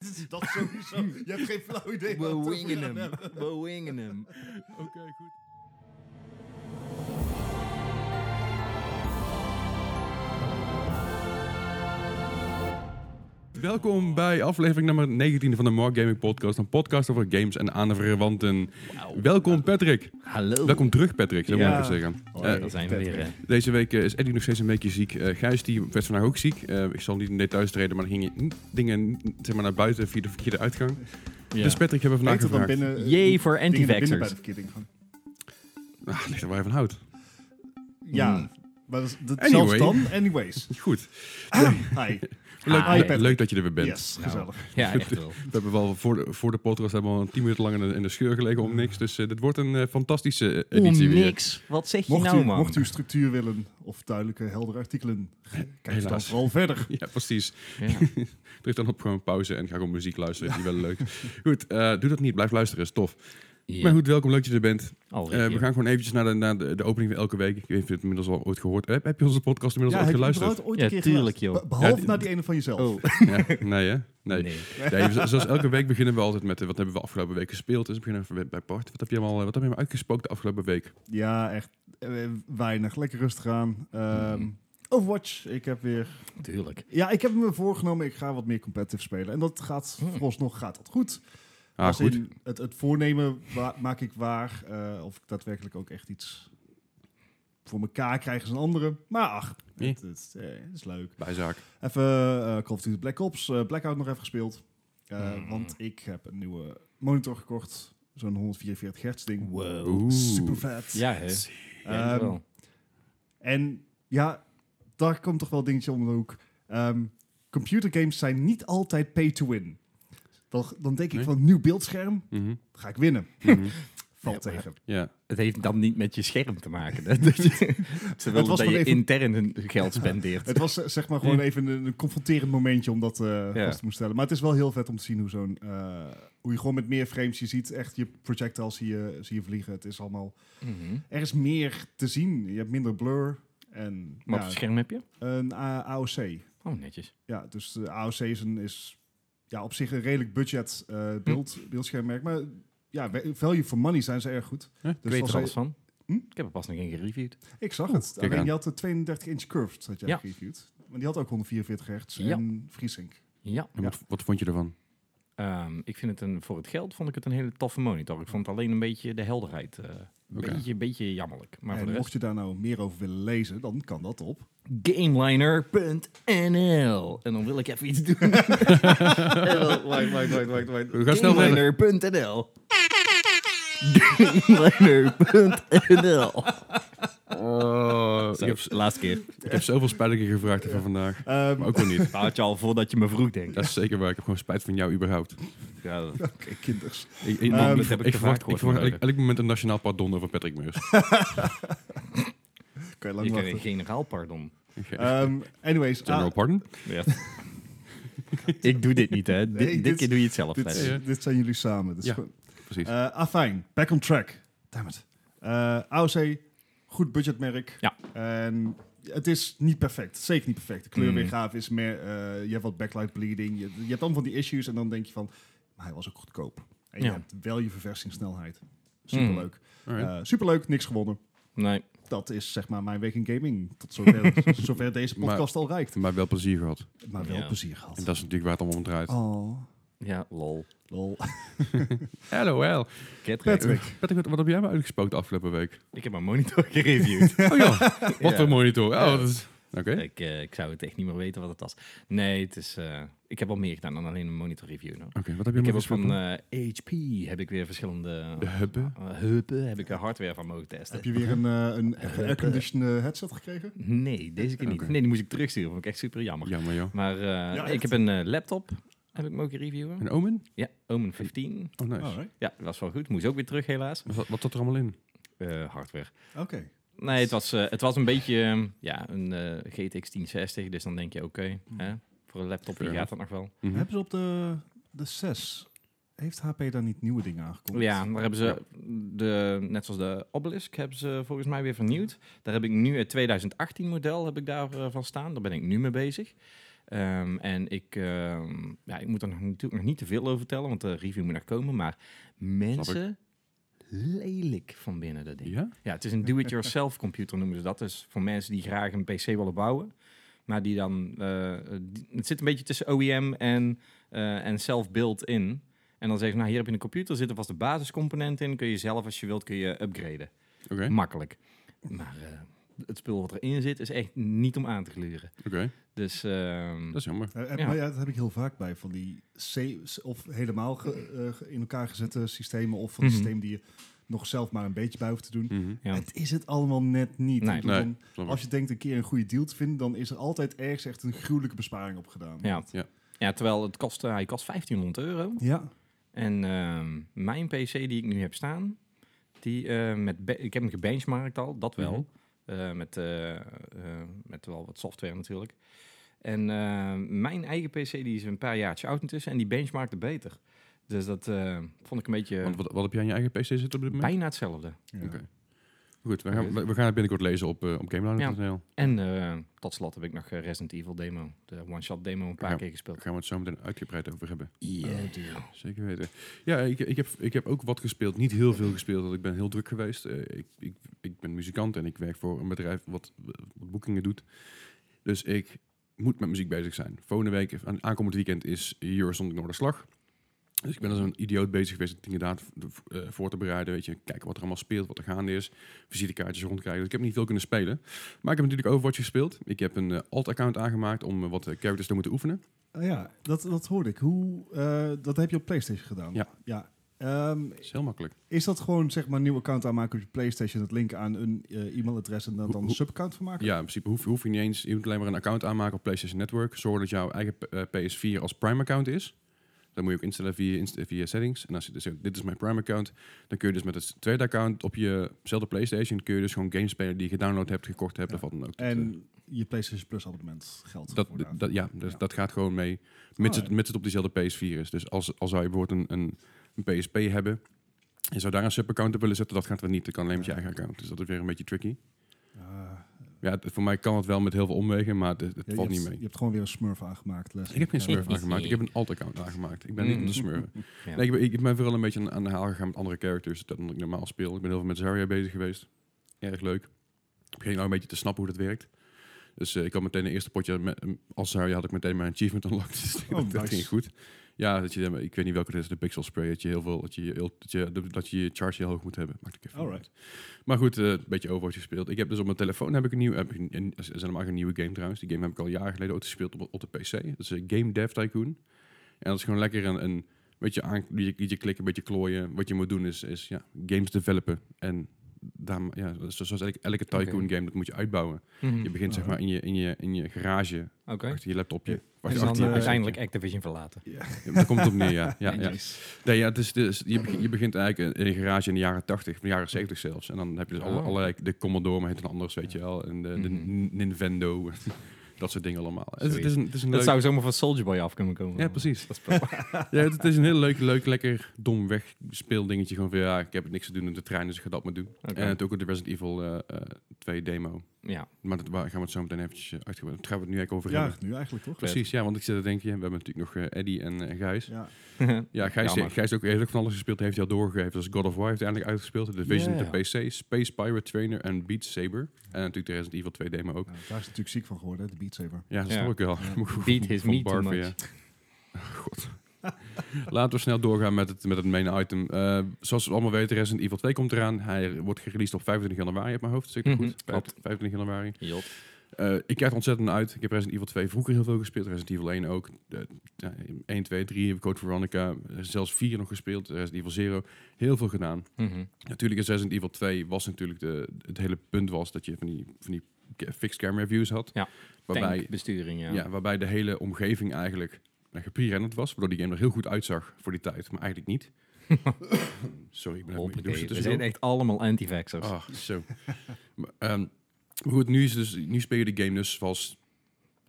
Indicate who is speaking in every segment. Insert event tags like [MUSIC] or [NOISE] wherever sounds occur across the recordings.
Speaker 1: niet. Dat [LAUGHS] sowieso. Je hebt geen flauw idee [LAUGHS] wat
Speaker 2: We
Speaker 1: we
Speaker 2: wingen hem.
Speaker 1: gaan hebben.
Speaker 2: We wingen hem.
Speaker 3: Oké, goed. Welkom bij aflevering nummer 19 van de More Gaming Podcast. Een podcast over games en aanverwanten. Welkom Patrick.
Speaker 4: Hallo.
Speaker 3: Welkom terug Patrick, zou ik
Speaker 1: Ja.
Speaker 3: maar even zeggen.
Speaker 4: Hoi,
Speaker 3: Eh,
Speaker 4: daar zijn we weer. hè.
Speaker 3: Deze week eh, is Eddie nog steeds een beetje ziek. Eh, Gijs die werd vandaag ook ziek. Eh, ik zal niet in details treden, maar er gingen n- dingen n- zeg maar, naar buiten via de verkeerde uitgang. Dus Patrick hebben we vandaag
Speaker 1: Kijk tot dan
Speaker 3: gevraagd.
Speaker 1: binnen. eh,
Speaker 4: Jee voor
Speaker 1: dingen naar binnen bij
Speaker 4: anti-vaxxers.
Speaker 1: de verkeerde ingang.
Speaker 3: Ah, ligt er waar je van houdt.
Speaker 1: Ja,
Speaker 4: Mm.
Speaker 1: maar dat, is- dat, zelfs
Speaker 3: Anyway.
Speaker 1: dan, anyways. Ah,
Speaker 3: Goed.
Speaker 1: Hi.
Speaker 3: Leuk,
Speaker 4: Hi,
Speaker 3: leuk,
Speaker 1: Patrick.
Speaker 3: dat je er weer bent.
Speaker 1: Yes,
Speaker 4: Nou.
Speaker 1: gezellig.
Speaker 4: Ja, echt wel.
Speaker 3: We hebben wel voor de, voor de podcast hebben we al 10 minuten lang in de, in de scheur gelegen om niks. Dus eh, dit wordt een eh, fantastische eh,
Speaker 4: Oeh,
Speaker 3: editie weer.
Speaker 4: niks. Wat zeg je
Speaker 1: Mocht,
Speaker 4: nou,
Speaker 1: u,
Speaker 4: man?
Speaker 1: mocht u structuur willen of duidelijke, heldere artikelen, kijk dan
Speaker 3: Helaas.
Speaker 1: vooral verder.
Speaker 3: [LAUGHS] Ja, precies.
Speaker 4: Ja.
Speaker 3: Druk dan op gewoon pauze en ga gewoon muziek luisteren. Die wel leuk. Goed, eh, doe dat niet. Blijf luisteren. Is tof. Maar goed, welkom. Leuk dat je er bent.
Speaker 4: Al
Speaker 3: Eh, we gaan gewoon eventjes naar de, naar de, de opening van elke week. Ik weet niet of je het inmiddels al ooit gehoord hebt. Heb je onze podcast inmiddels ooit geluisterd?
Speaker 1: überhaupt ooit
Speaker 4: Ja,
Speaker 1: een keer
Speaker 4: tuurlijk,
Speaker 1: geluisterd?
Speaker 4: joh.
Speaker 1: Be- behalve
Speaker 3: Ja,
Speaker 1: naar die ene van jezelf.
Speaker 4: Oh,
Speaker 3: Ja, nee, hè? Nee.
Speaker 4: nee.
Speaker 3: nee. zo- zoals elke week beginnen we altijd met eh, wat hebben we afgelopen week gespeeld. Dus we beginnen even bij Bart. Wat heb je allemaal, eh, wat heb je allemaal uitgespookt de afgelopen week?
Speaker 1: Ja, echt eh, weinig. Lekker rustig aan. Ehm,
Speaker 4: Mhm.
Speaker 1: Overwatch, ik heb weer
Speaker 4: Tuurlijk.
Speaker 1: Ja, ik heb me voorgenomen, ik ga wat meer competitive spelen. En dat gaat
Speaker 4: Hmm.
Speaker 1: vooralsnog gaat dat goed.
Speaker 3: Ah,
Speaker 1: Als
Speaker 3: goed.
Speaker 1: in het, het voornemen wa- maak ik waar. eh, of ik daadwerkelijk ook echt iets voor mekaar krijg als een andere. Maar ach,
Speaker 3: Ja.
Speaker 1: het, het, eh, het is leuk.
Speaker 3: Bijzaak.
Speaker 1: Even eh, Call of Duty Black Ops, eh, Blackout nog even gespeeld. Eh,
Speaker 4: Hmm.
Speaker 1: Want ik heb een nieuwe monitor gekocht. Zo'n 144 hertz ding.
Speaker 4: Wow.
Speaker 3: Oeh.
Speaker 1: Super vet.
Speaker 4: Ja, hè? Ja,
Speaker 1: Ehm,
Speaker 4: wel.
Speaker 1: en ja, daar komt toch wel een dingetje om de hoek. Ehm, computergames zijn niet altijd pay to win. Dan, dan denk ik
Speaker 3: Nee?
Speaker 1: van nieuw beeldscherm,
Speaker 3: Mhm,
Speaker 1: ga ik winnen.
Speaker 3: mhm.
Speaker 1: Valt
Speaker 4: Ja, maar-
Speaker 1: tegen.
Speaker 3: Ja.
Speaker 4: Het heeft dan niet met je scherm te maken.
Speaker 1: [LAUGHS]
Speaker 4: Hè? Dat je, terwijl
Speaker 1: was
Speaker 4: dat
Speaker 1: nog
Speaker 4: je
Speaker 1: even-
Speaker 4: intern hun geld spendeert.
Speaker 1: Het was eh, zeg maar gewoon even een, een confronterend momentje om dat eh, vast te moeten stellen. Maar het is wel heel vet om te zien hoe zo'n... eh, hoe je gewoon met meer frames, je ziet echt je projectiles zie je, zie je vliegen. Het is allemaal...
Speaker 4: Mhm.
Speaker 1: Er is meer te zien. Je hebt minder blur. En
Speaker 4: Wat
Speaker 1: ja,
Speaker 4: voor scherm heb je?
Speaker 1: een eh, A- AOC.
Speaker 4: Oh, netjes.
Speaker 1: Ja, dus de AOC is, een, is ja, op zich een redelijk budget eh, beeld, beeldschermmerk. Maar ja, we- value for money zijn ze erg goed. Dus
Speaker 3: Huh?
Speaker 4: Ik weet
Speaker 1: als
Speaker 4: er alles
Speaker 1: hij-
Speaker 4: van.
Speaker 1: Hm?
Speaker 4: Ik heb er pas nog één gereviewd.
Speaker 1: ik zag
Speaker 3: Oeh,
Speaker 1: het.
Speaker 3: kijk
Speaker 1: Alleen
Speaker 3: aan.
Speaker 1: je had de 32 inch curved, dat jij
Speaker 4: Ja.
Speaker 1: reviewd. Maar die had ook 144 hertz
Speaker 4: Ja.
Speaker 1: en FreeSync.
Speaker 4: Ja.
Speaker 3: En
Speaker 1: Ja.
Speaker 3: Wat, wat vond je ervan?
Speaker 4: Ehm, ik vind het een, voor het geld vond ik het een hele toffe monitor. Ik vond alleen een beetje de helderheid. eh, een
Speaker 3: Oké.
Speaker 4: beetje, beetje jammerlijk. Maar
Speaker 1: en
Speaker 4: voor de
Speaker 1: mocht
Speaker 4: rest...
Speaker 1: je daar nou meer over willen lezen, dan kan dat op.
Speaker 4: Gameliner.nl En dan wil ik even iets doen. [LAUGHS] wacht, wacht, wacht, wacht, wacht.
Speaker 3: We gaan snel verder.
Speaker 4: Gameliner.nl Gameliner.nl
Speaker 3: Oh, ik, heb,
Speaker 4: Zo, Laatste keer.
Speaker 3: ik heb zoveel spijtige gevraagd van vandaag.
Speaker 1: Ehm,
Speaker 3: Maar ook wel niet.
Speaker 4: Dat had je al voordat je me vroeg, denk ik.
Speaker 3: Dat is zeker waar. Ik heb gewoon spijt van jou überhaupt.
Speaker 4: Ja, dat-
Speaker 1: Oké, kinders.
Speaker 3: Ik, ik,
Speaker 1: dat heb
Speaker 3: ik,
Speaker 1: ik
Speaker 4: te vaak
Speaker 3: verwacht, ik
Speaker 4: gehoord
Speaker 3: verwacht elk,
Speaker 4: vandaag.
Speaker 3: elk moment een nationaal pardon over Patrick
Speaker 4: [LAUGHS]
Speaker 3: Meurs.
Speaker 1: Kan je
Speaker 4: je
Speaker 1: lang
Speaker 4: kreeg een
Speaker 1: wachten.
Speaker 4: generaal pardon. Eh,
Speaker 1: Ehm, anyways,
Speaker 3: General
Speaker 1: ah,
Speaker 3: pardon?
Speaker 4: Ja. [LAUGHS] ik doe dit niet, hè. Dit-
Speaker 1: Nee,
Speaker 4: dit,
Speaker 1: dit-
Speaker 4: keer doe je het zelf.
Speaker 1: dit,
Speaker 4: Fred.
Speaker 3: Ja, ja.
Speaker 1: dit zijn jullie samen. Dus
Speaker 3: Ja.
Speaker 1: gewoon-
Speaker 3: Precies.
Speaker 1: Eh, ah, fijn. Back on track. Damn it. Eh, AOC, goed budgetmerk.
Speaker 4: Ja.
Speaker 1: En het is niet perfect. Zeker niet perfect. De
Speaker 4: Mm.
Speaker 1: kleurweergave is meer... eh, je hebt wat backlight bleeding. Je, je hebt allemaal van die issues. En dan denk je van... Maar hij was ook goedkoop. En je
Speaker 4: Ja.
Speaker 1: hebt wel je verversingssnelheid. Superleuk.
Speaker 3: Alright.
Speaker 1: Eh, superleuk. Niks gewonnen.
Speaker 4: Nee.
Speaker 1: Dat is zeg maar mijn week in gaming. Tot
Speaker 4: [LAUGHS]
Speaker 1: zover, zover deze podcast al reikt.
Speaker 3: maar wel plezier gehad.
Speaker 1: Maar wel
Speaker 4: Ja.
Speaker 1: plezier
Speaker 3: En
Speaker 1: gehad.
Speaker 3: dat is natuurlijk waar het allemaal om draait.
Speaker 1: Oh,
Speaker 4: Ja, lol.
Speaker 1: lol.
Speaker 4: Oh.
Speaker 3: LOL.
Speaker 4: Ketrek.
Speaker 1: Patrick.
Speaker 3: Eh, Patrick, wat, wat heb jij me uitgespookt de afgelopen
Speaker 4: [LAUGHS]
Speaker 3: week?
Speaker 4: Ik heb mijn monitor gereviewd.
Speaker 3: Oh ja, wat
Speaker 4: Ja.
Speaker 3: voor monitor. Oh,
Speaker 4: Ja.
Speaker 3: dat is- Oké.
Speaker 4: ik, eh, ik zou het echt niet meer weten wat het was. Nee, het is, eh, ik heb wel meer gedaan dan alleen een monitor review. nou.
Speaker 3: Oké, wat heb je
Speaker 4: Ik heb
Speaker 3: nog
Speaker 4: ook van
Speaker 3: gesproken?
Speaker 4: eh, HP heb ik weer verschillende
Speaker 3: De hubben?
Speaker 4: eh, heupen, heb ik er hardware van mogen testen.
Speaker 1: Heb je weer een, eh, [LAUGHS] een airconditioned eh, headset gekregen?
Speaker 4: Nee, deze keer niet.
Speaker 3: Oké.
Speaker 4: Nee, die moest ik terugsturen. Vond ik echt super jammer.
Speaker 3: Jammer joh.
Speaker 4: Maar eh,
Speaker 1: echt?
Speaker 4: ik heb een eh, laptop. Heb ik mogen reviewen?
Speaker 3: Een Omen?
Speaker 4: Ja, Omen 15.
Speaker 3: Oh, nice.
Speaker 1: Alright.
Speaker 4: Ja, was wel goed. Moest ook weer terug, helaas.
Speaker 3: Wat, wat zat er allemaal in?
Speaker 4: Eh, hardware.
Speaker 1: Oké.
Speaker 4: Nee, het was, eh, het was een beetje ehm, ja, een eh, GTX 1060. Dus dan denk je, oké, hè, voor een laptop
Speaker 3: Hmm. Fair
Speaker 4: die gaat
Speaker 3: enough.
Speaker 4: dat nog wel.
Speaker 3: Mhm.
Speaker 1: Hebben ze op de, de 6, heeft HP daar niet nieuwe dingen aangekondigd?
Speaker 4: Ja, daar hebben ze, de, net zoals de Obelisk, hebben ze volgens mij weer vernieuwd. Daar heb ik nu het 2018 model heb ik daarvan staan. Daar ben ik nu mee bezig. Eh, Ehm, en ik, ehm, ja, ik moet er nog- natuurlijk nog niet te veel over vertellen, want de review moet nog komen. Maar mensen, lelijk van binnen dat ding.
Speaker 3: Ja?
Speaker 4: Ja, het is een do-it-yourself computer noemen ze dat. Dus voor mensen die graag een PC willen bouwen. Maar die dan... eh, die- het zit een beetje tussen OEM en, eh, en self-built in. En dan zeggen ze, nou hier heb je een computer, zitten vast de basiscomponenten in. Kun je zelf als je wilt, kun je upgraden.
Speaker 3: Oké, oké.
Speaker 4: Makkelijk. Maar eh, het spul wat erin zit is echt niet om aan te gluren. Dus ehm,
Speaker 3: Dat is jammer.
Speaker 1: Eh, eh,
Speaker 4: Ja.
Speaker 1: maar ja, dat heb ik heel vaak bij van die C of helemaal ge- eh, ge- in elkaar gezette systemen of van
Speaker 4: Mm. Mhm.
Speaker 1: systeem die je nog zelf maar een beetje bij hoeft te doen.
Speaker 3: Mhm.
Speaker 4: ja.
Speaker 1: Het is het allemaal net niet.
Speaker 4: Nee.
Speaker 1: Ik bedoel,
Speaker 3: Nee.
Speaker 1: dan-
Speaker 3: Snap ik.
Speaker 1: als je denkt een keer een goede deal te vinden, dan is er altijd ergens echt een gruwelijke besparing op gedaan.
Speaker 4: Ja.
Speaker 3: Ja.
Speaker 4: Ja. terwijl het kost, eh, hij kost 1500 euro.
Speaker 1: Ja.
Speaker 4: En ehm, mijn PC die ik nu heb staan, die, eh, met be- ik heb hem gebenchmarkt al, dat wel.
Speaker 3: Mhm.
Speaker 4: Eh, met, eh, eh, met wel wat software natuurlijk. En eh, mijn eigen PC die is een paar jaartjes oud intussen en die benchmarkte beter. Dus dat eh, vond ik een beetje
Speaker 3: Want wat, wat heb jij aan je eigen PC zitten op dit moment?
Speaker 4: bijna hetzelfde.
Speaker 1: Ja.
Speaker 3: Oké. Goed, we gaan, we, we gaan het binnenkort lezen op, eh op gameline.nl.
Speaker 4: En eh, tot slot heb ik nog eh, Resident Evil demo, de one-shot demo, een paar
Speaker 3: Ja.
Speaker 4: keer
Speaker 3: Daar
Speaker 4: gespeeld.
Speaker 3: gaan we het zo meteen uitgebreid over hebben.
Speaker 1: Oh, dear.
Speaker 3: Zeker weten. Ja, ik, ik, heb, ik heb ook wat gespeeld. Niet heel veel gespeeld, want ik ben heel druk geweest. Eh, ik, ik, ik ben muzikant en ik werk voor een bedrijf wat, wat boekingen doet. Dus ik moet met muziek bezig zijn. Volgende week, aan- aankomend weekend, is Eurosonic Noorderslag. Dus ik ben als een idioot bezig geweest om het inderdaad v- eh, voor te bereiden. Weet je, kijken wat er allemaal speelt, wat er gaande is. Visitekaartjes rondkrijgen. Dus ik heb niet veel kunnen spelen. Maar ik heb natuurlijk Overwatch gespeeld. Ik heb een eh, alt-account aangemaakt om eh, wat eh, characters te moeten oefenen.
Speaker 1: Ah ja, dat, dat hoorde ik. Hoe, eh, dat heb je op PlayStation gedaan.
Speaker 3: Ja.
Speaker 1: ja. Ehm,
Speaker 3: Dat is heel makkelijk.
Speaker 1: is dat gewoon zeg maar een nieuw account aanmaken op je PlayStation, het linken aan een eh, e-mailadres en daar
Speaker 3: Hoe-
Speaker 1: dan een
Speaker 3: hoe-
Speaker 1: subaccount van maken?
Speaker 3: Ja, in principe hoef, hoef je niet eens. Je moet alleen maar een account aanmaken op PlayStation Network. Zorg dat jouw eigen eh, PS4 als Prime-account is. Dan moet je ook instellen via, inst- via settings. En als je dus zegt, dit is mijn Prime-account, dan kun je dus met het tweede account op jezelfde PlayStation, kun je dus gewoon games spelen die je gedownload hebt, gekocht hebt,
Speaker 1: Ja.
Speaker 3: of wat dan ook. Dat, eh,
Speaker 1: En je PlayStation Plus abonnement geldt
Speaker 3: dat,
Speaker 1: voor daarvoor.
Speaker 3: dat, ja, dus
Speaker 1: Ja.
Speaker 3: dat gaat gewoon mee. Mits,
Speaker 1: Oh,
Speaker 3: het,
Speaker 1: ja.
Speaker 3: mits het op diezelfde PS4 is. Dus als, als zou je bijvoorbeeld een, een, een PSP hebben en zou daar een sub-account op willen zetten, dat gaat er niet. Dat kan alleen met je
Speaker 1: Ja.
Speaker 3: eigen account. Dus dat is weer een beetje tricky.
Speaker 1: Ah,
Speaker 3: Ja, het- voor mij kan het wel met heel veel omwegen, maar het, het
Speaker 1: ja, je
Speaker 3: valt
Speaker 1: hebt-
Speaker 3: niet mee.
Speaker 1: Je hebt gewoon weer een smurf aangemaakt. Les.
Speaker 3: Ik heb geen smurf
Speaker 4: Nee.
Speaker 3: aangemaakt. Ik heb een alt-account aangemaakt. Ik ben niet
Speaker 4: Mm.
Speaker 3: om te smurfen.
Speaker 4: Ja.
Speaker 3: Nee, ik, ben, ik ben vooral een beetje aan, aan de haal gegaan met andere characters dan dat ik normaal speel. Ik ben heel veel met Zarya bezig geweest. Erg leuk. Ik begin nou een beetje te snappen hoe dat werkt. Dus eh, ik had meteen een eerste potje, met, als Zarya had ik meteen mijn achievement [LAUGHS] unlocked. Dus
Speaker 1: Oh,
Speaker 3: dat, dat
Speaker 1: nice.
Speaker 3: ging goed. Ja, dat je, eh, ik weet niet welke het is, de pixel spray. Dat je heel veel, dat je je, ult- dat je, dat je, je charge heel hoog moet hebben. Maakt ik even
Speaker 1: Alright.
Speaker 3: uit. Maar goed, eh, een beetje Overwatch gespeeld. Ik heb dus op mijn telefoon heb ik een nieuw, heb ik een, een, is helemaal geen nieuwe game trouwens. Die game heb ik al jaren geleden ook gespeeld op, op de PC. Dat is eh, Game Dev Tycoon. En dat is gewoon lekker een, een beetje aan, je, je klikken, een beetje klooien. Wat je moet doen is, is ja, games developen. En daar, ja, zo- zoals elke, elke tycoon
Speaker 4: Oké.
Speaker 3: game, dat moet je uitbouwen.
Speaker 4: Mhm.
Speaker 3: Je begint zeg maar in je, in je, in je garage,
Speaker 4: Oké.
Speaker 3: achter je laptopje.
Speaker 1: Ja.
Speaker 3: Waar
Speaker 4: En
Speaker 3: je
Speaker 1: dan,
Speaker 3: achter
Speaker 4: dan
Speaker 1: eh,
Speaker 3: je-
Speaker 4: uiteindelijk Activision verlaten.
Speaker 3: Ja, daar komt het op neer,
Speaker 1: [LAUGHS]
Speaker 4: [LAUGHS]
Speaker 3: ja. ja, ja.
Speaker 1: Nice.
Speaker 3: Nee, ja, het is, het is- je, beg- je begint eigenlijk in een garage in de jaren 80, in de jaren 70 zelfs. En dan heb je dus alle,
Speaker 4: Mm. Oh.
Speaker 3: allerlei, de Commodore, maar heet het anders, weet je wel. En de, de
Speaker 4: Mhm.
Speaker 3: N- Nintendo, [LAUGHS] dat soort dingen allemaal. Het, is- het is
Speaker 4: Zoiets.
Speaker 3: een, het is een
Speaker 4: Dat
Speaker 3: leuk...
Speaker 4: zou zomaar van Soldier Boy af kunnen komen.
Speaker 3: Ja, precies.
Speaker 4: Dat is
Speaker 3: [LAUGHS] Ja, het, het is een heel leuk, leuk, lekker dom weg speeldingetje. Gewoon van, ja, ik heb niks te doen in de trein, dus ik ga dat maar doen.
Speaker 4: Oké.
Speaker 3: En het ook de Resident Evil eh, eh, 2 demo.
Speaker 4: ja.
Speaker 3: Maar dat, waar gaan we het zo meteen eventjes eh, uitgebreid... Daar gaan we het nu eigenlijk over
Speaker 1: Ja,
Speaker 3: hebben.
Speaker 1: nu eigenlijk toch?
Speaker 3: Precies, ja, want ik zit te denken, ja, we hebben natuurlijk nog eh, Eddie en eh, Gijs.
Speaker 1: Ja.
Speaker 3: Ja, Gijs, eh,
Speaker 4: Jammer.
Speaker 3: Gijs ook, heeft ook van alles gespeeld. Heeft hij al doorgegeven. Dus God of War heeft hij eindelijk uitgespeeld. The Division,
Speaker 4: Ja.
Speaker 3: de PC, Space Pirate Trainer en Beat Saber. En natuurlijk de Resident Evil 2 demo ook.
Speaker 1: Nou, daar is natuurlijk ziek van geworden, hè, de Beat Saber.
Speaker 3: Ja, dat
Speaker 4: Ja.
Speaker 3: snap ik wel.
Speaker 1: Ja.
Speaker 3: [LAUGHS] Moet ik
Speaker 4: Beat
Speaker 3: van
Speaker 4: his meat too
Speaker 3: barven,
Speaker 4: much.
Speaker 3: ja. [LAUGHS] God. Laten we snel doorgaan met het, met het main item. Eh, zoals we allemaal weten, Resident Evil 2 komt eraan. Hij wordt gereleased op 25 januari op mijn hoofd. Zeker
Speaker 4: Mhm,
Speaker 3: goed.
Speaker 4: klopt.
Speaker 3: 25 januari.
Speaker 4: Jot.
Speaker 3: Eh, ik kijk er ontzettend naar uit. Ik heb Resident Evil 2 vroeger heel veel gespeeld. Resident Evil 1 ook. Eh, ja, 1, 2, 3 heb ik Code Veronica. Eh, Zelfs 4 nog gespeeld. Resident Evil 0. Heel veel gedaan.
Speaker 4: Mhm.
Speaker 3: Natuurlijk is Resident Evil 2 was natuurlijk de, het hele punt was dat je van die, van die ca- fixed camera views had.
Speaker 4: Ja.
Speaker 3: Waarbij,
Speaker 4: Tankbesturing, ja.
Speaker 3: ja. waarbij de hele omgeving eigenlijk eh, geprerenderd was. Waardoor die game er heel goed uitzag voor die tijd. Maar eigenlijk
Speaker 4: [LAUGHS]
Speaker 3: niet. Sorry, ik ben even een
Speaker 4: Hoppakee,
Speaker 3: beetje
Speaker 4: we
Speaker 3: tussendoor.
Speaker 4: zijn echt allemaal anti-vaxxers.
Speaker 3: Ah, zo. maar, ehm, maar goed, nu, is dus, nu speel je de game dus zoals...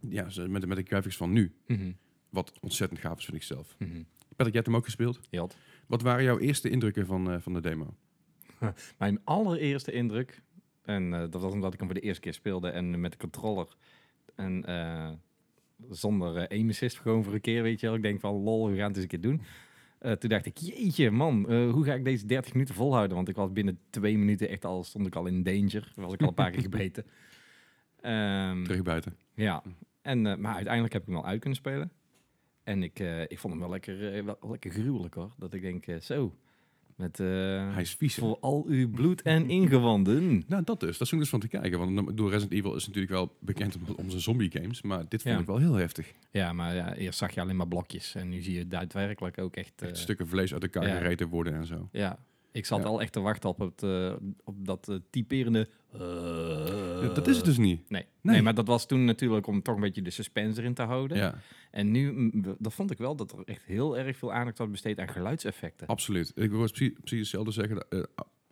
Speaker 3: Ja, ze- met, de- met de graphics van nu.
Speaker 4: Mhm,
Speaker 3: Wat ontzettend gaaf is, vind ik zelf.
Speaker 4: mhm.
Speaker 3: Patrick, jij hebt hem ook gespeeld.
Speaker 4: Jot.
Speaker 3: Wat waren jouw eerste indrukken van, eh, van de demo?
Speaker 4: Mijn allereerste indruk, en eh, dat was omdat ik hem voor de eerste keer speelde en met de controller. En eh, zonder eh, aim assist gewoon voor een keer, weet je wel. Ik denk van, lol, we gaan het eens een keer doen. Eh, toen dacht ik, jeetje man, eh, hoe ga ik deze 30 minuten volhouden? Want ik was binnen twee minuten echt al, stond ik al in danger. Was ik al een paar
Speaker 3: [LAUGHS]
Speaker 4: keer gebeten. Ehm,
Speaker 3: Terug buiten.
Speaker 4: ja, en, eh, maar uiteindelijk heb ik hem wel uit kunnen spelen. En ik, eh, ik vond hem wel lekker, eh, wel lekker gruwelijk hoor. Dat ik denk, eh, zo, met eh,
Speaker 3: Hij is vies. hè?
Speaker 4: voor al uw bloed en
Speaker 3: [LAUGHS]
Speaker 4: ingewanden.
Speaker 3: Nou, dat dus. Dat is ook dus van te kijken. Want door Resident Evil is natuurlijk wel bekend om, om zijn zombie games. Maar dit vond
Speaker 4: Ja.
Speaker 3: ik wel heel heftig.
Speaker 4: Ja, maar ja, eerst zag je alleen maar blokjes. En nu zie je daadwerkelijk ook echt... eh,
Speaker 3: Echt stukken vlees uit elkaar
Speaker 4: ja.
Speaker 3: gereten worden en zo.
Speaker 4: ja, ik zat
Speaker 3: Ja.
Speaker 4: al echt te wachten op, het, eh, op dat eh, typerende... eh,
Speaker 3: Ja, dat is het dus niet.
Speaker 4: Nee. Nee.
Speaker 3: Nee.
Speaker 4: maar dat was toen natuurlijk om toch een beetje de suspense erin te houden.
Speaker 3: Ja,
Speaker 4: En nu, mm, dat vond ik wel dat er echt heel erg veel aandacht wordt besteed aan geluidseffecten.
Speaker 3: absoluut. Ik wil precies, precies hetzelfde zeggen. Eh,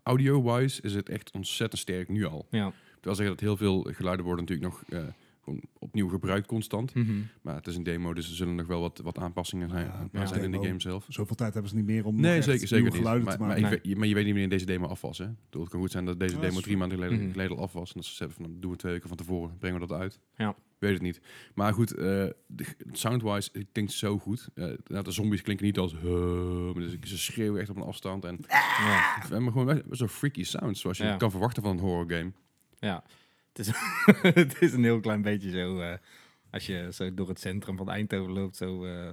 Speaker 3: Audio-wise is het echt ontzettend sterk nu al.
Speaker 4: Ja.
Speaker 3: Terwijl zeggen dat heel veel geluiden worden natuurlijk nog eh, gewoon opnieuw gebruikt constant.
Speaker 4: Mhm.
Speaker 3: Maar het is een demo, dus er zullen nog wel wat, wat aanpassingen zijn,
Speaker 1: Ja,
Speaker 3: aanpassingen
Speaker 4: ja.
Speaker 3: zijn in de
Speaker 1: Demo.
Speaker 3: game zelf.
Speaker 1: Zoveel tijd hebben ze niet meer om nog
Speaker 3: Nee,
Speaker 1: echt
Speaker 3: zeker,
Speaker 1: nieuwe
Speaker 3: zeker niet.
Speaker 1: geluiden
Speaker 3: Maar,
Speaker 1: te
Speaker 3: maar,
Speaker 1: maken.
Speaker 3: ik
Speaker 4: Nee.
Speaker 3: weet- je- maar je weet niet wanneer deze demo af was. Hè? Ik bedoel, het kan goed zijn dat deze
Speaker 1: Ja, dat
Speaker 3: demo
Speaker 1: is
Speaker 3: drie maanden geleden,
Speaker 4: Mhm.
Speaker 3: geleden al af was. En dat ze hebben van, dan doen we twee weken van tevoren, brengen we dat uit.
Speaker 4: Ja.
Speaker 3: Ik Weet het niet. Maar goed, eh, de- soundwise, het klinkt zo goed. Eh, nou, de zombies klinken niet als... "Huh", maar dus ze schreeuwen echt op een afstand. En,
Speaker 4: Ja.
Speaker 3: en maar gewoon wel- wel zo'n freaky sounds, zoals je
Speaker 4: Ja.
Speaker 3: kan verwachten van een horror game.
Speaker 4: Ja, het is, [LAUGHS] het is een heel klein beetje zo. eh, als je zo door het centrum van Eindhoven loopt, zo eh,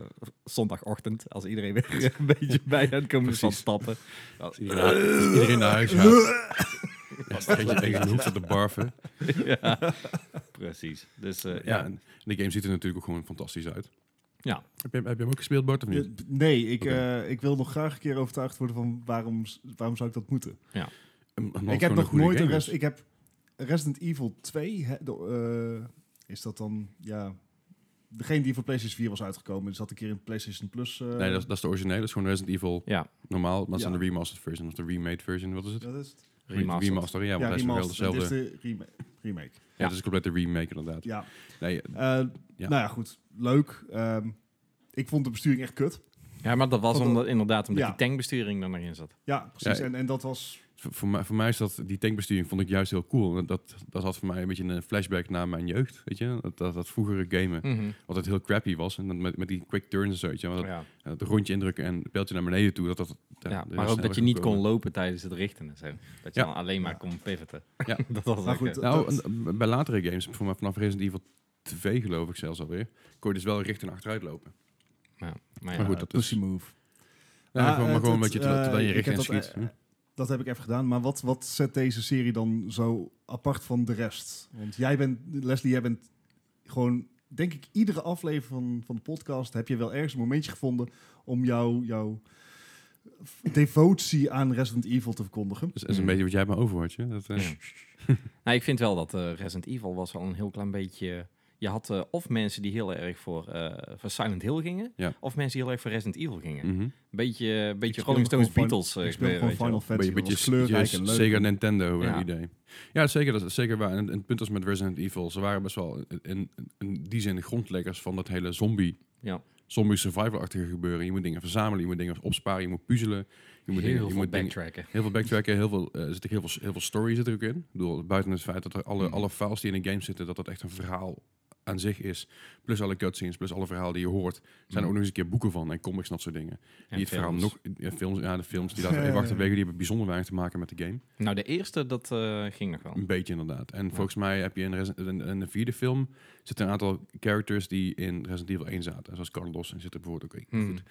Speaker 4: zondagochtend, als iedereen weer [LAUGHS] een beetje bij aan het komen is van
Speaker 3: Precies.
Speaker 4: stappen. [LAUGHS]
Speaker 3: Als Iedereen als iedereen naar [LAUGHS] huis gaat. Ja, staat eentje tegen de hoek te barven.
Speaker 4: ja, [LAUGHS] precies. Dus eh,
Speaker 3: Ja,
Speaker 4: ja.
Speaker 3: en de game ziet er natuurlijk ook gewoon fantastisch uit.
Speaker 4: Ja.
Speaker 3: Heb je, heb je hem ook gespeeld, Bart, of niet?
Speaker 1: Eh, Nee, ik,
Speaker 3: Oké.
Speaker 1: eh, ik wil nog graag een keer overtuigd worden van waarom, s- waarom zou ik dat moeten.
Speaker 3: Omdat het
Speaker 1: ik
Speaker 3: gewoon
Speaker 1: heb
Speaker 3: een
Speaker 1: nog
Speaker 3: goede
Speaker 1: nooit een
Speaker 3: game is.
Speaker 1: rest. Ik heb Resident Evil 2. Hè, de, eh, is dat dan ja? Degene die voor PlayStation 4 was uitgekomen, zat een keer in PlayStation Plus. eh,
Speaker 3: Nee, dat is, dat is de originele. Dat is gewoon Resident Evil
Speaker 4: Ja.
Speaker 3: normaal. Maar het is
Speaker 1: Ja.
Speaker 3: dan de remastered version of de remade version. Wat is het?
Speaker 1: dat is het.
Speaker 4: Remastered.
Speaker 3: Remaster, ja. Want hij is nog wel
Speaker 1: remastered.
Speaker 3: dezelfde.
Speaker 1: Dit
Speaker 3: Ja,
Speaker 1: is de rema- remake.
Speaker 3: het is compleet de remake inderdaad.
Speaker 1: Ja.
Speaker 3: Nee,
Speaker 1: Eh,
Speaker 3: Ja.
Speaker 1: Nou ja, goed. Leuk. Ehm, ik vond de besturing echt kut.
Speaker 4: ja, maar dat was
Speaker 1: Wat
Speaker 4: omdat, inderdaad omdat
Speaker 1: Ja.
Speaker 4: die tankbesturing er nog in zat.
Speaker 1: Ja, precies.
Speaker 3: Ja.
Speaker 1: En, en dat was...
Speaker 3: voor, voor mij, voor mij is dat, die tankbesturing vond ik juist heel cool. En Dat, dat had voor mij een beetje een flashback naar mijn jeugd, weet je. Dat, dat, dat vroegere gamen,
Speaker 4: Mhm.
Speaker 3: wat het heel crappy was. En dan met, met die quick turns en zo, weet je. Maar dat,
Speaker 4: ja.
Speaker 3: dat rondje indrukken en het pijltje naar beneden toe, dat dat... dat-
Speaker 4: Ja,
Speaker 3: dat
Speaker 4: maar
Speaker 3: heel
Speaker 4: ook dat je
Speaker 3: snel
Speaker 4: niet
Speaker 3: gekomen.
Speaker 4: kon lopen tijdens het richten en zo. Dat je
Speaker 3: Ja.
Speaker 4: dan alleen maar
Speaker 1: Ja.
Speaker 4: kon pivoten.
Speaker 3: Ja.
Speaker 4: [LAUGHS] dat was
Speaker 1: Maar
Speaker 4: echt,
Speaker 1: goed,
Speaker 4: eh,
Speaker 3: Nou,
Speaker 1: dat-
Speaker 3: en, eh, bij latere games, voor mij vanaf Resident Evil 2 geloof ik zelfs alweer, kon je dus wel richting achteruit lopen.
Speaker 4: maar ja.
Speaker 3: maar goed,
Speaker 1: eh,
Speaker 3: dat is-
Speaker 1: pussy move.
Speaker 3: Ja,
Speaker 1: Maar,
Speaker 3: gewoon,
Speaker 1: eh,
Speaker 3: maar gewoon
Speaker 1: dat,
Speaker 3: dat je terwijl, terwijl je
Speaker 1: eh, ik
Speaker 3: richting
Speaker 1: heb dat,
Speaker 3: schiet.
Speaker 1: eh, Dat heb ik even gedaan. Maar wat, wat zet deze serie dan zo apart van de rest? Want jij bent, Leslie, jij bent gewoon, denk ik, iedere aflevering van, van de podcast heb je wel ergens een momentje gevonden om jouw jouw devotie aan Resident Evil te verkondigen.
Speaker 3: dus dat is een
Speaker 4: Mm.
Speaker 3: beetje wat jij hebt overhoort. Je? Dat, eh,
Speaker 4: Ja. Nou, ik vind wel dat eh, Resident Evil was al een heel klein beetje... Je had eh, of mensen die heel erg voor, eh, voor Silent Hill gingen...
Speaker 3: Ja.
Speaker 4: of mensen die heel erg voor Resident Evil gingen.
Speaker 3: mhm.
Speaker 4: Beetje, beetje
Speaker 1: speel
Speaker 4: Rolling
Speaker 1: gewoon
Speaker 4: Stones, Beatles. eh,
Speaker 1: ik speel gewoon
Speaker 4: weet je wel.
Speaker 1: Final Fantasy.
Speaker 3: Een beetje,
Speaker 1: dat was kleurrijk en
Speaker 3: beetje
Speaker 1: leuk.
Speaker 3: Sega Nintendo eh,
Speaker 4: Ja.
Speaker 3: idee. Ja, zeker. Dat is zeker waar. En, en het punt was met Resident Evil. Ze waren best wel in, in, in die zin de grondleggers van dat hele zombie,
Speaker 4: Ja.
Speaker 3: zombie survival-achtige gebeuren. Je moet dingen verzamelen, je moet dingen opsparen, je moet puzzelen. Je moet dingen,
Speaker 4: heel
Speaker 3: je
Speaker 4: veel
Speaker 3: moet dingen,
Speaker 4: backtracken.
Speaker 3: Heel veel backtracken, heel veel, eh, zit ook heel, veel, heel veel story zit er ook in. Ik bedoel, buiten het feit dat er alle,
Speaker 4: Mhm.
Speaker 3: alle files die in een game zitten, dat dat echt een verhaal aan zich is. Plus alle cutscenes, plus alle verhalen die je hoort. Zijn er
Speaker 4: Mhm.
Speaker 3: ook nog eens een keer boeken van en comics en dat soort dingen.
Speaker 4: En
Speaker 3: die het verhaal
Speaker 4: films.
Speaker 3: nog... Ja, films, ja de
Speaker 1: [LAUGHS]
Speaker 3: films die laten we
Speaker 1: Ja,
Speaker 3: even
Speaker 1: ja,
Speaker 3: achterwege, die hebben bijzonder weinig te maken met de game.
Speaker 4: Nou, de eerste, dat eh, ging nog wel.
Speaker 3: Een beetje inderdaad. En volgens mij heb je in, Resi- in, in de vierde film zitten een aantal characters die in Resident Evil 1 zaten. Zoals Carlos en zit er bijvoorbeeld ook in.
Speaker 4: Hmm.
Speaker 3: Goed.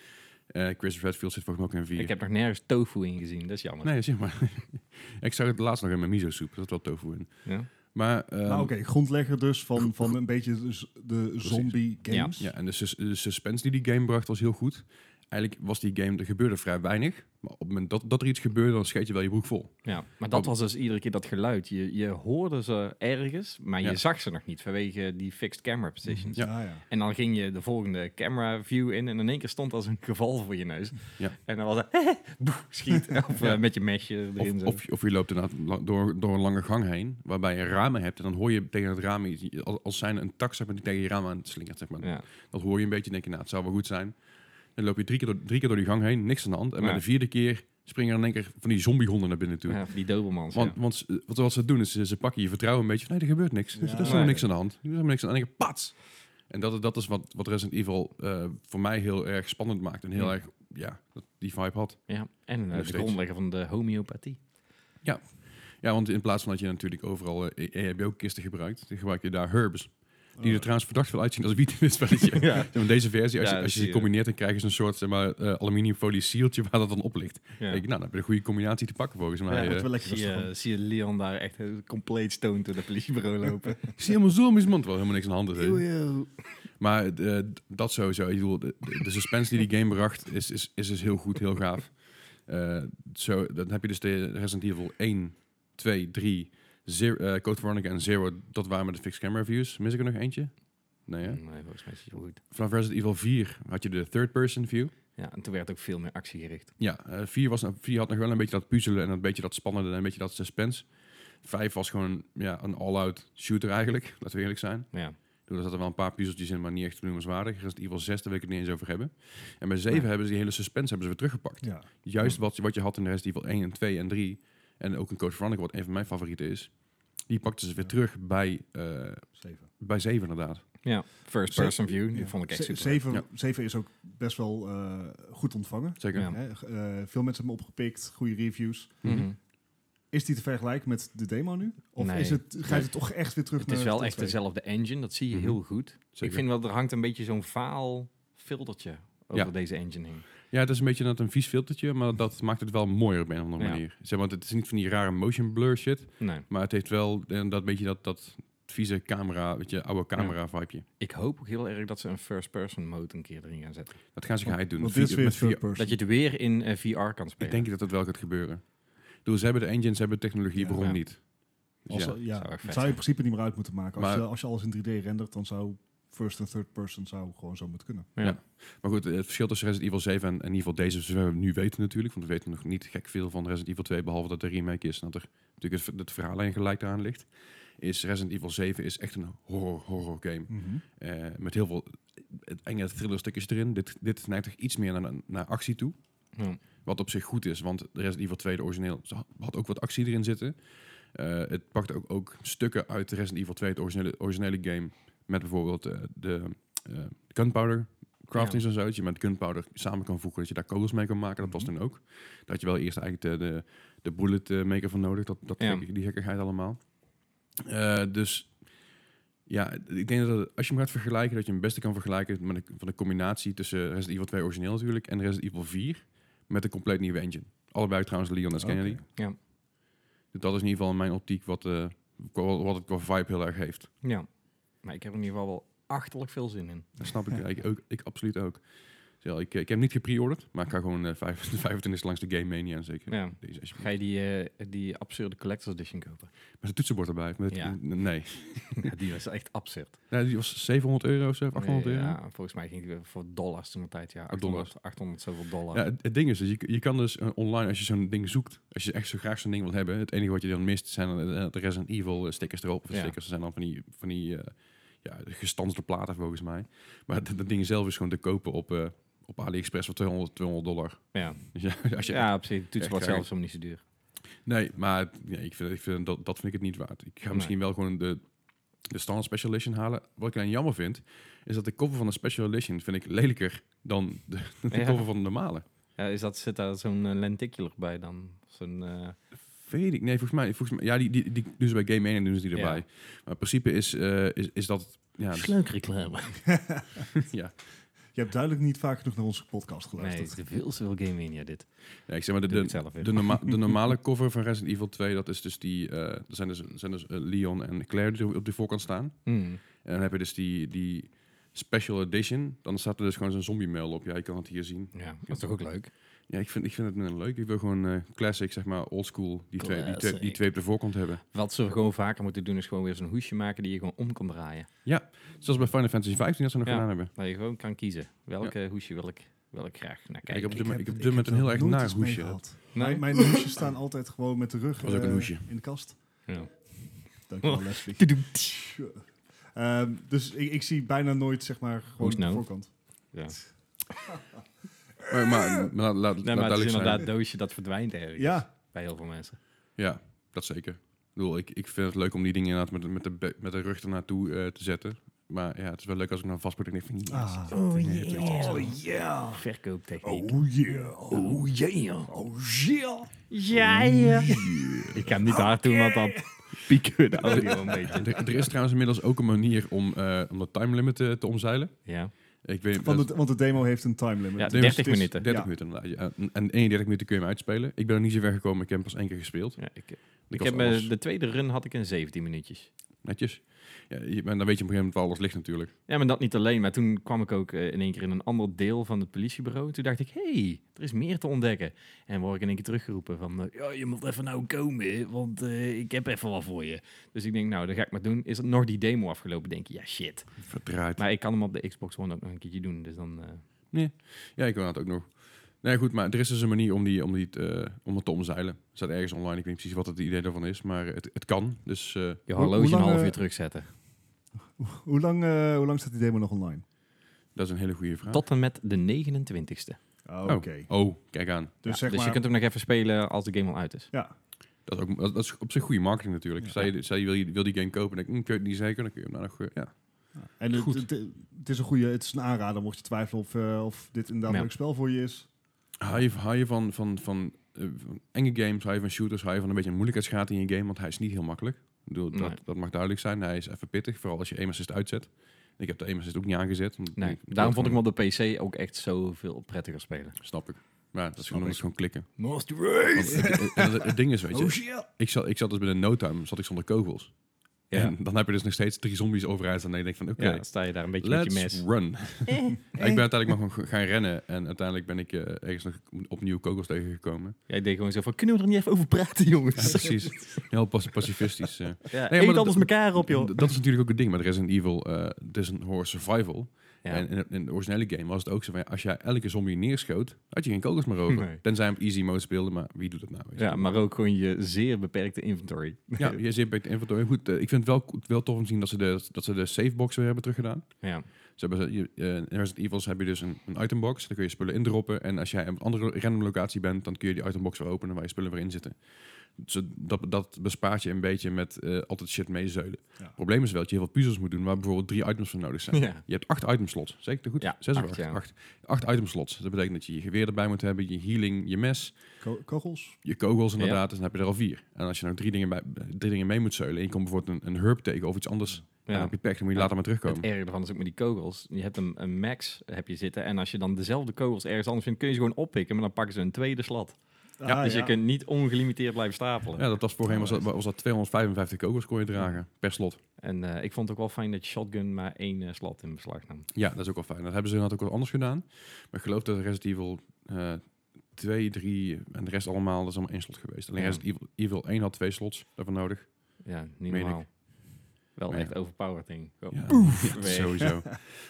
Speaker 3: Eh, Chris Redfield zit volgens mij ook in 4.
Speaker 4: Ik heb nog nergens tofu in gezien, dat is jammer.
Speaker 3: Nee, zeg maar. [LAUGHS] ik zag het laatst nog in mijn miso-soep. Er zat wel tofu in.
Speaker 4: Ja.
Speaker 3: Maar, ehm,
Speaker 1: Nou oké, grondlegger dus van, van een beetje dus de zombie games.
Speaker 3: ja, en de, sus- de suspense die die game bracht was heel goed. Eigenlijk was die game, er gebeurde vrij weinig. Maar op het moment dat, dat er iets gebeurde, dan scheet je wel je broek vol.
Speaker 4: Ja, maar dat
Speaker 3: Oh.
Speaker 4: was dus iedere keer dat geluid. Je, je hoorde ze ergens, maar je
Speaker 3: Ja.
Speaker 4: zag ze nog niet vanwege die fixed camera positions.
Speaker 3: Ja.
Speaker 1: Ah, ja.
Speaker 4: En dan ging je de volgende camera view in en in één keer stond als een geval voor je neus.
Speaker 3: Ja.
Speaker 4: En dan was het, [LAUGHS] boef,
Speaker 3: [LAUGHS]
Speaker 4: schiet. Of eh, met je mesje erin.
Speaker 3: Of,
Speaker 4: zo.
Speaker 3: of, je- of je loopt inderdaad la- door, door een lange gang heen, waarbij je ramen hebt. En dan hoor je tegen het raam, iets- als, als zijn een tak zeg maar, die tegen je raam aan het slingert. Zeg maar.
Speaker 4: ja.
Speaker 3: Dat hoor je een beetje, denk je, nou, het zou wel goed zijn. Dan loop je drie keer door, drie keer door die gang heen, niks aan de hand. En
Speaker 4: Ja.
Speaker 3: bij de vierde keer springen er in één keer van die zombiehonden naar binnen toe.
Speaker 4: ja, die Dobermans.
Speaker 3: Want,
Speaker 4: ja.
Speaker 3: want ze- wat, wat ze doen is, ze, ze pakken je vertrouwen een beetje van, nee, er gebeurt niks.
Speaker 1: Ja.
Speaker 3: Dus er is
Speaker 1: Ja.
Speaker 3: helemaal niks aan de hand. Er is helemaal niks aan de hand. En dan denk je, pats! En En dat, dat is wat, wat Resident Evil eh, voor mij heel erg spannend maakt. En heel
Speaker 4: Ja.
Speaker 3: erg, ja, dat die vibe had.
Speaker 4: Ja. En eh,
Speaker 3: Nog
Speaker 4: de
Speaker 3: steeds.
Speaker 4: grondlegger van de homeopathie.
Speaker 3: Ja, want in plaats van dat je natuurlijk overal eh, EHBO-kisten gebruikt, dan gebruik je daar herbs. Die
Speaker 1: Oh,
Speaker 3: er trouwens verdacht veel uitzien als wiet in
Speaker 4: [LAUGHS]
Speaker 3: dit spelletje.
Speaker 4: Oh. Ja.
Speaker 3: Ja, maar deze versie, als,
Speaker 4: Ja,
Speaker 3: je,
Speaker 4: dat
Speaker 3: als je
Speaker 4: zie
Speaker 3: ze
Speaker 4: je.
Speaker 3: combineert, dan krijg je zo'n soort zeg maar, eh, aluminiumfolie sieltje waar dat dan op ligt.
Speaker 4: Ja.
Speaker 3: Denk ik, nou, dan heb je een goede combinatie te pakken volgens mij.
Speaker 4: Ja,
Speaker 1: Wordt
Speaker 3: eh.
Speaker 4: [LAUGHS]
Speaker 1: wel lekker
Speaker 4: Zie
Speaker 1: rustig
Speaker 4: je, zie je Leon daar echt eh, compleet stoned door de politiebureau
Speaker 1: [LAUGHS]
Speaker 4: lopen.
Speaker 3: ik zie helemaal zo in mijn mond, wel helemaal niks aan handen.
Speaker 1: van. Eeuw,
Speaker 3: Maar eh, d- dat sowieso. Ik bedoel, de, de- de suspense die die game bracht is, is, is dus heel goed, heel gaaf. Eh, zo, dan heb je dus de Resident Evil 1, 2, 3, Zero, eh, Code Veronica en Zero. Dat waren met de fixed camera views. Mis ik er nog eentje? Nee, hè?
Speaker 4: Nee, volgens mij is het wel goed.
Speaker 3: Vanaf Resident Evil 4 had je de third-person view.
Speaker 4: Ja, en toen werd ook veel meer actie gericht.
Speaker 3: Ja, eh, vier, was, vier had nog wel een beetje dat puzzelen en een beetje dat spannende en een beetje dat suspense. Vijf was gewoon ja, een all-out shooter eigenlijk, laten we eerlijk zijn.
Speaker 4: Ja.
Speaker 3: Toen zaten wel een paar puzzeltjes in, maar niet echt benoemenswaardig. Resident Evil 6, daar wil ik het niet eens over hebben. En bij 7
Speaker 4: Nee.
Speaker 3: hebben ze die hele suspense hebben ze weer teruggepakt.
Speaker 1: Ja.
Speaker 3: Juist wat, wat je had in Resident Evil 1 en 2 en 3, en ook in Code Veronica, wat een van mijn favorieten is, die pakten ze weer terug bij, eh,
Speaker 1: Zeven.
Speaker 3: bij 7 inderdaad.
Speaker 4: Ja, first person view. Die vond ik echt
Speaker 1: Ze-
Speaker 4: super.
Speaker 1: Zeven,
Speaker 3: Ja.
Speaker 1: zeven is ook best wel eh, goed ontvangen.
Speaker 3: Zeker.
Speaker 4: Ja.
Speaker 1: Hè, eh, veel mensen hebben hem opgepikt, goede reviews.
Speaker 3: Mhm.
Speaker 4: Mhm.
Speaker 1: Is die te vergelijken met de demo nu? Of
Speaker 4: Nee.
Speaker 1: is het, ga je het toch echt weer terug
Speaker 4: Het
Speaker 1: naar
Speaker 4: is wel
Speaker 1: deel
Speaker 4: echt
Speaker 1: twee?
Speaker 4: dezelfde engine, dat zie je
Speaker 3: Mhm.
Speaker 4: heel goed. Ik
Speaker 3: Zeker.
Speaker 4: vind wel, er hangt een beetje zo'n vaal filtertje over
Speaker 3: Ja.
Speaker 4: deze engine heen.
Speaker 3: Ja, het is een beetje net een vies filtertje, maar dat maakt het wel mooier op een of andere
Speaker 4: Ja.
Speaker 3: manier. Zeg maar, het is niet van die rare motion blur shit,
Speaker 4: Nee.
Speaker 3: maar het heeft wel eh, dat beetje dat, dat vieze camera, weet je, oude camera vibeje.
Speaker 4: Ik hoop ook heel erg dat ze een first person mode een keer erin gaan zetten.
Speaker 3: Dat gaan ze geheid doen.
Speaker 1: Want
Speaker 3: Vi-
Speaker 1: dit is weer
Speaker 3: met
Speaker 1: third
Speaker 3: VR.
Speaker 1: person.
Speaker 4: Dat je het weer in eh, VR kan spelen.
Speaker 3: Ik denk dat dat wel gaat gebeuren. Doe, ze hebben de engines, ze hebben de technologie,
Speaker 1: Ja.
Speaker 3: waarom
Speaker 4: Ja.
Speaker 3: niet? Dus
Speaker 1: Als-
Speaker 3: ja.
Speaker 1: ja,
Speaker 4: zou echt
Speaker 1: dat
Speaker 4: vet
Speaker 1: zou je
Speaker 4: zijn.
Speaker 1: in principe niet meer uit moeten maken. Als,
Speaker 3: Maar-
Speaker 1: je, als je alles in 3D rendert, dan zou first en third person zou gewoon zo moeten kunnen.
Speaker 4: ja.
Speaker 3: Ja. Maar goed, het verschil tussen Resident Evil 7 en, en in ieder geval deze, zoals we nu weten natuurlijk, want we weten nog niet gek veel van Resident Evil 2, behalve dat de remake is en dat er natuurlijk het, het verhaallijn gelijk aan ligt, is Resident Evil 7 is echt een horror, horror game. Eh, met heel veel eh, enge thrillerstukjes erin. Dit, dit neigt toch iets meer naar, naar actie toe.
Speaker 4: Ja.
Speaker 3: Wat op zich goed is, want Resident Evil 2, de origineel, ze ha- had ook wat actie erin zitten. Eh, het pakt ook, ook stukken uit Resident Evil 2, het originele, originele game. Met bijvoorbeeld eh, de eh, gunpowder crafting en zo. Dat je met gunpowder samen kan voegen, dat je daar kogels mee kan maken. Dat was
Speaker 1: Mhm.
Speaker 3: toen ook. Daar had je wel eerst eigenlijk de, de, de bullet eh, maker van nodig. Dat, dat
Speaker 4: Ja.
Speaker 3: gekke- die gekkigheid allemaal. Eh, dus ja, ik denk dat het- als je hem gaat vergelijken, dat je hem het beste kan vergelijken met een, van de combinatie tussen Resident Evil 2 origineel natuurlijk en Resident Evil 4 met een compleet nieuwe engine. Allebei trouwens Leon S. Kennedy.
Speaker 1: Oké.
Speaker 3: Dus dat is in ieder geval in mijn optiek wat, eh, qua- wat het qua vibe heel erg heeft.
Speaker 4: Ja. Maar ik heb er in ieder geval wel achterlijk veel zin in.
Speaker 3: Dat
Speaker 4: [LAUGHS]
Speaker 3: snap ik. ik, ook, ik absoluut ook. Dus ja, ik, ik heb hem niet gepreorderd, maar ik ga gewoon eh, vijf- [LAUGHS] 25 langs de Game Mania zeker.
Speaker 4: Ja.
Speaker 3: Deze, alsjeblieft.
Speaker 4: Ga je die, eh, die absurde collector's edition
Speaker 3: [LAUGHS]
Speaker 4: kopen?
Speaker 3: Met een toetsenbord erbij. Met het-
Speaker 4: Ja.
Speaker 3: nee.
Speaker 4: ja, die was echt absurd.
Speaker 3: nee, die was 700 euro of zo, 800
Speaker 4: Nee,
Speaker 3: euro.
Speaker 4: ja, volgens mij ging die voor dollars toen de tijd. Ja, 800,
Speaker 3: dollars.
Speaker 4: 800 zoveel dollar.
Speaker 3: Ja, het, het ding is, dus je, je kan dus eh, online, als je zo'n ding zoekt, als je echt zo graag zo'n ding wilt hebben, het enige wat je dan mist zijn eh, de Resident Evil eh, stickers erop. Of
Speaker 4: Ja.
Speaker 3: stickers zijn dan van die, van die eh, ja, gestanste platen volgens mij. Maar dat, dat ding zelf is gewoon te kopen op, eh, op AliExpress voor 200, 200 dollar.
Speaker 4: Ja.
Speaker 3: [LAUGHS] Dus ja, als je,
Speaker 4: ja, op zich, de toetsenbord
Speaker 3: krijg-
Speaker 4: zelf is helemaal niet zo duur.
Speaker 3: Nee, maar ja, ik vind, ik vind, dat, dat vind ik het niet waard. Ik ga
Speaker 4: Nee.
Speaker 3: misschien wel gewoon de, de standaard Special Edition halen. Wat ik dan jammer vind, is dat de koffer van de Special Edition vind ik lelijker dan de, [LAUGHS] de
Speaker 4: Ja.
Speaker 3: koffer van de normale.
Speaker 4: Ja, is dat, zit daar zo'n eh, lenticular bij dan? Zo'n, eh,
Speaker 3: Weet ik. Nee, volgens mij. Volgens mij ja, die, die, die doen ze bij Game 1 en doen ze die
Speaker 4: Ja.
Speaker 3: erbij. Maar in principe is, eh, is, is dat... Ja, dus-
Speaker 4: Sluikreclame.
Speaker 3: ja.
Speaker 1: Je hebt duidelijk niet vaak genoeg naar onze podcast
Speaker 4: Nee,
Speaker 1: geluisterd.
Speaker 4: het is veel zoveel Game Mania dit.
Speaker 3: ja, ik zeg maar,
Speaker 4: Doe
Speaker 3: de,
Speaker 4: het
Speaker 3: de,
Speaker 4: zelf
Speaker 3: de,
Speaker 4: even.
Speaker 3: norma- de normale cover van Resident Evil 2, dat is dus die... eh er zijn dus, zijn dus eh, Leon en Claire die op de voorkant staan.
Speaker 4: Mm.
Speaker 3: En dan heb je dus die, die special edition. Dan staat er dus gewoon zo'n zombie mail op. Ja, je kan het hier zien.
Speaker 4: Ja, dat is toch ook leuk?
Speaker 3: Ja, ik vind, ik vind het minder leuk. Ik wil gewoon eh, classic, zeg maar, old school. Die twee, die, twee, die twee op de voorkant hebben.
Speaker 4: Wat ze gewoon vaker moeten doen is gewoon weer zo'n hoesje maken die je gewoon om kan draaien.
Speaker 3: Zoals bij Final Fantasy 15 dat ze nog
Speaker 4: Ja.
Speaker 3: gedaan hebben.
Speaker 4: Dat je gewoon kan kiezen welke hoesje wil ik, wil ik graag naar
Speaker 3: ik
Speaker 4: kijken.
Speaker 3: heb op dit moment- ik heb op dit
Speaker 1: heb
Speaker 3: moment een
Speaker 1: er
Speaker 3: heel erg
Speaker 1: nooit
Speaker 3: naar
Speaker 1: iets mee
Speaker 3: hoesje.
Speaker 1: gehad.
Speaker 4: Nee?
Speaker 1: Mijn, mijn hoesjes staan altijd gewoon met de rug
Speaker 3: Was ook een
Speaker 1: eh,
Speaker 3: hoesje.
Speaker 1: in de kast.
Speaker 4: Ja.
Speaker 1: Dankjewel, Leslie.
Speaker 4: Tudoem.
Speaker 1: Ehm, dus ik, ik zie bijna nooit, zeg maar, gewoon
Speaker 4: Hoes nou?
Speaker 1: de voorkant.
Speaker 4: Ja.
Speaker 3: Maar, maar, maar laat, laat, laat
Speaker 4: Nee, maar het
Speaker 3: duidelijk
Speaker 4: is
Speaker 3: zijn.
Speaker 4: inderdaad doosje dat verdwijnt ergens
Speaker 1: Ja,
Speaker 4: bij heel veel mensen.
Speaker 3: Ja, dat zeker. Ik bedoel, ik, ik vind het leuk om die dingen inderdaad met, de- met, de, be- met de rug ernaartoe eh te zetten. Maar ja, het is wel leuk als ik nou vast moet en ik denk van... yes.
Speaker 1: Ah.
Speaker 4: Oh
Speaker 3: ja.
Speaker 4: Oh ja. Verkooptechniek.
Speaker 1: yeah.
Speaker 4: Oh ja.
Speaker 1: Oh yeah.
Speaker 4: Ja Ik kan hem niet hard doen, want dan pieken we de audio [LAUGHS] een beetje.
Speaker 3: Er, er is trouwens inmiddels ook een manier om, eh, om dat time limit eh, te omzeilen.
Speaker 4: Ja.
Speaker 3: Ik weet,
Speaker 1: Want,
Speaker 3: dat-
Speaker 1: het, want de demo heeft een time limit.
Speaker 4: Ja,
Speaker 1: Dus
Speaker 4: 30
Speaker 1: het is-
Speaker 4: minuten.
Speaker 3: 30
Speaker 1: ja.
Speaker 3: minuten inderdaad. ja. En- En 31 minuten kun je hem uitspelen. Ik ben er niet zo ver gekomen. Ik heb hem pas één keer gespeeld.
Speaker 4: ja ik,
Speaker 3: Ik
Speaker 4: ik
Speaker 3: was
Speaker 4: heb, eh,
Speaker 3: alles
Speaker 4: de tweede run had ik in 17 minuutjes.
Speaker 3: netjes. Ja, je- maar dan weet je op een gegeven moment waar alles ligt natuurlijk.
Speaker 4: Ja, maar dat niet alleen. Maar toen kwam ik ook eh, in één keer in een ander deel van het politiebureau. Toen dacht ik, hey, er is meer te ontdekken. En word ik in één keer teruggeroepen van, eh, ja, je moet even nou komen, want eh, ik heb even wat voor je. Dus ik denk, nou, dat ga ik maar doen. Is er nog die demo afgelopen? Denk ik, ja, shit.
Speaker 3: Verdraaid.
Speaker 4: Maar ik kan hem op de Xbox One ook nog een keertje doen. Dus dan, eh,
Speaker 3: Ja, ik wil dat ook nog. Nee, goed, maar er is dus een manier om, die, om, die, eh, om het te omzeilen. Het staat ergens online. Ik weet niet precies wat het idee daarvan is, maar het, het kan. Dus eh,
Speaker 4: je
Speaker 1: Hoe-
Speaker 4: horloge
Speaker 1: hoe
Speaker 4: een
Speaker 1: lang,
Speaker 4: half
Speaker 1: eh,
Speaker 4: uur terugzetten.
Speaker 1: Hoe lang, eh, hoe lang staat die demo nog online?
Speaker 3: dat is een hele goede vraag.
Speaker 4: Tot en met de 29ste.
Speaker 1: Ah, Oké.
Speaker 3: Oh. Oh, kijk aan.
Speaker 1: Dus
Speaker 4: Ja,
Speaker 1: zeg
Speaker 4: dus
Speaker 1: maar...
Speaker 4: je kunt hem nog even spelen als de game al uit is.
Speaker 1: Ja.
Speaker 3: Dat is, ook, dat is op zich goede marketing natuurlijk.
Speaker 1: Ja.
Speaker 3: Stel je, stel je wil, je wil die game kopen en ik kun je het niet zeker, dan kun je hem nou nog... eh, ja.
Speaker 1: Ah, En het,
Speaker 3: Goed.
Speaker 1: het, het is een goede, het is een aanrader mocht je twijfelen of, eh, of dit inderdaad
Speaker 4: Ja.
Speaker 1: een leuk spel voor je is.
Speaker 3: Hou je, hou je van, van, van, eh, van enge games, hou je van shooters, hou je van een beetje een moeilijkheidsgraad in je game, want hij is niet heel makkelijk. Ik bedoel,
Speaker 4: Nee.
Speaker 3: dat, dat mag duidelijk zijn. Hij is even pittig, vooral als je aim assist uitzet. Ik heb de aim assist ook niet aangezet. want
Speaker 4: Nee,
Speaker 3: ik- ik
Speaker 4: daarom vond
Speaker 3: word
Speaker 4: ik
Speaker 3: gewoon-
Speaker 4: hem op de PC ook echt zoveel prettiger spelen.
Speaker 3: Snap ik. Maar dat
Speaker 1: Snap
Speaker 3: is gewoon, dat
Speaker 1: ik.
Speaker 3: is gewoon klikken.
Speaker 1: Most
Speaker 3: Want
Speaker 1: race!
Speaker 3: het, het- het- het ding is, weet
Speaker 1: Oh
Speaker 3: je,
Speaker 1: shit!
Speaker 3: ik zat, ik zat dus binnen no time zat ik zonder kogels.
Speaker 4: Ja,
Speaker 3: En dan heb je dus nog steeds drie zombies overeind en dan denk je van, oké,
Speaker 4: ja dan sta je daar een beetje met je
Speaker 3: let's
Speaker 4: mes. [LAUGHS]
Speaker 3: run. ik ben uiteindelijk maar gewoon gaan rennen en uiteindelijk ben ik eh, ergens nog opnieuw kogels tegengekomen.
Speaker 4: Jij deed gewoon zo van, kunnen we er niet even over praten,
Speaker 3: Ja,
Speaker 4: jongens?
Speaker 3: precies. Heel pas- pacifistisch.
Speaker 4: [LAUGHS]
Speaker 3: eh.
Speaker 4: Ja,
Speaker 3: Nee, maar
Speaker 4: eet
Speaker 3: dat-
Speaker 4: anders elkaar op, joh.
Speaker 3: D- Dat is natuurlijk ook het ding, maar Resident Evil, eh, het is een horror survival.
Speaker 4: Ja.
Speaker 3: En in, in de originele game was het ook zo van, ja, als jij elke zombie neerschoot, had je geen kogels meer over.
Speaker 4: Nee.
Speaker 3: Tenzij je op easy mode speelde, maar wie doet dat nou? weet je?
Speaker 4: Ja, maar ook gewoon je zeer beperkte inventory.
Speaker 3: Ja, je zit bij het inventory. Goed, eh, ik vind het wel, wel tof om te zien dat ze de, dat ze de savebox weer hebben teruggedaan.
Speaker 4: Ja,
Speaker 3: Ze hebben, ze- je, eh, in Resident Evils heb je dus een, een itembox, daar kun je spullen indroppen. En als jij op een andere random locatie bent, dan kun je die itembox weer openen waar je spullen weer in zitten. Dus dat, dat bespaart je een beetje met eh, altijd shit meezeulen.
Speaker 1: Ja.
Speaker 3: Het probleem is wel dat je heel veel puzzels moet doen waar bijvoorbeeld drie items voor nodig
Speaker 4: [LAUGHS]
Speaker 3: zijn.
Speaker 4: ja.
Speaker 3: Je hebt acht itemslots, zeker goed?
Speaker 4: Ja,
Speaker 3: Zes of
Speaker 4: acht,
Speaker 3: acht?
Speaker 4: ja.
Speaker 3: Acht, acht itemslots. Dat betekent dat je je geweer erbij moet hebben, je healing, je mes,
Speaker 1: Ko- kogels?
Speaker 3: je kogels inderdaad. Dus dan heb je er al vier. En als je nou drie dingen, bij, drie dingen mee moet zeulen en je komt bijvoorbeeld een, een herb tegen of iets anders, dan heb je pech, dan moet je
Speaker 4: Ja.
Speaker 3: later maar terugkomen.
Speaker 4: Het erge ervan is ook met die kogels. Je hebt een, een max heb je zitten. En als je dan dezelfde kogels ergens anders vindt, kun je ze gewoon oppikken. Maar dan pakken ze een tweede slat.
Speaker 1: Ah,
Speaker 4: dus je kunt niet ongelimiteerd blijven stapelen.
Speaker 3: Ja, dat was voorheen was dat, was dat 255 kogels kon je dragen per slot.
Speaker 4: En eh, ik vond het ook wel fijn dat je shotgun maar één eh, slat in beslag nam.
Speaker 3: Ja, dat is ook wel fijn. Dat hebben ze inderdaad ook wel anders gedaan. Maar ik geloof dat Resident Evil eh 2, 3 en de rest allemaal, dat is allemaal één slot geweest. Alleen
Speaker 4: Ja.
Speaker 3: Resident Evil, Evil 1 had twee slots daarvan nodig.
Speaker 4: Ja, niet
Speaker 3: Meen
Speaker 4: normaal. Wel
Speaker 3: Maar ja.
Speaker 4: echt overpowered ding. Gewoon
Speaker 3: Ja,
Speaker 4: poef,
Speaker 3: ja,
Speaker 4: weg.
Speaker 3: sowieso.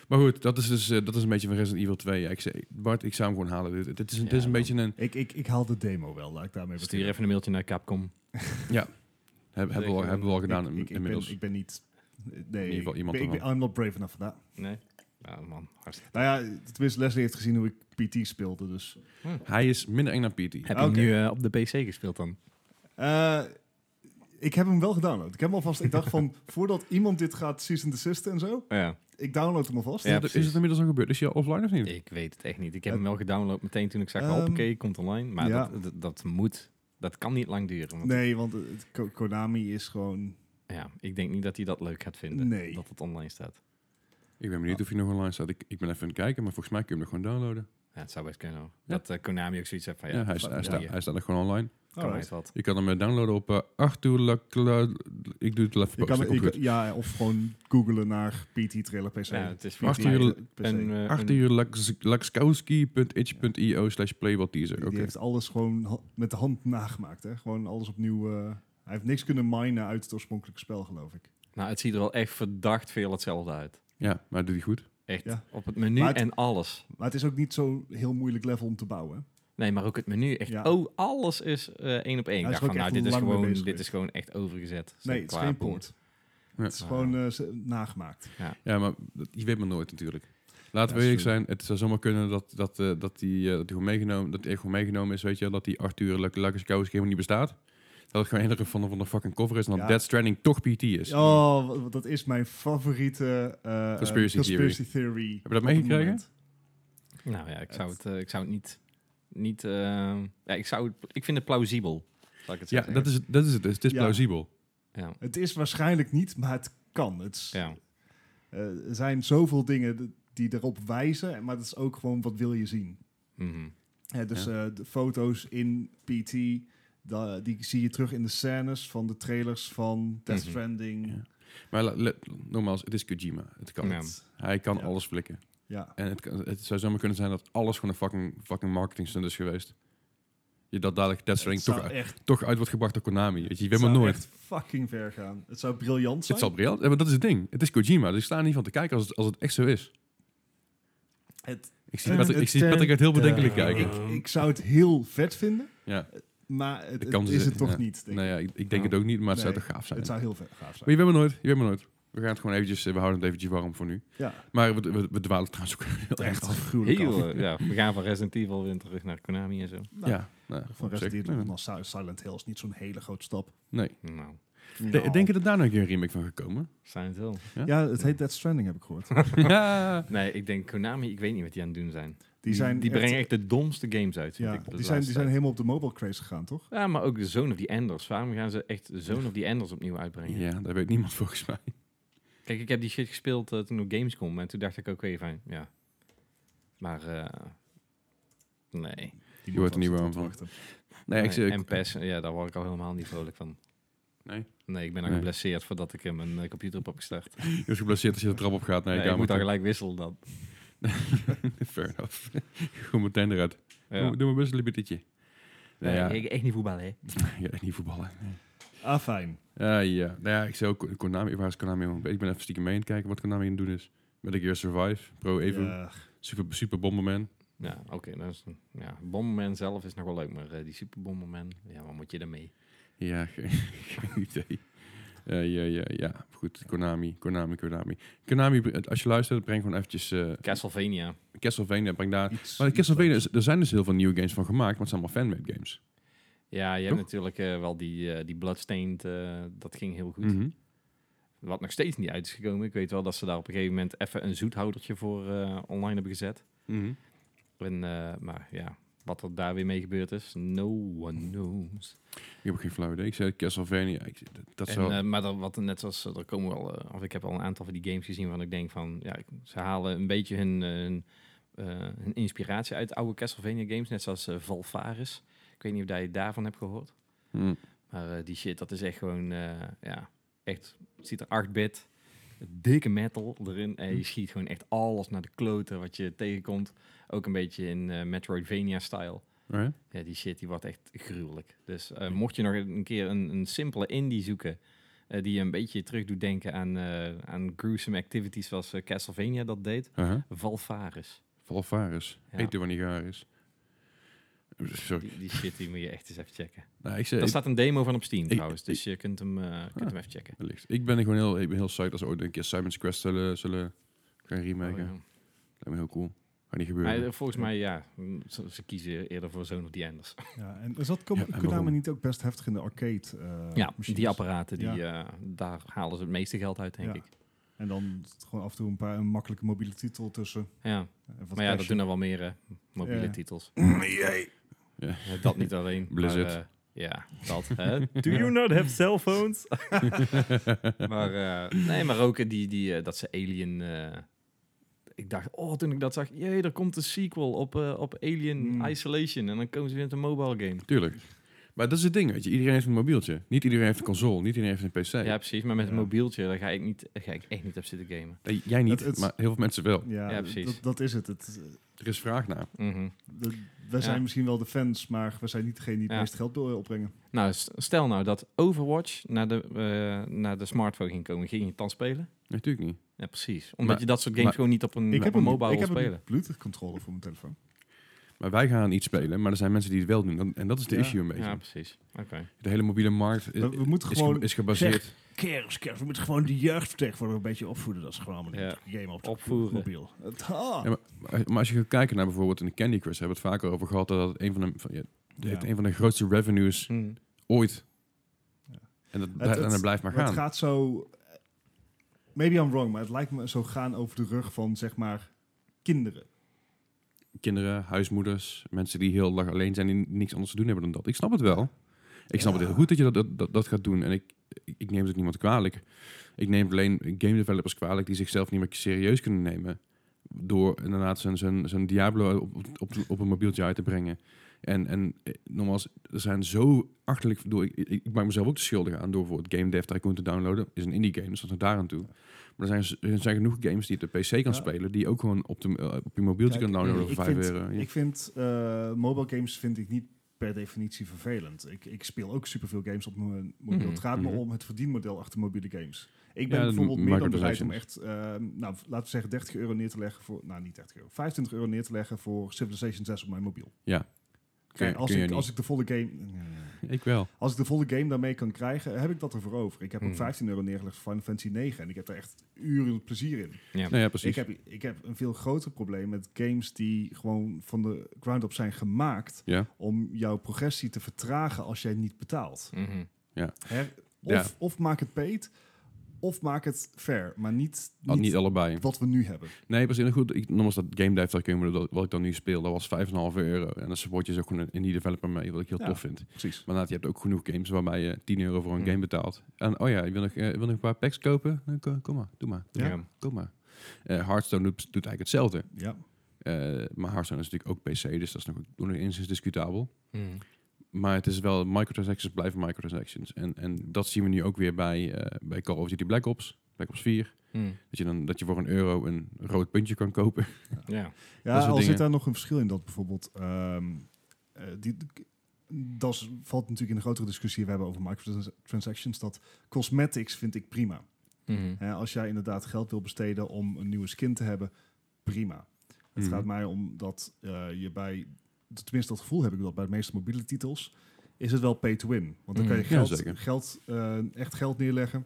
Speaker 3: Maar goed, dat is dus eh, dat is een beetje van Resident Evil 2. Ja, ik zei, Bart, ik zou hem gewoon halen. Dit, dit is, een- dit is
Speaker 4: Ja,
Speaker 3: een
Speaker 4: man.
Speaker 3: beetje een...
Speaker 1: Ik, ik, ik haal de demo wel, laat ik daarmee
Speaker 4: Stuur
Speaker 1: beginnen.
Speaker 4: even een mailtje naar Capcom.
Speaker 3: Heb, hebben, we al, hebben we al gedaan
Speaker 1: Ik, ik, ik,
Speaker 3: inmiddels.
Speaker 1: ben, ik ben niet... Nee,
Speaker 3: geval
Speaker 1: ik
Speaker 3: iemand
Speaker 1: ben- ik
Speaker 3: ervan.
Speaker 1: ben- I'm not brave enough for that.
Speaker 4: Nee? Ja, man. Hartstikke.
Speaker 1: Nou ja, tenminste, Leslie heeft gezien hoe ik PT speelde, dus...
Speaker 3: Hij is minder eng dan PT.
Speaker 4: Heb
Speaker 1: je hem
Speaker 4: je
Speaker 1: Oké.
Speaker 4: nu eh,
Speaker 1: nu,
Speaker 4: op de PC gespeeld dan?
Speaker 1: Eh, ik heb hem wel gedownload. Ik heb hem alvast... Ik dacht
Speaker 3: [LAUGHS]
Speaker 1: van, voordat iemand dit gaat cease and desisten en zo,
Speaker 4: Ja,
Speaker 1: ik download hem alvast.
Speaker 3: Is
Speaker 4: Ja,
Speaker 3: dat- is
Speaker 4: precies.
Speaker 3: het inmiddels al gebeurd? Is hij al offline of niet?
Speaker 4: ik weet het echt niet. Ik heb
Speaker 1: Eh,
Speaker 4: hem wel gedownload meteen toen ik zag,
Speaker 1: ehm,
Speaker 4: hoppakee, komt online. Maar
Speaker 1: ja.
Speaker 4: dat, dat, dat moet, dat kan niet lang duren. want-
Speaker 1: Nee, want het- Ko- Konami is gewoon...
Speaker 3: Oh,
Speaker 4: Ja, ik denk niet dat hij dat leuk gaat vinden,
Speaker 1: Nee.
Speaker 4: dat het online staat.
Speaker 3: Ik ben benieuwd of hij nog online staat. Ik, ik ben even aan het kijken, maar volgens mij kun je hem nog gewoon downloaden.
Speaker 4: Ja, het zou best kunnen. hoor. Dat eh, Konami ook zoiets heeft van, ja,
Speaker 3: Ja, hij, sta- hij,
Speaker 1: ja.
Speaker 3: sta- hij staat er gewoon online.
Speaker 4: kan
Speaker 1: Alright.
Speaker 4: uit wat.
Speaker 3: Je kan hem eh, downloaden op eh, Arthur Lacla- Ik doe het wel even
Speaker 1: Je
Speaker 3: posten,
Speaker 1: kan,
Speaker 3: komt
Speaker 1: je
Speaker 3: goed.
Speaker 1: kan- ja, of gewoon googlen naar PT Trailer PC.
Speaker 4: Ja, het is volgens
Speaker 3: Wacht,
Speaker 1: PT
Speaker 4: mij
Speaker 3: jullie-
Speaker 1: PC.
Speaker 4: een, eh, een-
Speaker 3: Arthur Laks- Lakskowski.itch.io slash playbalteaser.
Speaker 1: Die
Speaker 3: Oké.
Speaker 1: heeft alles gewoon ha- met de hand nagemaakt. Hè? Gewoon alles opnieuw. eh, hij heeft niks kunnen minen uit het oorspronkelijke spel, geloof ik.
Speaker 4: Nou, het ziet er wel echt verdacht veel hetzelfde uit.
Speaker 3: Ja, maar doet hij goed.
Speaker 4: Echt,
Speaker 1: Ja.
Speaker 4: op het menu
Speaker 1: Maar het-
Speaker 4: en alles.
Speaker 1: Maar het is ook niet zo heel moeilijk level om te bouwen.
Speaker 4: Nee, maar ook het menu. Echt,
Speaker 1: Ja.
Speaker 4: oh, alles is eh, één op één. Ik
Speaker 1: is
Speaker 4: dacht
Speaker 1: ook
Speaker 4: van, nou,
Speaker 1: echt
Speaker 4: dit is,
Speaker 1: lang mee
Speaker 4: gewoon,
Speaker 1: bezig
Speaker 4: dit
Speaker 1: geweest.
Speaker 4: is gewoon echt overgezet. Zo
Speaker 1: nee, het is
Speaker 4: klaar,
Speaker 1: geen
Speaker 4: boem.
Speaker 1: poort.
Speaker 3: Ja.
Speaker 1: Het is gewoon eh, ze- nagemaakt.
Speaker 3: Ja, maar dat- je weet maar nooit natuurlijk.
Speaker 1: Ja,
Speaker 3: Laten we eerlijk
Speaker 1: zo.
Speaker 3: zijn, het zou zomaar kunnen dat, dat, eh, dat, die, eh, dat, die gewoon meegenomen, dat die echt gewoon meegenomen is, weet je, wel, dat die Arthur Lak- Lakskowski helemaal niet bestaat. Dat het gewoon heel erg van, van de fucking cover is en dat
Speaker 1: Ja.
Speaker 3: Dead Stranding toch PT is.
Speaker 1: Oh, w- w- dat is mijn favoriete eh, eh,
Speaker 3: Conspiracy theory.
Speaker 1: conspiracy theory.
Speaker 3: Heb je dat
Speaker 1: op het
Speaker 3: meegekregen?
Speaker 1: moment.
Speaker 4: Nou ja, ik zou
Speaker 1: Het-
Speaker 4: het, eh, ik zou het niet... niet eh, ja, ik, zou het- ik vind het plausibel, zal ik het zo
Speaker 3: Ja,
Speaker 4: zeggen.
Speaker 3: dat is, het- dat is het. dus. Het is
Speaker 1: Ja.
Speaker 3: plausibel.
Speaker 4: Ja.
Speaker 1: Het is waarschijnlijk niet, maar het kan. Het is-
Speaker 4: Ja.
Speaker 1: eh, er zijn zoveel dingen d- die erop wijzen, maar dat is ook gewoon wat wil je zien.
Speaker 4: Mhm.
Speaker 1: Hè, dus eh, de foto's in PT, da- die zie je terug in de scènes van de trailers van Death
Speaker 4: Mhm.
Speaker 1: Stranding.
Speaker 3: Ja. Maar le- le- nogmaals, het is Kojima. Het kan.
Speaker 4: Ja.
Speaker 3: Hij kan
Speaker 1: Ja.
Speaker 3: alles flikken.
Speaker 1: Ja.
Speaker 3: En het, kan- het zou zomaar kunnen zijn dat alles gewoon een fucking, fucking marketing stunt is geweest. Je dat dadelijk Death
Speaker 1: Het
Speaker 3: Stranding
Speaker 1: zou
Speaker 3: toch, uit-
Speaker 1: echt
Speaker 3: toch uit wordt gebracht door Konami. Weet je, je weet
Speaker 1: Het
Speaker 3: maar
Speaker 1: zou
Speaker 3: nooit.
Speaker 1: echt fucking ver gaan. Het zou briljant zijn.
Speaker 3: Het
Speaker 1: Het,
Speaker 3: zal briljant ja, maar dat is het ding. Het is Kojima, dus ik sta er niet van te kijken als het, als het echt zo is.
Speaker 1: Het-
Speaker 3: ik zie Patrick, ik zie
Speaker 4: eh,
Speaker 3: Patrick uit heel bedenkelijk kijken.
Speaker 1: Ik, ik zou het heel vet vinden,
Speaker 3: Ja,
Speaker 1: maar het,
Speaker 3: De
Speaker 1: het
Speaker 3: kans
Speaker 1: is
Speaker 3: is-
Speaker 1: het toch
Speaker 3: ja.
Speaker 1: niet. Denk
Speaker 3: nou
Speaker 1: ik.
Speaker 3: ja, ik, ik denk het ook niet, maar het zou toch gaaf zijn.
Speaker 1: Het zou heel vet gaaf
Speaker 3: Maar
Speaker 1: zijn.
Speaker 3: je weet maar nooit, je weet maar nooit. We gaan het gewoon eventjes, eh, we houden het eventjes warm voor nu.
Speaker 1: Ja,
Speaker 3: Maar we, we, we dwalen trouwens ook [LAUGHS] heel erg
Speaker 1: echt
Speaker 3: af.
Speaker 1: afgruwelijk af.
Speaker 4: Heel, eh, ja, we gaan van Resident Evil weer terug naar Konami en zo.
Speaker 1: Nou,
Speaker 3: ja, nou,
Speaker 1: Van
Speaker 3: op
Speaker 1: Resident
Speaker 3: zich,
Speaker 1: Evil
Speaker 3: nou,
Speaker 1: naar Si- Silent Hill is niet zo'n hele grote stap.
Speaker 3: Nee.
Speaker 4: Nou,
Speaker 3: De-
Speaker 1: Nou.
Speaker 3: Denk je dat daar nog een keer een remake van gaat komen?
Speaker 4: Silent Hill.
Speaker 1: Ja, het heet Death Stranding, heb ik gehoord.
Speaker 4: [LAUGHS]
Speaker 3: ja.
Speaker 4: Nee, ik denk Konami, ik weet niet wat die aan het doen zijn.
Speaker 1: Die, zijn
Speaker 4: die
Speaker 1: echt-
Speaker 4: brengen echt de domste games uit. vind
Speaker 1: ja,
Speaker 4: ik, de
Speaker 1: die, zijn, die
Speaker 4: laatste
Speaker 1: zijn
Speaker 4: tijd.
Speaker 1: helemaal op de mobile craze gegaan, toch?
Speaker 4: Ja, maar ook de Zone of the Enders. Waarom gaan ze echt de Zone of the Enders opnieuw uitbrengen?
Speaker 3: ja, dat weet niemand [LAUGHS] volgens mij.
Speaker 4: Kijk, ik heb die shit gespeeld eh, toen op Gamescom. En toen dacht ik ook weer van, ja. Maar, eh, nee.
Speaker 1: Die
Speaker 3: Je wordt er
Speaker 1: moet
Speaker 3: niet
Speaker 1: vast
Speaker 3: warm
Speaker 1: tot wachten.
Speaker 3: Nee, ik
Speaker 4: nee.
Speaker 3: zeg,
Speaker 4: En PES, ja, daar word ik al helemaal niet vrolijk van.
Speaker 3: Nee?
Speaker 4: Nee, ik ben al
Speaker 3: Nee.
Speaker 4: geblesseerd voordat ik eh, mijn eh, computer op heb gestart.
Speaker 3: [LAUGHS] je was geblesseerd als je de trap op gaat naar je
Speaker 4: Nee, ik moet dan
Speaker 3: kamer.
Speaker 4: gelijk wisselen dan.
Speaker 3: [LAUGHS] Fair enough. [LAUGHS] Gewoon meteen eruit.
Speaker 4: Ja.
Speaker 3: Doe, doe maar best een bittertje.
Speaker 4: Nee,
Speaker 3: Nou ja,
Speaker 4: ik- echt niet voetballen, hè?
Speaker 3: [LAUGHS] ja, niet voetballen. Nee.
Speaker 1: Ah, fijn.
Speaker 3: Ja, ja. Nou ja, ik zei ook Ko- Konami. Waar is Konami? mee? Ik ben even stiekem mee aan het kijken wat Konami aan het doen is. Metal Gear Survive, Pro Evo,
Speaker 1: Ja,
Speaker 3: Super, Super Bomberman.
Speaker 4: Ja, oké. dat is, ja, Bomberman zelf is nog wel leuk, maar eh, die Super Bomberman, ja, wat moet je daarmee?
Speaker 3: Ja, [LAUGHS] ge- geen idee. Eh, ja, ja, ja. Goed, Konami, Konami, Konami. Konami, br- als je luistert, breng gewoon eventjes eh
Speaker 4: Castlevania.
Speaker 3: Castlevania, breng daar...
Speaker 1: iets-
Speaker 3: Ah, Maar
Speaker 1: iets
Speaker 3: Castlevania,
Speaker 1: leuks.
Speaker 3: is- er zijn dus heel veel nieuwe games van gemaakt, maar het zijn allemaal fanmade games.
Speaker 4: Ja, je hebt
Speaker 3: Toch?
Speaker 4: natuurlijk eh, wel die, eh, die Bloodstained, eh, dat ging heel goed.
Speaker 3: Mhm.
Speaker 4: Wat nog steeds niet uit is gekomen. Ik weet wel dat ze daar op een gegeven moment even een zoethoudertje voor eh, online hebben gezet.
Speaker 3: Mhm.
Speaker 4: En, eh, maar ja, wat er daar weer mee gebeurd is, no one knows.
Speaker 3: Ik heb ook geen flauw idee. Ik zei Castlevania, ik, dat- dat
Speaker 4: En,
Speaker 3: zou...
Speaker 4: eh, maar er, wat, net zoals, eh, er komen wel, eh, of ik heb al een aantal van die games gezien waarvan ik denk van, ja, ik- ze halen een beetje hun, eh, hun, eh, hun inspiratie uit oude Castlevania games, net zoals eh, Valfaris. Ik weet niet of dat je daarvan hebt gehoord,
Speaker 3: Mhm.
Speaker 4: maar eh, die shit, dat is echt gewoon, eh, ja, echt, het ziet er 8-bit, dikke metal erin en je schiet gewoon echt alles naar de kloten wat je tegenkomt. Ook een beetje in eh, Metroidvania-style.
Speaker 3: Alright.
Speaker 4: Ja, die shit die wordt echt gruwelijk. Dus eh, mocht je nog een keer een, een simpele indie zoeken... eh, die je een beetje terug doet denken aan, eh, aan gruesome activities zoals eh, Castlevania dat deed...
Speaker 3: Uh-huh.
Speaker 4: Valfaris.
Speaker 3: Valvaris,
Speaker 4: Ja.
Speaker 3: eten wanneer gaar is. Sorry.
Speaker 4: Die, die shit die moet je echt eens even checken.
Speaker 3: Nou, ik zei,
Speaker 4: Daar staat een demo van op Steam
Speaker 3: ik-
Speaker 4: trouwens, dus je kunt hem, eh, kunt hem even checken.
Speaker 3: Wellicht. Ik ben er gewoon heel, ik ben heel psyched als ze ooit een keer Simon's Quest zullen, zullen gaan remaken.
Speaker 4: Oh, ja.
Speaker 3: Lijkt me heel cool. Gaat niet
Speaker 4: Maar
Speaker 3: gebeuren.
Speaker 4: eh, volgens mij, ja, mm, ze, ze kiezen eerder voor Zone of the Enders.
Speaker 1: Ja, en zat Kon-
Speaker 3: Ja, en
Speaker 1: Konami
Speaker 3: waarom?
Speaker 1: niet ook best heftig in de arcade eh,
Speaker 4: ja,
Speaker 1: machines?
Speaker 4: die apparaten, die,
Speaker 1: Ja.
Speaker 4: eh, daar halen ze het meeste geld uit, denk
Speaker 1: Ja.
Speaker 4: ik.
Speaker 1: En dan gewoon af en toe een paar een makkelijke mobiele titel tussen.
Speaker 4: Ja,
Speaker 1: En wat
Speaker 4: maar ja, dat
Speaker 1: cash.
Speaker 4: doen er wel meer, eh, mobiele
Speaker 1: Ja.
Speaker 4: titels.
Speaker 1: Mm,
Speaker 3: Ja.
Speaker 4: Ja, dat niet alleen.
Speaker 3: Blizzard.
Speaker 4: Maar, eh, ja, dat. Hè? Do you not have cell
Speaker 1: [LAUGHS]
Speaker 4: phones? maar, eh, nee, maar ook eh, die, die, eh, dat ze Alien... eh, ik dacht, oh, toen ik dat zag, jee, er komt een sequel op, eh, op Alien
Speaker 1: Hmm.
Speaker 4: Isolation. En dan komen ze weer met een mobile game.
Speaker 3: Tuurlijk. Maar dat is het ding, weet je. Iedereen heeft een mobieltje. Niet iedereen heeft een console. Niet iedereen heeft een PC.
Speaker 4: Ja, precies. Maar met een
Speaker 1: Ja.
Speaker 4: mobieltje, daar ga ik, niet, daar ga ik echt niet op zitten gamen.
Speaker 3: Nee, jij niet,
Speaker 1: Het- het-
Speaker 3: maar heel veel mensen wel.
Speaker 1: Ja,
Speaker 4: Ja, precies.
Speaker 1: Dat, dat is het. het eh,
Speaker 3: Er is vraag naar.
Speaker 4: Mhm.
Speaker 1: dat- wij zijn
Speaker 4: Ja.
Speaker 1: misschien wel de fans, maar we zijn niet degene die het
Speaker 4: Ja.
Speaker 1: meeste geld wil eh, opbrengen.
Speaker 4: Nou, s- stel nou dat Overwatch naar de, eh, naar de smartphone ging komen. Ging je het dan spelen?
Speaker 3: Nee, natuurlijk niet.
Speaker 4: Ja, precies. Omdat
Speaker 3: Maar-
Speaker 4: je dat soort games
Speaker 3: maar-
Speaker 4: gewoon niet op een,
Speaker 1: ik
Speaker 4: op
Speaker 1: heb
Speaker 4: een
Speaker 1: een,
Speaker 4: mobile
Speaker 1: ik
Speaker 4: wil
Speaker 1: heb
Speaker 4: spelen.
Speaker 1: een Bluetooth controller voor mijn telefoon.
Speaker 3: Maar wij gaan niet spelen, maar er zijn mensen die het wel doen. Dan- En dat is de
Speaker 1: Ja.
Speaker 3: issue een beetje.
Speaker 4: Ja, precies. Oké.
Speaker 3: De hele mobiele markt is,
Speaker 1: We, we moeten
Speaker 3: is,
Speaker 1: gewoon
Speaker 3: ge- is gebaseerd...
Speaker 1: kerst, kerst. We moeten gewoon de jeugdvertegenwoordiger een beetje opvoeden. Dat is gewoon een
Speaker 4: Ja.
Speaker 1: game op de
Speaker 4: Opvoeren.
Speaker 1: mobiel. Het- ah.
Speaker 3: Ja, Maar maar als je gaat kijken naar bijvoorbeeld een Candy Crush, hebben we het vaker over gehad dat het een van de, van, ja, het
Speaker 1: Ja. Hmm.
Speaker 3: een van de grootste revenues ooit En dat,
Speaker 1: Het-
Speaker 3: en dat blijft maar
Speaker 1: Maar
Speaker 3: gaan.
Speaker 1: het gaat zo. Maybe I'm wrong, maar het lijkt me zo gaan over de rug van zeg maar kinderen.
Speaker 3: Kinderen, huismoeders, mensen die heel lang alleen zijn, die niks anders te doen hebben dan dat. Ik snap het wel. Ik snap
Speaker 1: Ja.
Speaker 3: het heel goed dat je dat, dat, dat, dat gaat doen. En ik, ik, ik neem het ook niemand kwalijk. Ik neem alleen game developers kwalijk die zichzelf niet meer serieus kunnen nemen. Door inderdaad zo'n zo'n zo'n Diablo op, op, op, op een mobieltje uit te brengen. En, en eh, nogmaals, er zijn zo achterlijk... ik bedoel, Ik, ik, ik maak mezelf ook de schuldig aan door bijvoorbeeld Game Dev Tycoon te downloaden. is een indie game, dus dat is daar aan toe. Maar er zijn, er zijn genoeg games die je op de PC kan
Speaker 1: Ja.
Speaker 3: spelen... die je ook gewoon op, de, eh, op je mobieltje
Speaker 1: Kijk,
Speaker 3: kan downloaden
Speaker 1: ik
Speaker 3: voor 5
Speaker 1: vind-
Speaker 3: euro. Ja.
Speaker 1: Ik vind eh, mobile games vind ik niet per definitie vervelend. Ik, ik speel ook superveel games op mijn mobiel.
Speaker 4: Mhm,
Speaker 1: Het gaat me
Speaker 3: mhm.
Speaker 1: om het verdienmodel achter mobiele games. Ik ben
Speaker 3: Ja, de
Speaker 1: bijvoorbeeld meer dan bereid om echt,
Speaker 3: microtransactions.
Speaker 1: eh, nou, laten we zeggen 30 euro neer te leggen voor, nou niet 30 euro, 25 euro neer te leggen voor Civilization 6 op mijn mobiel.
Speaker 3: Kun je-
Speaker 1: Kijk, als,
Speaker 3: kun je
Speaker 1: ik,
Speaker 3: niet.
Speaker 1: als ik de volle game,
Speaker 3: Ik wel.
Speaker 1: Als ik de volle game daarmee kan krijgen, heb ik dat ervoor over. Ik heb ook
Speaker 3: Mhm.
Speaker 4: Hmm.
Speaker 1: 15 euro neergelegd voor Final Fantasy 9 en ik heb daar echt uren plezier in.
Speaker 3: Nou ja, precies.
Speaker 1: Ik heb, ik heb een veel groter probleem met games die gewoon van de ground up zijn gemaakt
Speaker 3: Ja.
Speaker 1: om jouw progressie te vertragen als jij niet betaalt.
Speaker 4: Mhm.
Speaker 1: Hè? Of,
Speaker 3: Ja.
Speaker 1: of maak het paid, of maak het fair, maar niet,
Speaker 3: Al-
Speaker 1: niet,
Speaker 3: niet allebei.
Speaker 1: wat we nu hebben.
Speaker 3: Nee, precies. Nou Goed, ik, nogmaals, dat Game Dive Tycoon, wat- wat ik dan nu speel, dat was 5,5 euro. En dan support je ze ook gewoon in die developer mee, wat ik heel
Speaker 1: Ja.
Speaker 3: tof vind.
Speaker 1: Precies.
Speaker 3: Maar inderdaad, je hebt ook genoeg games waarbij je 10 euro voor een
Speaker 4: Mm.
Speaker 3: game betaalt. En oh ja, je wil nog, eh, wil nog een paar packs kopen? Nou, ko- kom maar, doe maar,
Speaker 1: Ja.
Speaker 4: Ja.
Speaker 3: kom maar. Eh, Hearthstone doet, doet eigenlijk hetzelfde.
Speaker 1: Ja.
Speaker 3: Eh, maar Hearthstone is natuurlijk ook PC, dus dat is nog, nog eens discutabel.
Speaker 4: Mhm.
Speaker 3: Maar het is wel, microtransactions blijven microtransactions. En, en dat zien we nu ook weer bij, eh, bij Call of Duty Black Ops, Black Ops 4.
Speaker 4: Mhm.
Speaker 3: Dat je, dan, dat je voor een euro een rood puntje kan kopen.
Speaker 4: Ja.
Speaker 1: Ja,
Speaker 3: Dat
Speaker 1: al
Speaker 3: soort dingen.
Speaker 1: zit daar nog een verschil in dat bijvoorbeeld. ehm, eh, die, dat is- valt natuurlijk in de grotere discussie die we hebben over microtransactions. Dat cosmetics vind ik prima.
Speaker 4: Mhm.
Speaker 1: Hè, als jij inderdaad geld wil besteden om een nieuwe skin te hebben, prima. Het
Speaker 3: Mhm.
Speaker 1: gaat mij om dat eh, je bij, tenminste dat gevoel heb ik dat bij de meeste mobiele titels, is het wel pay to win. Want dan kan je
Speaker 4: Mhm.
Speaker 3: Ja,
Speaker 1: geld,
Speaker 3: zeker.
Speaker 1: geld eh, echt geld neerleggen.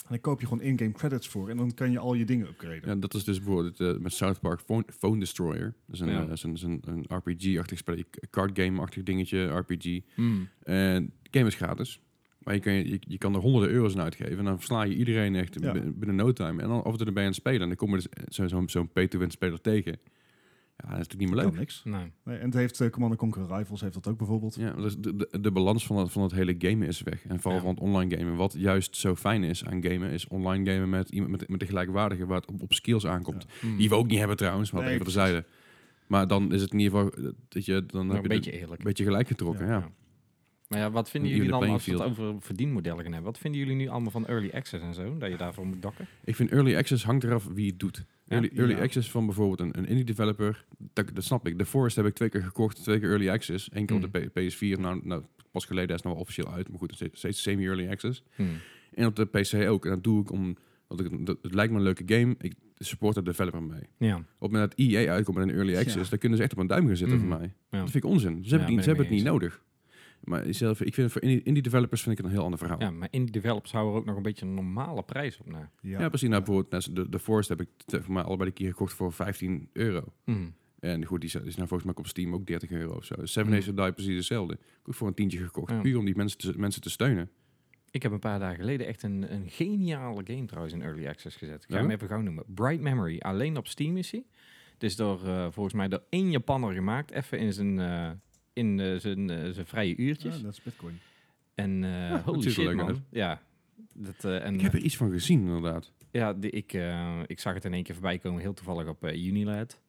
Speaker 1: En dan koop je gewoon in-game credits voor. En dan kan je al je dingen upgraden.
Speaker 3: Ja, dat is dus bijvoorbeeld eh, met South Park Phone, Phone Destroyer. Dat is een,
Speaker 4: Ja.
Speaker 3: eh, is een, is een, een RPG-achtig spelletje, card game-achtig dingetje, RPG.
Speaker 4: Mhm.
Speaker 3: En de game is gratis. Maar je kan, je, je kan er honderden euro's aan uitgeven. En dan versla je iedereen echt
Speaker 1: Ja.
Speaker 3: bi- binnen no time. En dan af en toe erbij aan het spelen. En dan kom je dus zo- zo'n zo'n pay-to-win speler tegen. Ja, dat is natuurlijk niet meer leuk.
Speaker 1: Kan niks.
Speaker 4: Nee.
Speaker 1: Nee, en het heeft eh, Command Conquer Rivals heeft dat ook bijvoorbeeld.
Speaker 3: Ja, want dus de, de, de balans van het, van het hele gamen is weg. En vooral
Speaker 4: Ja.
Speaker 3: van het online gamen. Wat juist zo fijn is aan gamen, is online gamen met iemand met, met de gelijkwaardige waar het op, op skills aankomt.
Speaker 4: Mhm.
Speaker 3: Die we ook niet hebben trouwens, maar
Speaker 1: Nee,
Speaker 3: even
Speaker 1: precies.
Speaker 3: terzijde. Maar dan is het in ieder geval, eh, dat je,
Speaker 4: Nou,
Speaker 3: dan heb
Speaker 4: een
Speaker 3: je
Speaker 4: beetje
Speaker 3: de-
Speaker 4: eerlijk.
Speaker 3: een beetje gelijk getrokken.
Speaker 1: Ja,
Speaker 3: Ja,
Speaker 4: Maar ja, wat vinden
Speaker 3: Een
Speaker 4: jullie dan
Speaker 3: even
Speaker 4: als we het
Speaker 3: playing
Speaker 4: over verdienmodellen gaan hebben? Wat vinden jullie nu allemaal van early access en zo? Dat je daarvoor moet dokken?
Speaker 3: Ik vind early access hangt eraf wie het doet. Early, early
Speaker 1: Ja.
Speaker 3: access van bijvoorbeeld een, een indie developer, dat, dat snap ik. De Forest heb ik twee keer gekocht, twee keer early access. Eén keer op
Speaker 4: Hmm.
Speaker 3: de P- PS4, nou, nou pas geleden is het nou wel officieel uit, maar goed, het is steeds semi-early access.
Speaker 4: Mhm.
Speaker 3: En op de PC ook. En dat doe ik om. Want ik, dat, het lijkt me een leuke game. Ik support de developer mee.
Speaker 4: Ja.
Speaker 3: Op het moment dat EA uitkomt met een early access,
Speaker 1: Ja.
Speaker 3: dan kunnen ze echt op een duim gaan zitten
Speaker 4: Mhm.
Speaker 3: voor mij.
Speaker 4: Ja.
Speaker 3: Dat vind ik onzin. Ze hebben,
Speaker 4: ben
Speaker 3: het, niet,
Speaker 4: ik
Speaker 3: ze hebben
Speaker 4: mee
Speaker 3: het niet nodig. Maar zelf, ik vind het voor indie, indie developers vind ik het een heel ander verhaal.
Speaker 4: ja, maar indie developers houden er ook nog een beetje een normale prijs op na.
Speaker 3: Ja, precies. Nou, bijvoorbeeld, net als de, de Forest heb ik te- voor mij allebei de keer gekocht voor 15 euro.
Speaker 4: Mhm.
Speaker 3: En goed, die is die is nou volgens mij ook op Steam ook 30 euro of zo. Seven
Speaker 4: Mhm.
Speaker 3: Days to Die precies hetzelfde. Ook voor een tientje gekocht.
Speaker 4: Ja.
Speaker 3: Puur om die mensen te, mensen te steunen.
Speaker 4: Ik heb een paar dagen geleden echt een, een geniale game trouwens in early access gezet. Ik ga
Speaker 3: Ja?
Speaker 4: hem even gauw noemen. Bright Memory. Alleen op Steam is hij. Het is door, eh, volgens mij door één Japanner gemaakt. Even in zijn, eh, in, eh, zijn, eh, zijn vrije uurtjes.
Speaker 1: Ah, dat is Bitcoin.
Speaker 4: En eh,
Speaker 3: dat is
Speaker 4: holy
Speaker 3: wel
Speaker 4: shit
Speaker 3: leuk,
Speaker 4: man.
Speaker 3: hè?
Speaker 4: Ja. Dat, eh, en,
Speaker 3: Ik heb er iets van gezien, inderdaad.
Speaker 4: Ja, die- ik, eh, ik zag het in één keer voorbij komen. Heel toevallig op eh, Unilad.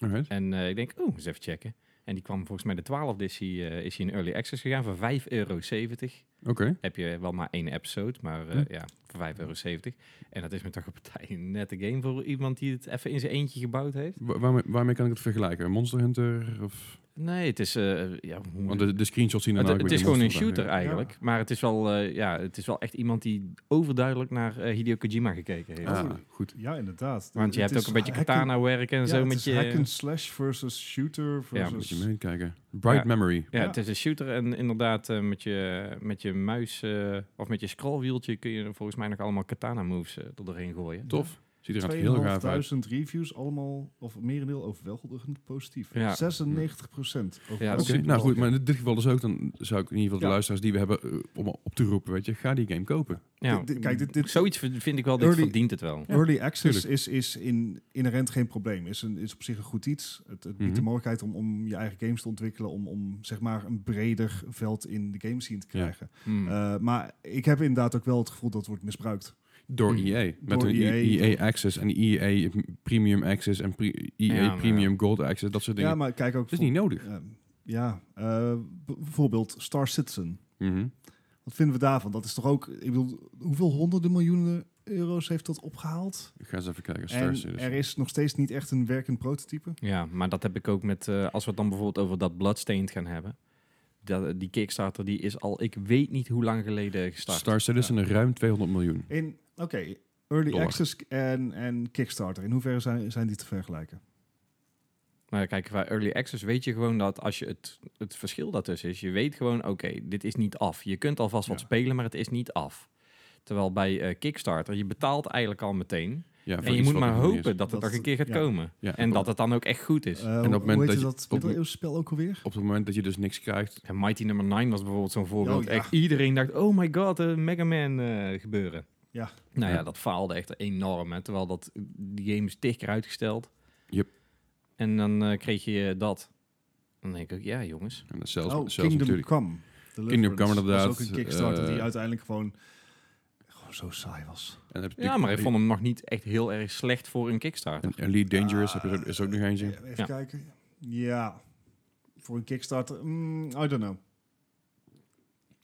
Speaker 3: Alright.
Speaker 4: En eh, ik denk, oh, eens even checken. En die kwam volgens mij de 12 is hij, eh, is hij in early access gegaan voor 5,70 euro.
Speaker 3: Oké.
Speaker 4: Heb je wel maar één episode, maar eh,
Speaker 3: Hm.
Speaker 4: ja, voor 5,70 euro. En dat is me toch een [LAUGHS] partij een nette game voor iemand die het even in zijn eentje gebouwd heeft.
Speaker 3: Wa- waarmee, waarmee kan ik het vergelijken? Monster Hunter? Of,
Speaker 4: Nee, het is... eh, ja, hoe-
Speaker 3: want de, de screenshots zien er
Speaker 4: het,
Speaker 3: nou
Speaker 4: het
Speaker 3: ook
Speaker 4: is
Speaker 3: weer
Speaker 4: gewoon een
Speaker 3: monster
Speaker 4: shooter
Speaker 3: vandaag,
Speaker 4: eigenlijk. Maar het is, wel, eh, ja, het is wel echt iemand die overduidelijk naar eh, Hideo Kojima gekeken heeft.
Speaker 1: eigenlijk.
Speaker 3: ja.
Speaker 1: Oh.
Speaker 3: Ah, goed.
Speaker 1: Ja, inderdaad.
Speaker 4: Want je
Speaker 1: Het
Speaker 4: hebt ook
Speaker 1: is
Speaker 4: een beetje
Speaker 1: hack and-
Speaker 4: katana werken en
Speaker 1: ja,
Speaker 4: zo
Speaker 1: het
Speaker 4: met
Speaker 1: is
Speaker 4: je...
Speaker 1: hack and slash versus shooter
Speaker 4: Ja,
Speaker 3: Moet
Speaker 1: versus...
Speaker 3: je mee kijken. Bright
Speaker 4: Dus- Ja.
Speaker 3: Memory.
Speaker 4: Ja,
Speaker 1: Ja.
Speaker 4: het is een shooter en inderdaad eh, met, je, met je muis eh, of met je scrollwieltje kun je volgens mij nog allemaal katana moves eh, er doorheen gooien.
Speaker 3: Tof. Ziet er inderdaad heel gaaf uit.
Speaker 1: 2.500 reviews, allemaal, of merendeel overweldigend positief.
Speaker 4: Ja.
Speaker 1: 96 procent.
Speaker 4: Ja,
Speaker 3: Oké, nou goed, maar in dit geval dus ook, dan zou ik in ieder geval de
Speaker 1: Ja.
Speaker 3: luisteraars die we hebben eh, om op te roepen, weet je, ga die game kopen.
Speaker 4: Ja.
Speaker 1: Dit- dit- kijk, dit- dit-
Speaker 4: Zoiets vind vind ik wel, dit
Speaker 1: Early-
Speaker 4: verdient het wel.
Speaker 1: Early access Dus is, is in, inherent geen probleem. Is, een, is op zich een goed iets. Het, het biedt
Speaker 3: Mhm.
Speaker 1: de mogelijkheid om, om je eigen games te ontwikkelen. Om, om zeg maar een breder veld in de game scene te
Speaker 3: Ja. Mhm.
Speaker 1: krijgen.
Speaker 4: Hmm.
Speaker 1: Eh, maar ik heb inderdaad ook wel het gevoel dat het wordt misbruikt.
Speaker 3: Door
Speaker 4: Hmm. E
Speaker 3: EA. Met
Speaker 1: Door
Speaker 3: een E
Speaker 1: EA.
Speaker 3: EA, Access en EA Premium Access en pre- EA
Speaker 4: Ja, maar
Speaker 3: Premium Gold Access, dat soort dingen.
Speaker 1: Ja, maar kijk ook.
Speaker 3: dat is niet nodig.
Speaker 1: Eh, ja, eh, b- bijvoorbeeld Star Citizen.
Speaker 3: Mhm.
Speaker 1: Wat vinden we daarvan? Dat is toch ook, ik bedoel, hoeveel honderden miljoenen euro's heeft dat opgehaald?
Speaker 3: Ik ga eens even kijken. Star
Speaker 1: En
Speaker 3: Citizen.
Speaker 1: er is nog steeds niet echt een werkend prototype.
Speaker 4: Ja, maar dat heb ik ook met... eh, als we het dan bijvoorbeeld over dat Bloodstained gaan hebben. Dat, eh, die Kickstarter die is al, ik weet niet hoe lang geleden gestart.
Speaker 3: Star Citizen ruim 200 miljoen.
Speaker 1: In, oké, Early
Speaker 3: Dollar.
Speaker 1: Access en, en Kickstarter. In hoeverre zijn, zijn die te vergelijken?
Speaker 4: Maar kijk, qua early access weet je gewoon dat als je het, het verschil daartussen is, je weet gewoon, oké, dit is niet af. Je kunt alvast wat
Speaker 1: Ja.
Speaker 4: spelen, maar het is niet af. Terwijl bij eh, Kickstarter, je betaalt eigenlijk al meteen.
Speaker 3: Ja, voor
Speaker 4: en je
Speaker 3: iets
Speaker 4: moet
Speaker 3: wat
Speaker 4: maar
Speaker 3: er nog niet
Speaker 4: hopen
Speaker 3: is.
Speaker 4: dat het
Speaker 1: Dat-
Speaker 4: nog een keer gaat
Speaker 1: ja.
Speaker 4: komen.
Speaker 3: Ja,
Speaker 4: En dat het dan ook echt goed is.
Speaker 1: Eh,
Speaker 3: op het moment
Speaker 1: hoe heet
Speaker 3: dat je-
Speaker 1: dat
Speaker 3: op-
Speaker 1: middeleeuwse spel ook alweer?
Speaker 3: Op het moment dat je dus niks krijgt,
Speaker 4: En Mighty Number 9 was bijvoorbeeld zo'n voorbeeld.
Speaker 1: Oh, ja.
Speaker 4: echt, iedereen dacht, oh my god, eh, Mega Man eh, gebeuren.
Speaker 1: Ja.
Speaker 4: Nou ja,
Speaker 3: Ja.
Speaker 4: dat faalde echt enorm. Hè, terwijl dat, die game is tig keer uitgesteld.
Speaker 3: Yep.
Speaker 4: En dan eh, kreeg je dat. Dan denk ik ook, ja jongens.
Speaker 3: en dat zelfs,
Speaker 1: Oh,
Speaker 3: zelfs
Speaker 1: Kingdom
Speaker 3: natuurlijk.
Speaker 1: Come.
Speaker 3: Kingdom Come,
Speaker 1: Dat
Speaker 3: inderdaad.
Speaker 1: was ook een Kickstarter die
Speaker 3: Eh,
Speaker 1: uiteindelijk gewoon, gewoon zo saai was.
Speaker 3: En dan heb je
Speaker 4: Ja, maar ik
Speaker 3: natuurlijk
Speaker 4: vond hem nog niet echt heel erg slecht voor een Kickstarter.
Speaker 3: en Elite Dangerous heb je er, is ook nog eentje.
Speaker 1: Eh, Even
Speaker 4: Ja.
Speaker 1: kijken. Ja. Voor een Kickstarter, mm, I don't know.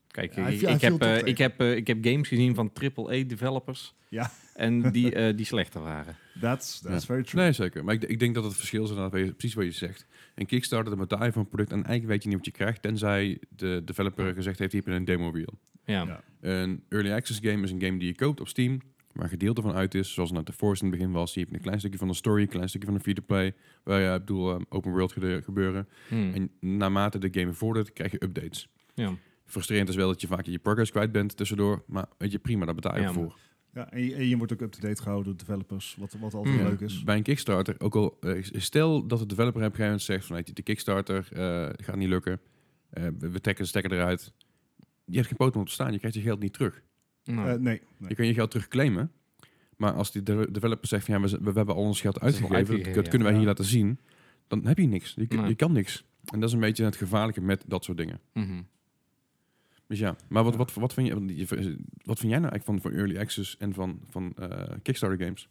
Speaker 4: Kijk,
Speaker 1: Ja, hij
Speaker 4: ik,
Speaker 1: viel-
Speaker 4: ik
Speaker 1: hij
Speaker 4: heb,
Speaker 1: viel
Speaker 4: eh,
Speaker 1: toch
Speaker 4: ik, heb, eh, ik heb games gezien van AAA-developers.
Speaker 1: Ja. [LAUGHS]
Speaker 4: En die, eh, die slechter waren.
Speaker 1: That's, that's
Speaker 3: Ja.
Speaker 1: very true.
Speaker 3: Nee, zeker. Maar ik, ik denk dat het verschil is inderdaad weet- precies wat je zegt. Een Kickstarter, dan betaal je voor een product en eigenlijk weet je niet wat je krijgt, tenzij de developer gezegd heeft, hier heb je een demo reel.
Speaker 4: Ja.
Speaker 1: Ja.
Speaker 3: Een early access game is een game die je koopt op Steam, waar een gedeelte van uit is, zoals net de Force in het begin was. Je hebt een klein stukje van de story, een klein stukje van de free-to-play, waar ja, ik bedoel, eh, open world gede- gebeuren.
Speaker 4: Hmm.
Speaker 3: En naarmate de game vordert, krijg je updates.
Speaker 4: ja.
Speaker 3: Frustrerend is wel dat je vaak je progress kwijt bent tussendoor, maar weet je, prima, daar betaal je
Speaker 4: Ja,
Speaker 3: voor.
Speaker 1: Ja, en, je, en je wordt ook up-to-date gehouden door developers, wat, wat altijd
Speaker 4: Mm.
Speaker 1: leuk is.
Speaker 3: Bij een Kickstarter, ook al eh, stel dat de developer op een gegeven moment zegt van, weet je, de Kickstarter eh, gaat niet lukken, Eh, we we trekken de stekker eruit. Je hebt geen poot om op te staan, je krijgt je geld niet terug.
Speaker 4: Nou,
Speaker 1: Eh, nee, nee.
Speaker 3: Je kan je geld terugclaimen, maar als die de- developer zegt van, ja, we, z- we hebben al ons geld
Speaker 4: is
Speaker 3: uitgegeven,
Speaker 4: al
Speaker 3: dat- dat,
Speaker 4: uitgegeven, ja.
Speaker 3: kunnen wij hier
Speaker 1: Ja.
Speaker 3: laten zien, dan heb je niks. Je, kun-
Speaker 4: Nee.
Speaker 3: je kan niks. En dat is een beetje het gevaarlijke met dat soort dingen.
Speaker 1: Eh,
Speaker 4: mhm.
Speaker 3: Dus ja, maar wat, wat, wat, vind, je, want je- wat vind jij nou eigenlijk van, van Early Access en van, van eh, Kickstarter games?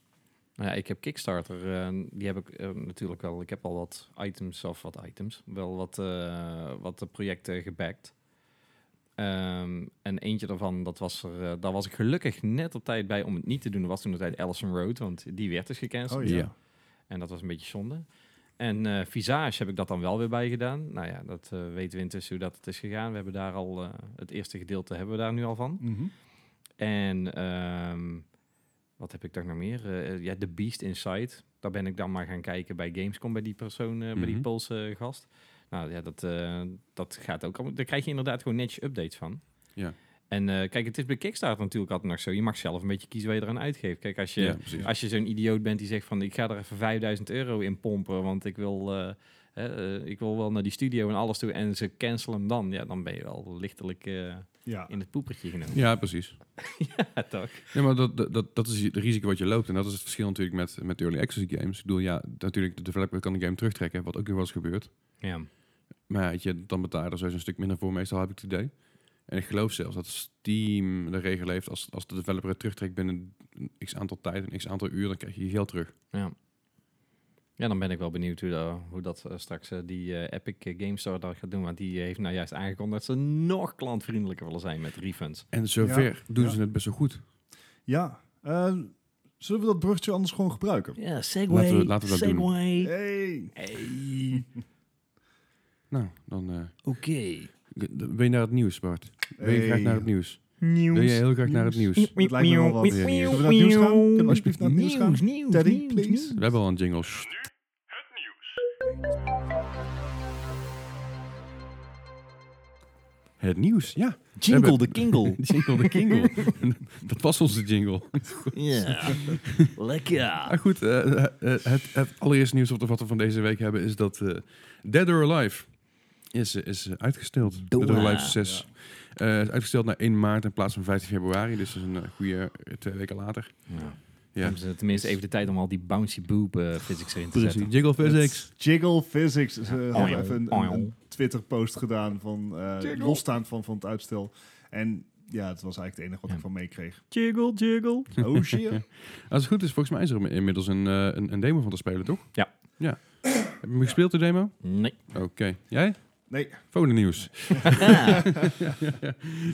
Speaker 4: Nou ja, ik heb Kickstarter, eh, die heb ik eh, natuurlijk wel. Ik heb al wat items, of wat items, wel wat, eh, wat eh, projecten gebackt. Ehm, en eentje daarvan, dat was er, eh, daar was ik gelukkig net op tijd bij om het niet te doen. Dat was toen de tijd Allison Road, want die werd dus gecanceld.
Speaker 1: Oh ja.
Speaker 3: Ja.
Speaker 4: En dat was een beetje zonde. En eh, Visage heb ik dat dan wel weer bij gedaan. Nou ja, dat eh, weten we intussen hoe dat het is gegaan. We hebben daar al eh, het eerste gedeelte hebben we daar nu al van.
Speaker 1: Mhm.
Speaker 4: En ehm, wat heb ik daar nog meer? Eh, ja, The Beast Inside. Daar ben ik dan maar gaan kijken bij Gamescom bij die persoon, eh, bij die
Speaker 3: Mhm.
Speaker 4: Poolse gast. Nou ja, dat, eh, dat gaat ook. allemaal- Daar krijg je inderdaad gewoon netjes updates van.
Speaker 3: Ja.
Speaker 4: En eh, kijk, het is bij Kickstarter natuurlijk altijd nog zo. Je mag zelf een beetje kiezen waar je eraan uitgeeft. Kijk, als je
Speaker 3: Ja, precies.
Speaker 4: als je zo'n idioot bent die zegt van ik ga er even 5000 euro in pompen, want ik wil, eh, hè, eh, ik wil wel naar die studio en alles toe en ze cancelen hem dan, ja, dan ben je wel lichtelijk eh,
Speaker 1: Ja.
Speaker 4: in het poepertje genomen.
Speaker 3: Ja, precies.
Speaker 4: [LAUGHS] Ja, toch?
Speaker 3: Ja, maar dat, dat- dat, dat is het risico wat je loopt. En dat is het verschil natuurlijk met, met early access games. Ik bedoel, ja, natuurlijk, de developer kan de game terugtrekken, wat ook nog wel eens gebeurt.
Speaker 4: Ja.
Speaker 3: Maar ja, weet je, dan betaal je er sowieso een stuk minder voor, meestal heb ik het idee. En ik geloof zelfs dat Steam de regel heeft, als, als de developer het terugtrekt binnen een x aantal tijd, een x aantal uur, dan krijg je je geld terug.
Speaker 4: ja, dan ben ik wel benieuwd hoe, dat- hoe dat eh, straks eh, die eh, Epic Game Store dat gaat doen, want die heeft nou juist aangekondigd dat ze nog klantvriendelijker willen zijn met refunds.
Speaker 3: En zover doen
Speaker 1: ja.
Speaker 3: ze het best wel goed.
Speaker 1: ja. Eh, zullen we dat bruggetje anders gewoon gebruiken?
Speaker 4: Ja, segway,
Speaker 3: Laten we- laten we dat doen.
Speaker 1: Hey.
Speaker 4: Hey,
Speaker 3: Nou, dan eh,
Speaker 4: oké.
Speaker 3: wil je naar het nieuws, Bart. Wil je
Speaker 1: Hey.
Speaker 3: graag naar het nieuws? Wil je
Speaker 4: Nieuws.
Speaker 3: heel graag naar het
Speaker 1: Nieuws.
Speaker 3: nieuws?
Speaker 1: Het lijkt me wel wat. eh,
Speaker 4: Nieuws.
Speaker 1: Zullen we naar het nieuws gaan? Kunnen we alsjeblieft naar het nieuws gaan?
Speaker 4: Nieuws, nieuws,
Speaker 1: Teddy,
Speaker 4: nieuws,
Speaker 1: please.
Speaker 4: nieuws.
Speaker 3: We hebben al een jingle. Sst. Het nieuws, ja.
Speaker 4: Jingle
Speaker 3: hebben-
Speaker 4: de
Speaker 1: [LAUGHS]
Speaker 4: Kingle.
Speaker 3: [LAUGHS] Jingle de Kingle. dat was onze jingle.
Speaker 4: Ja. Lekker.
Speaker 3: Maar goed, eh, eh, het, het allereerste nieuws wat we- wat we van deze week hebben is dat eh, Dead or Alive is, eh, is eh, uitgesteld.
Speaker 4: Doe
Speaker 3: Dead or
Speaker 4: maar.
Speaker 3: Alive 6. Eh, is uitgesteld naar 1 maart in plaats van 15 februari. Dus dat is een eh, goede eh, twee weken later.
Speaker 4: Ja.
Speaker 3: Ja.
Speaker 4: Hebben ze tenminste even de tijd om al die bouncy boob eh, physics erin te zetten.
Speaker 3: Jiggle Physics.
Speaker 1: Het Jiggle Physics. Ze
Speaker 4: Ja.
Speaker 1: hadden
Speaker 4: Oil.
Speaker 1: even een, een-
Speaker 4: Oil.
Speaker 1: een Twitter-post gedaan van eh,
Speaker 4: Jiggle.
Speaker 1: losstaand van, van het uitstel. En ja, het was eigenlijk het enige wat
Speaker 4: Ja.
Speaker 1: ik van meekreeg.
Speaker 4: Jiggle, jiggle.
Speaker 1: Oh shit.
Speaker 3: Nou, Als het goed is, volgens mij is er inmiddels een, eh, een, een demo van te spelen, toch?
Speaker 4: Ja.
Speaker 3: ja. Heb je hem gespeeld, de demo?
Speaker 4: Nee.
Speaker 3: Oké. Jij?
Speaker 1: Nee.
Speaker 3: Volgende nieuws. [LAUGHS]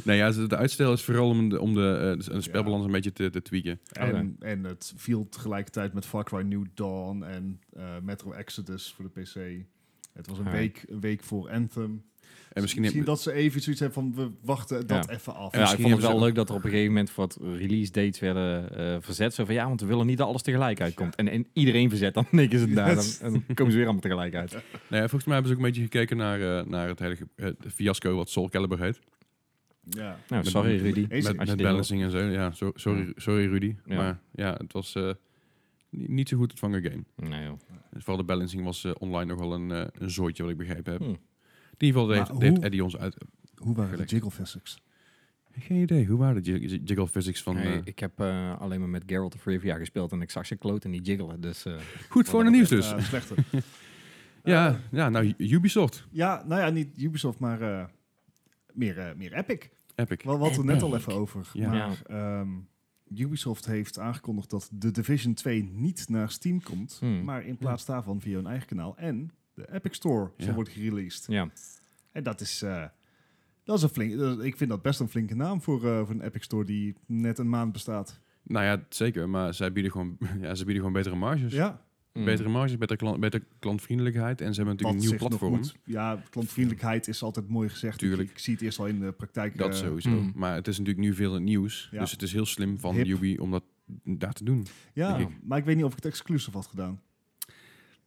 Speaker 3: nou ja, de uitstel is vooral om de, om de, eh, de spelbalans een beetje te, te tweaken.
Speaker 1: En, en het viel tegelijkertijd met Far Cry New Dawn en eh, Metro Exodus voor de PC. Het was een
Speaker 4: Alright.
Speaker 1: week, een week voor Anthem.
Speaker 3: En misschien,
Speaker 1: Misschien dat ze even zoiets hebben van we wachten dat even af.
Speaker 4: Ja,
Speaker 3: misschien
Speaker 4: ik vond het
Speaker 3: hebben
Speaker 4: wel
Speaker 3: ze-
Speaker 4: leuk dat er op een gegeven moment wat release dates werden eh, verzet. Zo van ja, want we willen niet dat alles tegelijk uitkomt. En, en iedereen verzet dan [LAUGHS] niks is het daar. Dan, en dan komen ze weer allemaal tegelijk uit.
Speaker 3: Nou ja, volgens mij hebben ze ook een beetje gekeken naar, eh, naar het hele ge- het fiasco wat Soul Calibur heet.
Speaker 1: Ja.
Speaker 4: Nou,
Speaker 3: Met-
Speaker 4: sorry
Speaker 3: met-
Speaker 4: Rudy.
Speaker 1: Hey,
Speaker 4: Als
Speaker 3: Met,
Speaker 4: je
Speaker 3: met
Speaker 4: dit
Speaker 3: balancing en zo. Ja, so- sorry, sorry Rudy.
Speaker 4: Ja.
Speaker 3: Maar ja, het was eh, ni- niet zo goed ontvangen game.
Speaker 4: wil- Nee, joh.
Speaker 3: En Vooral de balancing was eh, online nogal een, eh, een zooitje, wat ik begrepen heb.
Speaker 4: Hm.
Speaker 3: In ieder geval
Speaker 1: Maar
Speaker 3: deed, deed
Speaker 1: hoe-
Speaker 3: Eddie ons uit.
Speaker 1: Hoe waren de
Speaker 3: Gelukkig.
Speaker 1: Jiggle Physics?
Speaker 3: Geen idee, hoe waren de jig- jiggle physics van...
Speaker 4: Nee,
Speaker 3: eh,
Speaker 4: ik heb eh, alleen maar met Geralt of Rivia gespeeld en ik zag zijn kloten niet jiggelen. Dus eh,
Speaker 3: goed, voor de nieuws dus.
Speaker 1: Eh, slechte.
Speaker 3: ja, ja, nou, Ubisoft.
Speaker 1: Ja, nou ja, niet Ubisoft, maar eh, meer, eh, meer Epic.
Speaker 3: Epic.
Speaker 1: Wel, we hadden het net al
Speaker 4: Epic.
Speaker 1: even over.
Speaker 3: eh, Ja.
Speaker 1: Maar ehm, Ubisoft heeft aangekondigd dat The Division 2 niet naar Steam komt.
Speaker 4: Hmm.
Speaker 1: Maar in plaats daarvan via hun eigen kanaal en de Epic Store zal
Speaker 3: Ja.
Speaker 1: worden gereleased.
Speaker 4: ja.
Speaker 1: En dat is, eh, dat is een flink, dat is- ik vind dat best een flinke naam voor, eh, voor een Epic Store die net een maand bestaat.
Speaker 3: Nou ja, zeker. Maar zij bieden gewoon, [LAUGHS] ja, ze bieden gewoon betere marges.
Speaker 1: ja,
Speaker 4: Mm.
Speaker 3: Betere marges, betere, klant, betere klantvriendelijkheid. En ze hebben
Speaker 1: wat
Speaker 3: natuurlijk een
Speaker 1: zich
Speaker 3: nieuw
Speaker 1: nog
Speaker 3: platform.
Speaker 1: moet. Ja, klantvriendelijkheid is altijd mooi gezegd. Ik-
Speaker 3: Tuurlijk.
Speaker 1: Ik, zie het eerst al in de praktijk.
Speaker 3: Dat
Speaker 1: eh,
Speaker 3: sowieso.
Speaker 4: Mm.
Speaker 3: Maar het is natuurlijk nu veel in het nieuws.
Speaker 1: Ja.
Speaker 3: Dus het is heel slim van
Speaker 1: Hip.
Speaker 3: Ubi om dat daar te doen.
Speaker 1: Ja,
Speaker 3: denk
Speaker 1: maar ik weet niet of ik het exclusief had gedaan.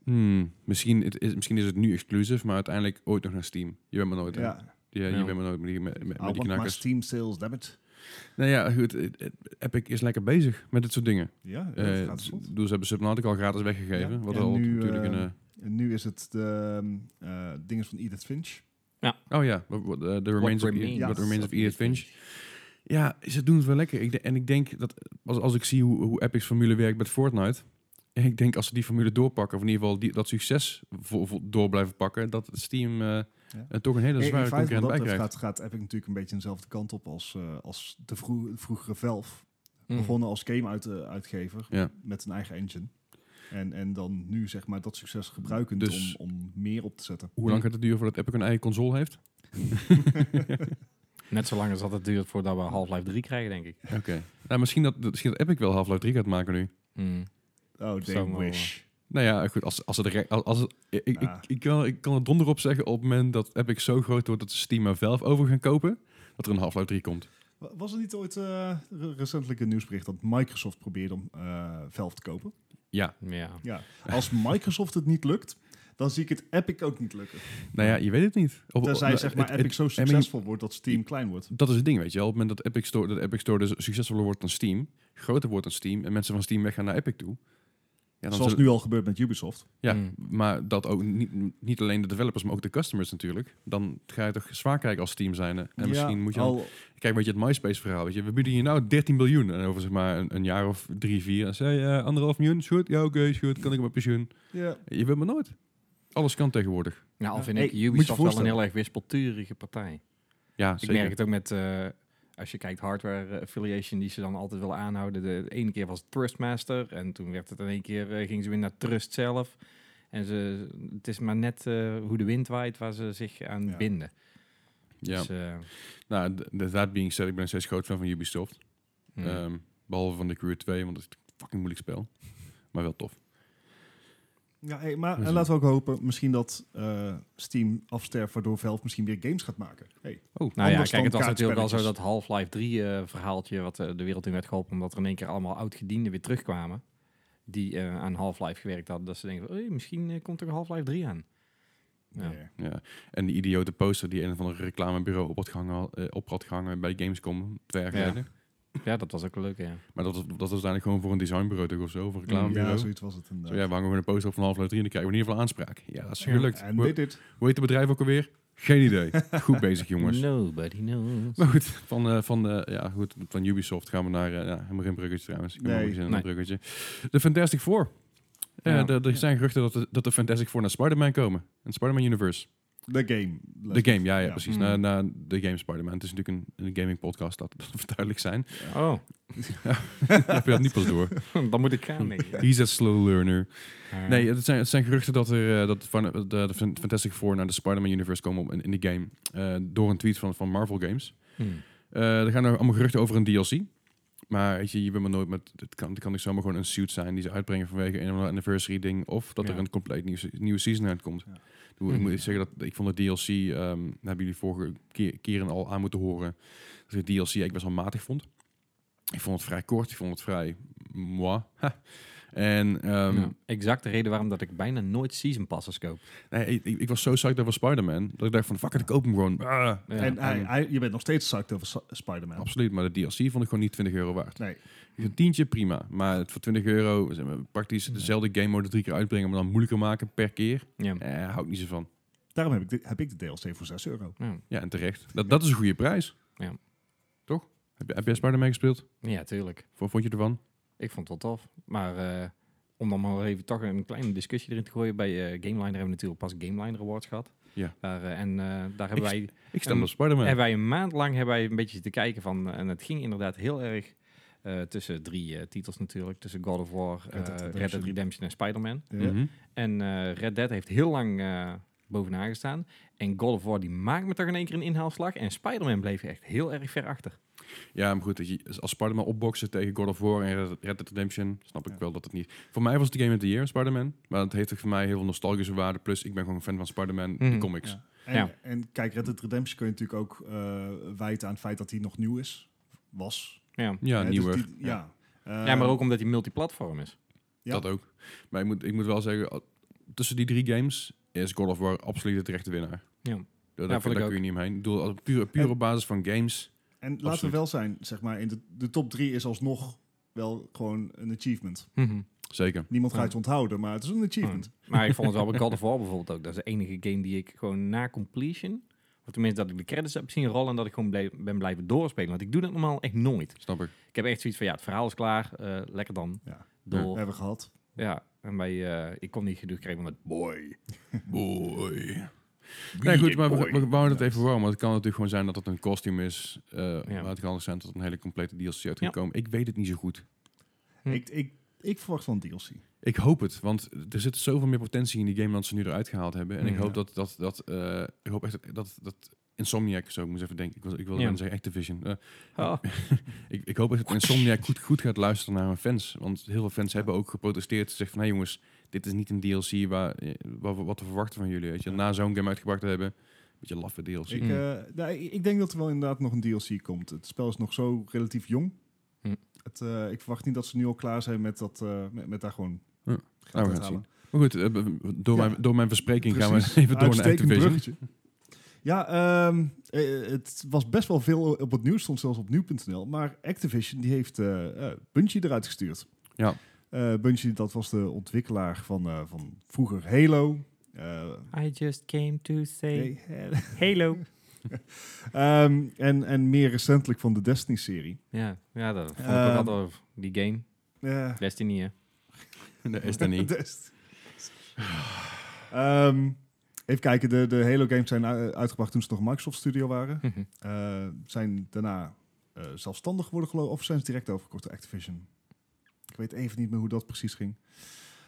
Speaker 3: Hmm, Misschien, het is, misschien is het nu exclusief, maar uiteindelijk ooit nog naar Steam. Je bent maar nooit. hè?
Speaker 1: Ja,
Speaker 3: Ja, je
Speaker 4: Ja.
Speaker 3: bent maar nooit met die, met, met
Speaker 1: I
Speaker 3: die
Speaker 1: want my
Speaker 3: knakkers.
Speaker 1: Steam sales, dammit.
Speaker 3: Nou ja, goed. het- het- Epic is lekker bezig met dit soort dingen.
Speaker 1: Ja, dat
Speaker 3: Eh,
Speaker 1: gaat
Speaker 3: d-
Speaker 1: goed.
Speaker 3: dus ze hebben Subnautica al gratis weggegeven.
Speaker 1: Ja.
Speaker 3: Wat
Speaker 1: En
Speaker 3: al
Speaker 1: nu,
Speaker 3: natuurlijk een...
Speaker 1: eh,
Speaker 3: eh,
Speaker 1: En nu is het de ehm, eh, dingen van Edith Finch.
Speaker 3: oh ja, wat- wat, eh, The Remains, of,
Speaker 4: Remains
Speaker 3: Edith- What
Speaker 1: of
Speaker 3: Remains of Edith Finch. Ja, ze doen het wel lekker. Ik de- en ik denk dat als, als ik zie hoe, hoe Epic's formule werkt met Fortnite. [LAUGHS] Ik denk als ze die formule doorpakken, of in ieder geval die, dat succes vo- vo- door blijven pakken, dat Steam eh, eh, toch een hele
Speaker 1: Hey, in
Speaker 3: zware
Speaker 1: feite, wat dat
Speaker 3: concurrent bij
Speaker 1: betreft gaat,
Speaker 3: krijgt.
Speaker 1: gaat Epic natuurlijk een beetje dezelfde kant op als, eh, als de vroe- vroegere Valve.
Speaker 4: Mm.
Speaker 1: Begonnen als game-uitgever
Speaker 3: Ja.
Speaker 1: met een eigen engine. En, en dan nu zeg maar dat succes gebruikend
Speaker 3: Dus-
Speaker 1: om, om meer op te zetten.
Speaker 3: Hoe lang gaat het duren voordat Epic een eigen console heeft?
Speaker 4: Net zo lang als dat het duurt voordat we Half-Life 3 krijgen, denk ik.
Speaker 3: Oké. Nou, misschien dat, dat- misschien dat Epic wel Half-Life 3 gaat maken nu.
Speaker 4: Mm.
Speaker 1: Oh,
Speaker 4: Zou
Speaker 1: they
Speaker 4: maar
Speaker 1: wish.
Speaker 3: Nou ja, goed. Als, als het, re- als, als het- ik, ik,
Speaker 1: Ja.
Speaker 3: ik, ik kan, ik kan het donder op zeggen op het moment dat Epic zo groot wordt dat ze Steam en Valve over gaan kopen, dat er een Half-Life 3 komt.
Speaker 1: Wa- Was er niet ooit eh, re- recentelijk een nieuwsbericht dat Microsoft probeerde om eh, Valve te
Speaker 3: [LAUGHS]
Speaker 1: kopen?
Speaker 3: Ja.
Speaker 4: Ja.
Speaker 1: Ja. Als Microsoft het niet lukt, dan zie ik het Epic ook niet lukken.
Speaker 3: Nou ja, je weet het niet. Op- op-
Speaker 1: Tenzij zeg maar
Speaker 3: het- het-
Speaker 1: Epic zo
Speaker 3: I mean,
Speaker 1: succesvol wordt dat Steam klein wordt.
Speaker 3: Dat is het ding, weet je wel. Op het moment dat Epic Store, dat Epic Store dus succesvoller wordt dan Steam, groter wordt dan Steam, en mensen van Steam weggaan naar Epic toe. Ja,
Speaker 1: Zoals
Speaker 3: zullen-
Speaker 1: nu al gebeurt met Ubisoft.
Speaker 3: Ja,
Speaker 4: Mm.
Speaker 3: maar dat ook niet, niet alleen de developers, maar ook de customers natuurlijk. Dan ga je toch zwaar kijken als Steam zijn. En misschien moet je... dan-
Speaker 1: al.
Speaker 3: kijk, weet je, het MySpace-verhaal, weet je. We bieden je nou 13 miljoen. En over zeg maar een, een jaar of drie, vier, dan zei je eh, anderhalf miljoen, is goed, ja oké, is goed, kan ik op mijn pensioen. Eh,
Speaker 1: Ja.
Speaker 3: Je weet maar nooit. Alles kan tegenwoordig.
Speaker 4: Nou, al
Speaker 1: Ja.
Speaker 4: vind ik
Speaker 1: Hey, moet je
Speaker 4: Ubisoft wel een
Speaker 1: voorstellen.
Speaker 4: heel erg wispelturige partij.
Speaker 3: Ja, zeker.
Speaker 4: Ik merk het ook met, eh, als je kijkt, hardware eh, affiliation die ze dan altijd willen aanhouden. De, de ene keer was het Trustmaster en toen werd het in één keer, eh, gingen ze weer naar Trust zelf. En ze, het is maar net eh, hoe de wind waait waar ze zich aan
Speaker 1: Ja.
Speaker 4: binden.
Speaker 3: Ja.
Speaker 4: Dus, eh,
Speaker 3: Nou, d- d- that being said, ik ben nog steeds groot fan van Ubisoft.
Speaker 4: mm.
Speaker 3: Ehm, behalve van de Crew 2, want dat is een fucking moeilijk spel. Maar wel tof.
Speaker 1: Ja, hey, maar
Speaker 3: Dus-
Speaker 1: en laten we ook hopen misschien dat eh, Steam afsterft, waardoor Valve misschien weer games gaat maken. Hey.
Speaker 3: Oh,
Speaker 4: Nou ja,
Speaker 1: Anders
Speaker 4: kijk, het
Speaker 1: dan
Speaker 4: was natuurlijk wel zo dat
Speaker 1: kaartspelletjes.
Speaker 4: Half-Life 3 eh, verhaaltje wat eh, de wereld in werd geholpen, omdat er in één keer allemaal oud-gedienden weer terugkwamen die eh, aan Half-Life gewerkt hadden. Dat ze denken, van, "Oei, misschien eh, komt er een Half-Life 3 aan. Ja.
Speaker 1: Ja.
Speaker 3: Ja. En die idiote poster die een of andere reclamebureau op had gehangen, had- eh, op had gehangen bij Gamescom twee jaar
Speaker 4: Ja.
Speaker 3: geleden.
Speaker 4: Ja, dat was ook wel leuk, ja.
Speaker 3: Maar dat was, dat was uiteindelijk gewoon voor een designbureau toch of zo, voor een reclamebureau.
Speaker 1: Ja,
Speaker 3: Zo, Ja,
Speaker 1: zoiets was het eh,
Speaker 3: we
Speaker 1: inderdaad.
Speaker 3: hangen gewoon een poster op van half uur drie en dan krijgen we in ieder geval aanspraak. Ja, dat is gelukt.
Speaker 1: En
Speaker 3: Hoe
Speaker 1: dit, dit.
Speaker 3: hoe heet het bedrijf ook alweer? Geen
Speaker 1: [LAUGHS]
Speaker 3: idee. Goed bezig, jongens.
Speaker 4: Nobody knows.
Speaker 3: [LAUGHS] Maar goed, van, eh, van, eh, ja, goed, van Ubisoft gaan we naar... eh, ja, helemaal geen bruggetje trouwens. Ik heb
Speaker 1: Nee.
Speaker 3: helemaal geen zin in
Speaker 4: Nee.
Speaker 3: een bruggetje. De Fantastic Four. Eh,
Speaker 4: Ja.
Speaker 3: d- er zijn geruchten dat de, dat de Fantastic Four naar Spider-Man komen. Een Spider-Man Universe.
Speaker 1: De game.
Speaker 3: De game, ja, ja, precies.
Speaker 4: Mm.
Speaker 3: Naar naar de game Spider-Man. Het is natuurlijk een, een gaming podcast, dat, [LAUGHS] dat we duidelijk zijn.
Speaker 4: Oh, [LAUGHS]
Speaker 3: Ik heb je dat niet pas door.
Speaker 4: dan moet ik gaan, [LAUGHS] nee.
Speaker 3: He's a slow learner.
Speaker 4: Ja.
Speaker 3: Nee, het zijn, het zijn geruchten dat, er, eh, dat van, de, de Fantastic Four naar de Spider-Man Universe komen op, in, in de game. eh, door een tweet van, van Marvel Games.
Speaker 4: Hmm.
Speaker 3: Eh, er gaan er allemaal geruchten over een DLC. Maar weet je, je bent maar nooit met... Het kan, het kan dus zomaar gewoon een suit zijn die ze uitbrengen vanwege een of ander anniversary ding. Of dat er
Speaker 4: Ja.
Speaker 3: een compleet nieuw, se- nieuwe season uitkomt.
Speaker 1: Ja.
Speaker 3: Doe- Ik
Speaker 4: Hmm.
Speaker 3: moet zeggen dat ik vond de DLC... ehm hebben jullie vorige keer, keren al aan moeten horen. Dat ik de DLC ik best wel matig vond. Ik vond het vrij kort. Ik vond het vrij... Moi. [LAUGHS] Ha. En ehm,
Speaker 4: Ja. Nou, Exact de reden waarom dat ik bijna nooit season passes koop.
Speaker 3: Nee, ik, ik- ik was zo psyched over Spider-Man. Dat ik dacht van, fuck it, ik koop hem gewoon. Ah.
Speaker 4: Ja.
Speaker 1: En hij, hij- je bent nog steeds zakt over Sa- Spider-Man.
Speaker 3: Absoluut, maar de DLC vond ik gewoon niet 20 euro waard.
Speaker 1: Nee.
Speaker 3: Een tientje, prima. Maar het voor 20 euro, zeg maar, praktisch dezelfde game mode drie keer uitbrengen, maar dan moeilijker maken per keer.
Speaker 4: Ja.
Speaker 1: Hm.
Speaker 3: Eh, hou ik niet zo van.
Speaker 1: Daarom heb ik, de, heb ik de DLC voor 6 euro.
Speaker 4: Ja.
Speaker 3: Ja, en terecht. Dat, dat is een goede prijs.
Speaker 4: Ja.
Speaker 3: Toch? Heb, je- heb jij Spider-Man gespeeld?
Speaker 4: ja, tuurlijk.
Speaker 3: Wat vond je ervan?
Speaker 4: Ik vond het wel tof. Maar eh, om dan maar even toch een kleine discussie erin te gooien. Bij eh GameLiner hebben we natuurlijk pas GameLiner Awards gehad.
Speaker 3: Ja.
Speaker 4: Daar, eh, en eh, daar hebben wij,
Speaker 3: Ik stem
Speaker 4: Ehm,
Speaker 3: op Spider-Man.
Speaker 4: hebben wij een maand lang hebben wij een beetje te kijken van... eh, en het ging inderdaad heel erg eh, tussen drie eh, titels natuurlijk. Tussen God of War, eh,
Speaker 1: Red Dead
Speaker 4: Red Dead Redemption,
Speaker 1: Redemption.
Speaker 4: en Spider-Man.
Speaker 1: Ja.
Speaker 3: Mhm.
Speaker 4: En eh, Red Dead heeft heel lang eh, bovenaan gestaan. En God of War die maakt me toch in één keer een inhaalslag. En Spider-Man bleef echt heel erg ver achter.
Speaker 3: Ja, maar goed, dat je, als Spider-Man opboksen tegen God of War en Red Red Dead Redemption, snap ik
Speaker 1: Ja.
Speaker 3: wel dat het niet... Voor mij was het de Game of the Year, Spider-Man. Maar het heeft ook voor mij heel veel nostalgische waarde. Plus, ik ben gewoon een fan van Spider-Man, de
Speaker 4: Mhm.
Speaker 3: comics.
Speaker 1: Ja. En,
Speaker 4: Ja.
Speaker 1: en kijk, Red Dead Redemption kun je natuurlijk ook eh wijten aan het feit dat hij nog nieuw is. Was.
Speaker 4: Ja,
Speaker 3: Ja,
Speaker 1: Hè, dus
Speaker 3: nieuwer.
Speaker 1: die- ja. Eh,
Speaker 4: ja maar ook omdat hij multiplatform is.
Speaker 1: Ja.
Speaker 3: Dat ook. Maar ik moet, ik moet wel zeggen, al- tussen die drie games is God of War absoluut de terechte winnaar.
Speaker 4: Ja.
Speaker 3: Daar,
Speaker 4: Ja,
Speaker 3: daar
Speaker 4: vond ik
Speaker 3: kun je niet omheen. Ik bedoel, al- puur, puur
Speaker 1: En-
Speaker 3: op basis van games.
Speaker 1: En laten we
Speaker 3: Absoluut.
Speaker 1: wel zijn, zeg maar, in de, de top 3 is alsnog wel gewoon een achievement.
Speaker 4: Mhm.
Speaker 3: Zeker.
Speaker 1: Niemand gaat
Speaker 4: Ja.
Speaker 1: het onthouden, maar het is een achievement.
Speaker 4: Oh. Maar ik vond het wel bij God of War bijvoorbeeld ook. Dat is de enige game die ik gewoon na completion... Of tenminste dat ik de credits heb zien rollen en dat ik gewoon blij- ben blijven doorspelen. Want ik doe dat normaal echt nooit.
Speaker 3: Snap ik.
Speaker 4: Ik heb echt zoiets van, ja, het verhaal is klaar. eh, lekker dan.
Speaker 1: Ja. We
Speaker 4: Door. Ja.
Speaker 1: hebben we gehad.
Speaker 4: En bij, eh, ik kon niet genoeg krijgen van dat boy.
Speaker 3: Boy. Nee, goed, maar we, we, we houden het even warm. Want het kan natuurlijk gewoon zijn dat het een kostuum is. eh, Maar het kan ook zijn dat het een hele complete DLC uit kan
Speaker 4: Ja.
Speaker 3: komen. Ik weet het niet zo goed.
Speaker 4: Hm.
Speaker 1: Ik, ik, ik verwacht van DLC.
Speaker 3: Ik hoop het, want er zit zoveel meer potentie in die game dan ze nu eruit gehaald hebben. En ik
Speaker 4: Mm. Ja.
Speaker 3: hoop dat dat dat eh, ik hoop echt dat dat Insomniac, zo ik moest even denken. Ik wil ik wil
Speaker 4: Ja.
Speaker 3: bijna zeggen Activision. Eh,
Speaker 4: Oh.
Speaker 3: ik, ik hoop echt dat Insomniac goed, goed gaat luisteren naar hun fans, want heel veel fans hebben ook geprotesteerd. Ze zeggen van, hé jongens, dit is niet een DLC waar, eh, wat, we- wat we verwachten van jullie. Weet je, na zo'n game uitgebracht te hebben, een beetje laffe DLC.
Speaker 1: Ik,
Speaker 4: Mm.
Speaker 1: eh, nou, ik ik denk dat er wel inderdaad nog een DLC komt. Het spel is nog zo relatief jong.
Speaker 4: Hm.
Speaker 1: Het, eh, ik verwacht niet dat ze nu al klaar zijn met, dat, eh, met, met daar gewoon
Speaker 3: Ja. Nou,
Speaker 1: geld
Speaker 3: gaan
Speaker 1: uit
Speaker 3: het
Speaker 1: halen.
Speaker 3: Maar goed, eh, door,
Speaker 1: Ja.
Speaker 3: mijn, door mijn verspreking gaan
Speaker 1: Precies.
Speaker 3: we [LAUGHS] even door naar
Speaker 1: Uitstekend
Speaker 3: Activision.
Speaker 1: bruggetje. Ja, ehm, eh, het was best wel veel op het nieuws, stond zelfs op nu.nl. Maar Activision die heeft eh eh, Bungie eruit gestuurd.
Speaker 3: Ja.
Speaker 1: Eh, Bungie, dat was de ontwikkelaar van, eh, van vroeger Halo. Eh,
Speaker 4: I just came to say
Speaker 1: nee, [LAUGHS] eh,
Speaker 4: hello.
Speaker 1: ehm, en, en meer recentelijk van de Destiny-serie.
Speaker 4: Ja, ja, dat vond ik
Speaker 1: Ehm.
Speaker 4: ook altijd over die game.
Speaker 1: Eh,
Speaker 4: Destiny, hè? [LAUGHS]
Speaker 3: Nee,
Speaker 1: [LAUGHS]
Speaker 3: is dat niet.
Speaker 1: Dest- Ehm, even kijken, de, de Halo games zijn u- uitgebracht toen ze nog Microsoft Studio waren.
Speaker 4: Mhm.
Speaker 1: Eh, zijn daarna eh, zelfstandig geworden geloof of zijn ze direct overgekocht door Activision? Ik weet even niet meer hoe dat precies ging.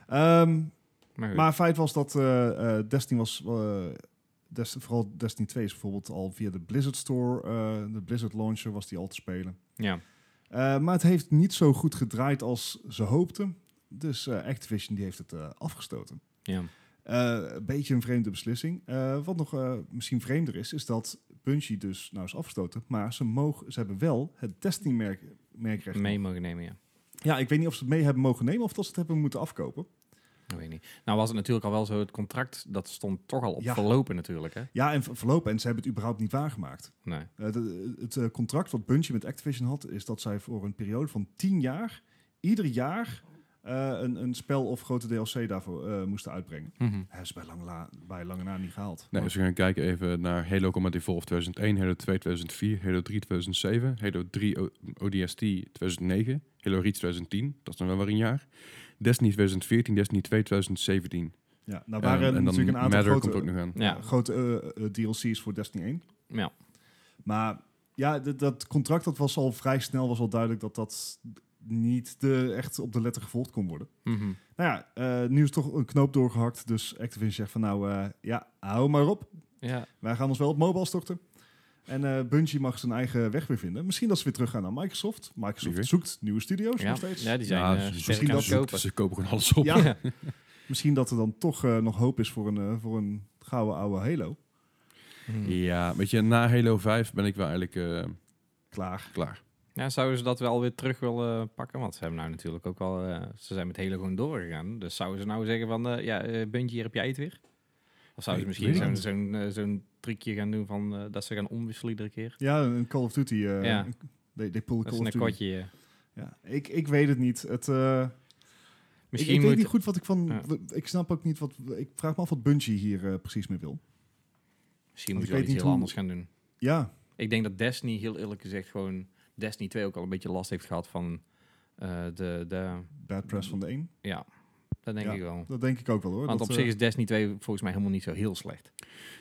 Speaker 1: Ehm,
Speaker 4: Maar, goed.
Speaker 1: maar feit was dat eh, eh, Destiny was... eh, Dest- vooral Destiny 2 is bijvoorbeeld al via de Blizzard Store, eh, de Blizzard Launcher was die al te spelen.
Speaker 4: ja.
Speaker 1: Eh, maar het heeft niet zo goed gedraaid als ze hoopten. Dus eh, Activision die heeft het eh, afgestoten.
Speaker 4: Ja.
Speaker 1: Eh, een beetje een vreemde beslissing. Eh, wat nog eh, misschien vreemder is, is dat Bungie dus nou is afgestoten. Maar ze, mogen, ze hebben wel het Destiny-merk merkrecht.
Speaker 4: Mee mogen nemen, ja.
Speaker 1: Ja, ik weet niet of ze het mee hebben mogen nemen of dat ze het hebben moeten afkopen.
Speaker 4: Ik weet niet. Nou was het natuurlijk al wel zo, het contract dat stond toch al op
Speaker 1: Ja.
Speaker 4: verlopen natuurlijk. Hè?
Speaker 1: Ja, en ver- verlopen. En ze hebben het überhaupt niet waargemaakt.
Speaker 4: Nee.
Speaker 1: Eh, de- het eh, contract wat Bungie met Activision had, is dat zij voor een periode van 10 jaar, ieder jaar, eh, een, een spel of grote DLC daarvoor eh, moesten uitbrengen.
Speaker 3: Mhm.
Speaker 1: Hebben ze bij lange, la- bij lange na niet gehaald.
Speaker 3: Nee, dus we gaan kijken even naar Halo Combat Evolved 2001, Halo 2 2004, Halo 3 2007, Halo 3 O- ODST 2009, Halo Reach 2010, dat is dan wel weer een jaar. Destiny 2014, Destiny 2 2017.
Speaker 1: Ja, nou
Speaker 3: Ehm,
Speaker 1: waren
Speaker 3: en dan
Speaker 1: natuurlijk een aantal
Speaker 3: Matter
Speaker 1: grote,
Speaker 3: komt ook nog aan.
Speaker 4: Ja.
Speaker 1: grote eh, eh, DLC's voor Destiny 1.
Speaker 4: Ja.
Speaker 1: Maar ja, d- dat contract dat was al vrij snel was al duidelijk dat dat niet de, echt op de letter gevolgd kon worden.
Speaker 4: Mhm.
Speaker 1: Nou ja, eh, nu is toch een knoop doorgehakt. Dus Activision zegt van nou, eh, ja, hou maar op.
Speaker 4: ja.
Speaker 1: Wij gaan ons wel op mobile storten. En eh Bungie mag zijn eigen weg weer vinden. Misschien dat ze weer teruggaan naar Microsoft. Microsoft
Speaker 3: Wie weet.
Speaker 1: zoekt nieuwe studio's
Speaker 4: Ja.
Speaker 1: nog steeds.
Speaker 4: ja, die zijn eh,
Speaker 3: ze,
Speaker 4: sterk
Speaker 1: misschien
Speaker 4: aan
Speaker 1: dat
Speaker 4: het
Speaker 3: ze,
Speaker 4: kopen.
Speaker 3: ze kopen gewoon alles op.
Speaker 1: Ja.
Speaker 4: [LAUGHS] Ja.
Speaker 1: Misschien dat er dan toch eh, nog hoop is voor een, eh, voor een gouden oude Halo.
Speaker 4: Mhm.
Speaker 3: Ja, weet je, na Halo 5 ben ik wel eigenlijk eh,
Speaker 1: Klaar.
Speaker 3: klaar.
Speaker 4: Ja, zouden ze dat wel weer terug willen pakken? Want ze hebben nou natuurlijk ook wel... eh, ze zijn met hele gewoon doorgegaan. Dus zouden ze nou zeggen van... eh, ja, eh Buntje, hier heb jij het weer? Of zouden
Speaker 3: Ik
Speaker 4: ze misschien
Speaker 3: weet
Speaker 4: zo'n
Speaker 3: het
Speaker 4: zo'n eh, zo'n trucje gaan doen van... eh, dat ze gaan omwisselen iedere keer?
Speaker 1: Ja, een Call of Duty. eh
Speaker 4: Ja.
Speaker 1: They, they pull
Speaker 4: Dat
Speaker 1: Call of
Speaker 4: is een
Speaker 1: Duty.
Speaker 4: kwartje. eh.
Speaker 1: Ja, ik, ik weet het niet. Het, eh, ik, ik
Speaker 4: Misschien
Speaker 1: weet
Speaker 4: moet...
Speaker 1: niet goed wat ik van...
Speaker 4: Ja.
Speaker 1: w- Ik snap ook niet wat... Ik vraag me af wat Bungie hier eh, precies mee wil.
Speaker 4: Misschien
Speaker 1: Want
Speaker 4: moeten
Speaker 1: ik
Speaker 4: ze
Speaker 1: weet
Speaker 4: wel iets
Speaker 1: niet
Speaker 4: heel
Speaker 1: hoe-
Speaker 4: anders gaan doen.
Speaker 1: Ja,
Speaker 4: Ik denk dat Destiny, heel eerlijk gezegd, gewoon... Destiny 2 ook al een beetje last heeft gehad van eh, de, de...
Speaker 1: bad press van de een.
Speaker 4: Ja, dat denk
Speaker 1: Ja.
Speaker 4: ik wel.
Speaker 1: Dat denk ik ook wel hoor.
Speaker 4: Want
Speaker 1: Dat,
Speaker 4: op
Speaker 1: eh,
Speaker 4: zich is Destiny 2 volgens mij helemaal niet zo heel slecht.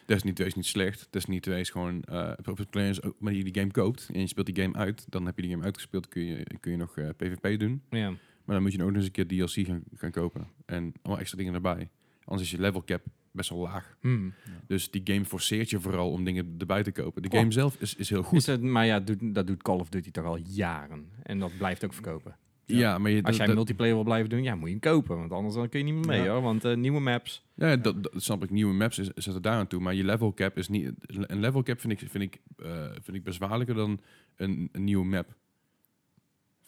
Speaker 3: Destiny 2 is niet slecht. Destiny 2 is gewoon... eh, op het plan is ook- wanneer je die game koopt en je speelt die game uit, dan heb je die game uitgespeeld, kun je, kun je nog eh, PvP doen.
Speaker 4: Ja.
Speaker 3: Maar dan moet je ook nog eens een keer DLC gaan, gaan kopen. En allemaal extra dingen erbij. Anders is je level cap best wel laag.
Speaker 4: Hmm.
Speaker 3: Dus die game forceert je vooral om dingen erbij te kopen. De
Speaker 4: Oh.
Speaker 3: game zelf is, is heel goed.
Speaker 4: Is het, maar ja, doet- dat doet Call of Duty toch al jaren. En dat blijft ook verkopen.
Speaker 3: ja. maar je,
Speaker 4: Als jij
Speaker 3: dat,
Speaker 4: multiplayer wil blijven doen, ja, moet je hem kopen. Want anders dan kun je niet meer mee,
Speaker 1: Ja.
Speaker 4: hoor. Want eh, nieuwe maps.
Speaker 3: ja, dat, dat snap ik. Nieuwe maps is- zetten daar aan toe. Maar je level cap is niet... Een level cap vind ik, vind ik, eh, vind ik bezwaarlijker dan een, een nieuwe map.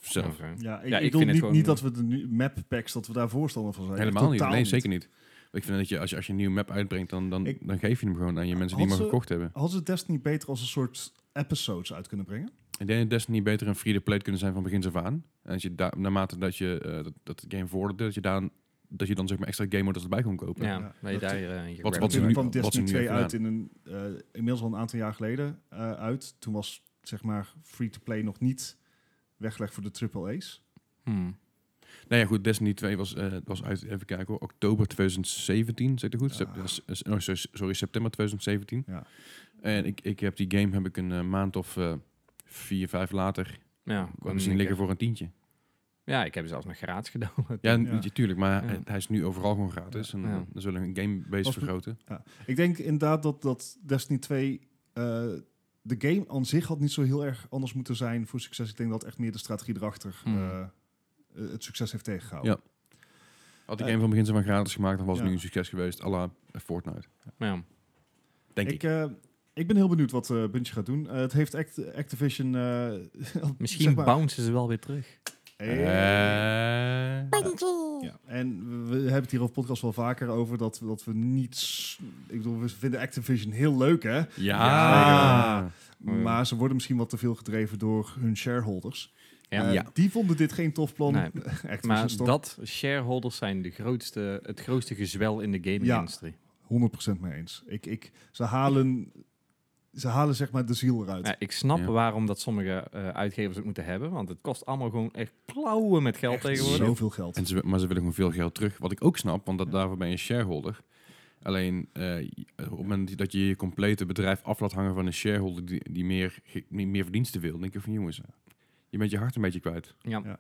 Speaker 3: Zelf.
Speaker 4: Oké.
Speaker 1: Ja, ik,
Speaker 4: Ja,
Speaker 1: ik bedoel
Speaker 4: ik vind
Speaker 1: niet,
Speaker 4: het gewoon-
Speaker 1: niet dat we de nu- map packs, dat we daar voorstander van zijn.
Speaker 3: Helemaal niet.
Speaker 1: Totaal
Speaker 3: Nee, zeker niet. Ik vind dat je, als je, als je een nieuwe map uitbrengt, dan, dan,
Speaker 1: Ik-
Speaker 3: dan geef je hem gewoon aan je mensen die
Speaker 1: Had
Speaker 3: hem al
Speaker 1: ze-
Speaker 3: gekocht hebben.
Speaker 1: Hadden ze Destiny beter als een soort episodes uit kunnen brengen?
Speaker 3: Ik denk dat Destiny beter een free-to-play kunnen zijn van begin af aan. En als je daar, naarmate dat je eh, dat, dat de game vorderde, dat je, daar, dat je dan zeg maar extra game modes erbij kon kopen.
Speaker 4: Ja,
Speaker 1: Ja,
Speaker 4: dat je
Speaker 1: dat-
Speaker 4: daar eh, je
Speaker 3: Wat-
Speaker 4: grab-
Speaker 3: wat ze
Speaker 1: Natuurlijk
Speaker 3: nu-
Speaker 1: kwam
Speaker 3: wat ze
Speaker 1: Destiny
Speaker 3: nu
Speaker 1: 2
Speaker 3: hebben
Speaker 1: uit in een, eh, inmiddels al een aantal jaar geleden eh, uit. Toen was zeg maar free-to-play nog niet weggelegd voor de triple A's.
Speaker 4: Hmm.
Speaker 3: Nou ja, goed, Destiny 2 was, eh, was uit, even kijken hoor, oktober 2017, zeg ik het goed? Sep-
Speaker 1: Ah.
Speaker 3: s- s- oh, sorry, sorry, september 2017.
Speaker 1: Ja.
Speaker 3: En ik, ik heb die game heb ik een eh, maand of eh, vier, vijf later
Speaker 4: Ja,
Speaker 3: kwam zien liggen voor een tientje.
Speaker 4: ja, ik heb ze zelfs nog gratis gedownload.
Speaker 3: Ja,
Speaker 1: Ja.
Speaker 3: natuurlijk, tuurlijk, maar
Speaker 4: Ja.
Speaker 3: het- hij is nu overal gewoon gratis. En
Speaker 4: Ja.
Speaker 3: dan zullen hun gamebase
Speaker 1: Was-
Speaker 3: vergroten.
Speaker 1: Ik denk inderdaad dat, dat Destiny 2... eh, de game aan zich had niet zo heel erg anders moeten zijn voor succes. Ik denk dat echt meer de strategie erachter
Speaker 4: Hmm.
Speaker 1: eh, eh, het succes heeft tegengehouden.
Speaker 3: Ja. Had de
Speaker 1: Eh,
Speaker 3: game van begin af aan gratis gemaakt, dan was het
Speaker 1: ja.
Speaker 3: nu een succes geweest, à la Fortnite.
Speaker 4: Ja.
Speaker 3: Denk ik.
Speaker 1: Ik, eh, ik ben heel benieuwd wat eh Bungie gaat doen. Eh, het heeft Act- Activision... eh, [LAUGHS]
Speaker 4: Misschien
Speaker 1: zeg maar-
Speaker 4: bouncen ze wel weer terug.
Speaker 1: Hey.
Speaker 3: Eh,
Speaker 1: Ja. En we- we hebben het hier op podcast wel vaker over dat, we- dat we niets... Ik bedoel, we vinden Activision heel leuk, hè?
Speaker 3: Ja.
Speaker 1: Ja.
Speaker 4: Ja.
Speaker 1: Maar ze worden misschien wat te veel gedreven door hun shareholders.
Speaker 4: Ja.
Speaker 1: Eh,
Speaker 3: Ja.
Speaker 1: Die vonden dit geen tof plan.
Speaker 4: Nee.
Speaker 1: [LAUGHS] Activision
Speaker 4: Maar
Speaker 1: stort
Speaker 4: dat shareholders zijn de grootste, het grootste gezwel in de gaming-industrie.
Speaker 1: 100% mee eens. Ik, ik, ze, halen, ze halen zeg maar de ziel eruit.
Speaker 4: Ja, ik snap
Speaker 3: Ja.
Speaker 4: waarom dat sommige eh, uitgevers het moeten hebben, want het kost allemaal gewoon echt klauwen met geld
Speaker 1: Echt
Speaker 4: tegenwoordig.
Speaker 1: Zoveel geld.
Speaker 3: En ze, maar ze willen gewoon veel geld terug. Wat ik ook snap, want dat,
Speaker 1: Ja.
Speaker 3: daarvoor ben je een shareholder. Alleen eh, op het moment dat je je complete bedrijf af laat hangen van een shareholder die, die meer, ge- die meer verdiensten wil, dan denk ik van jongens, je bent je hart een beetje kwijt.
Speaker 4: Ja.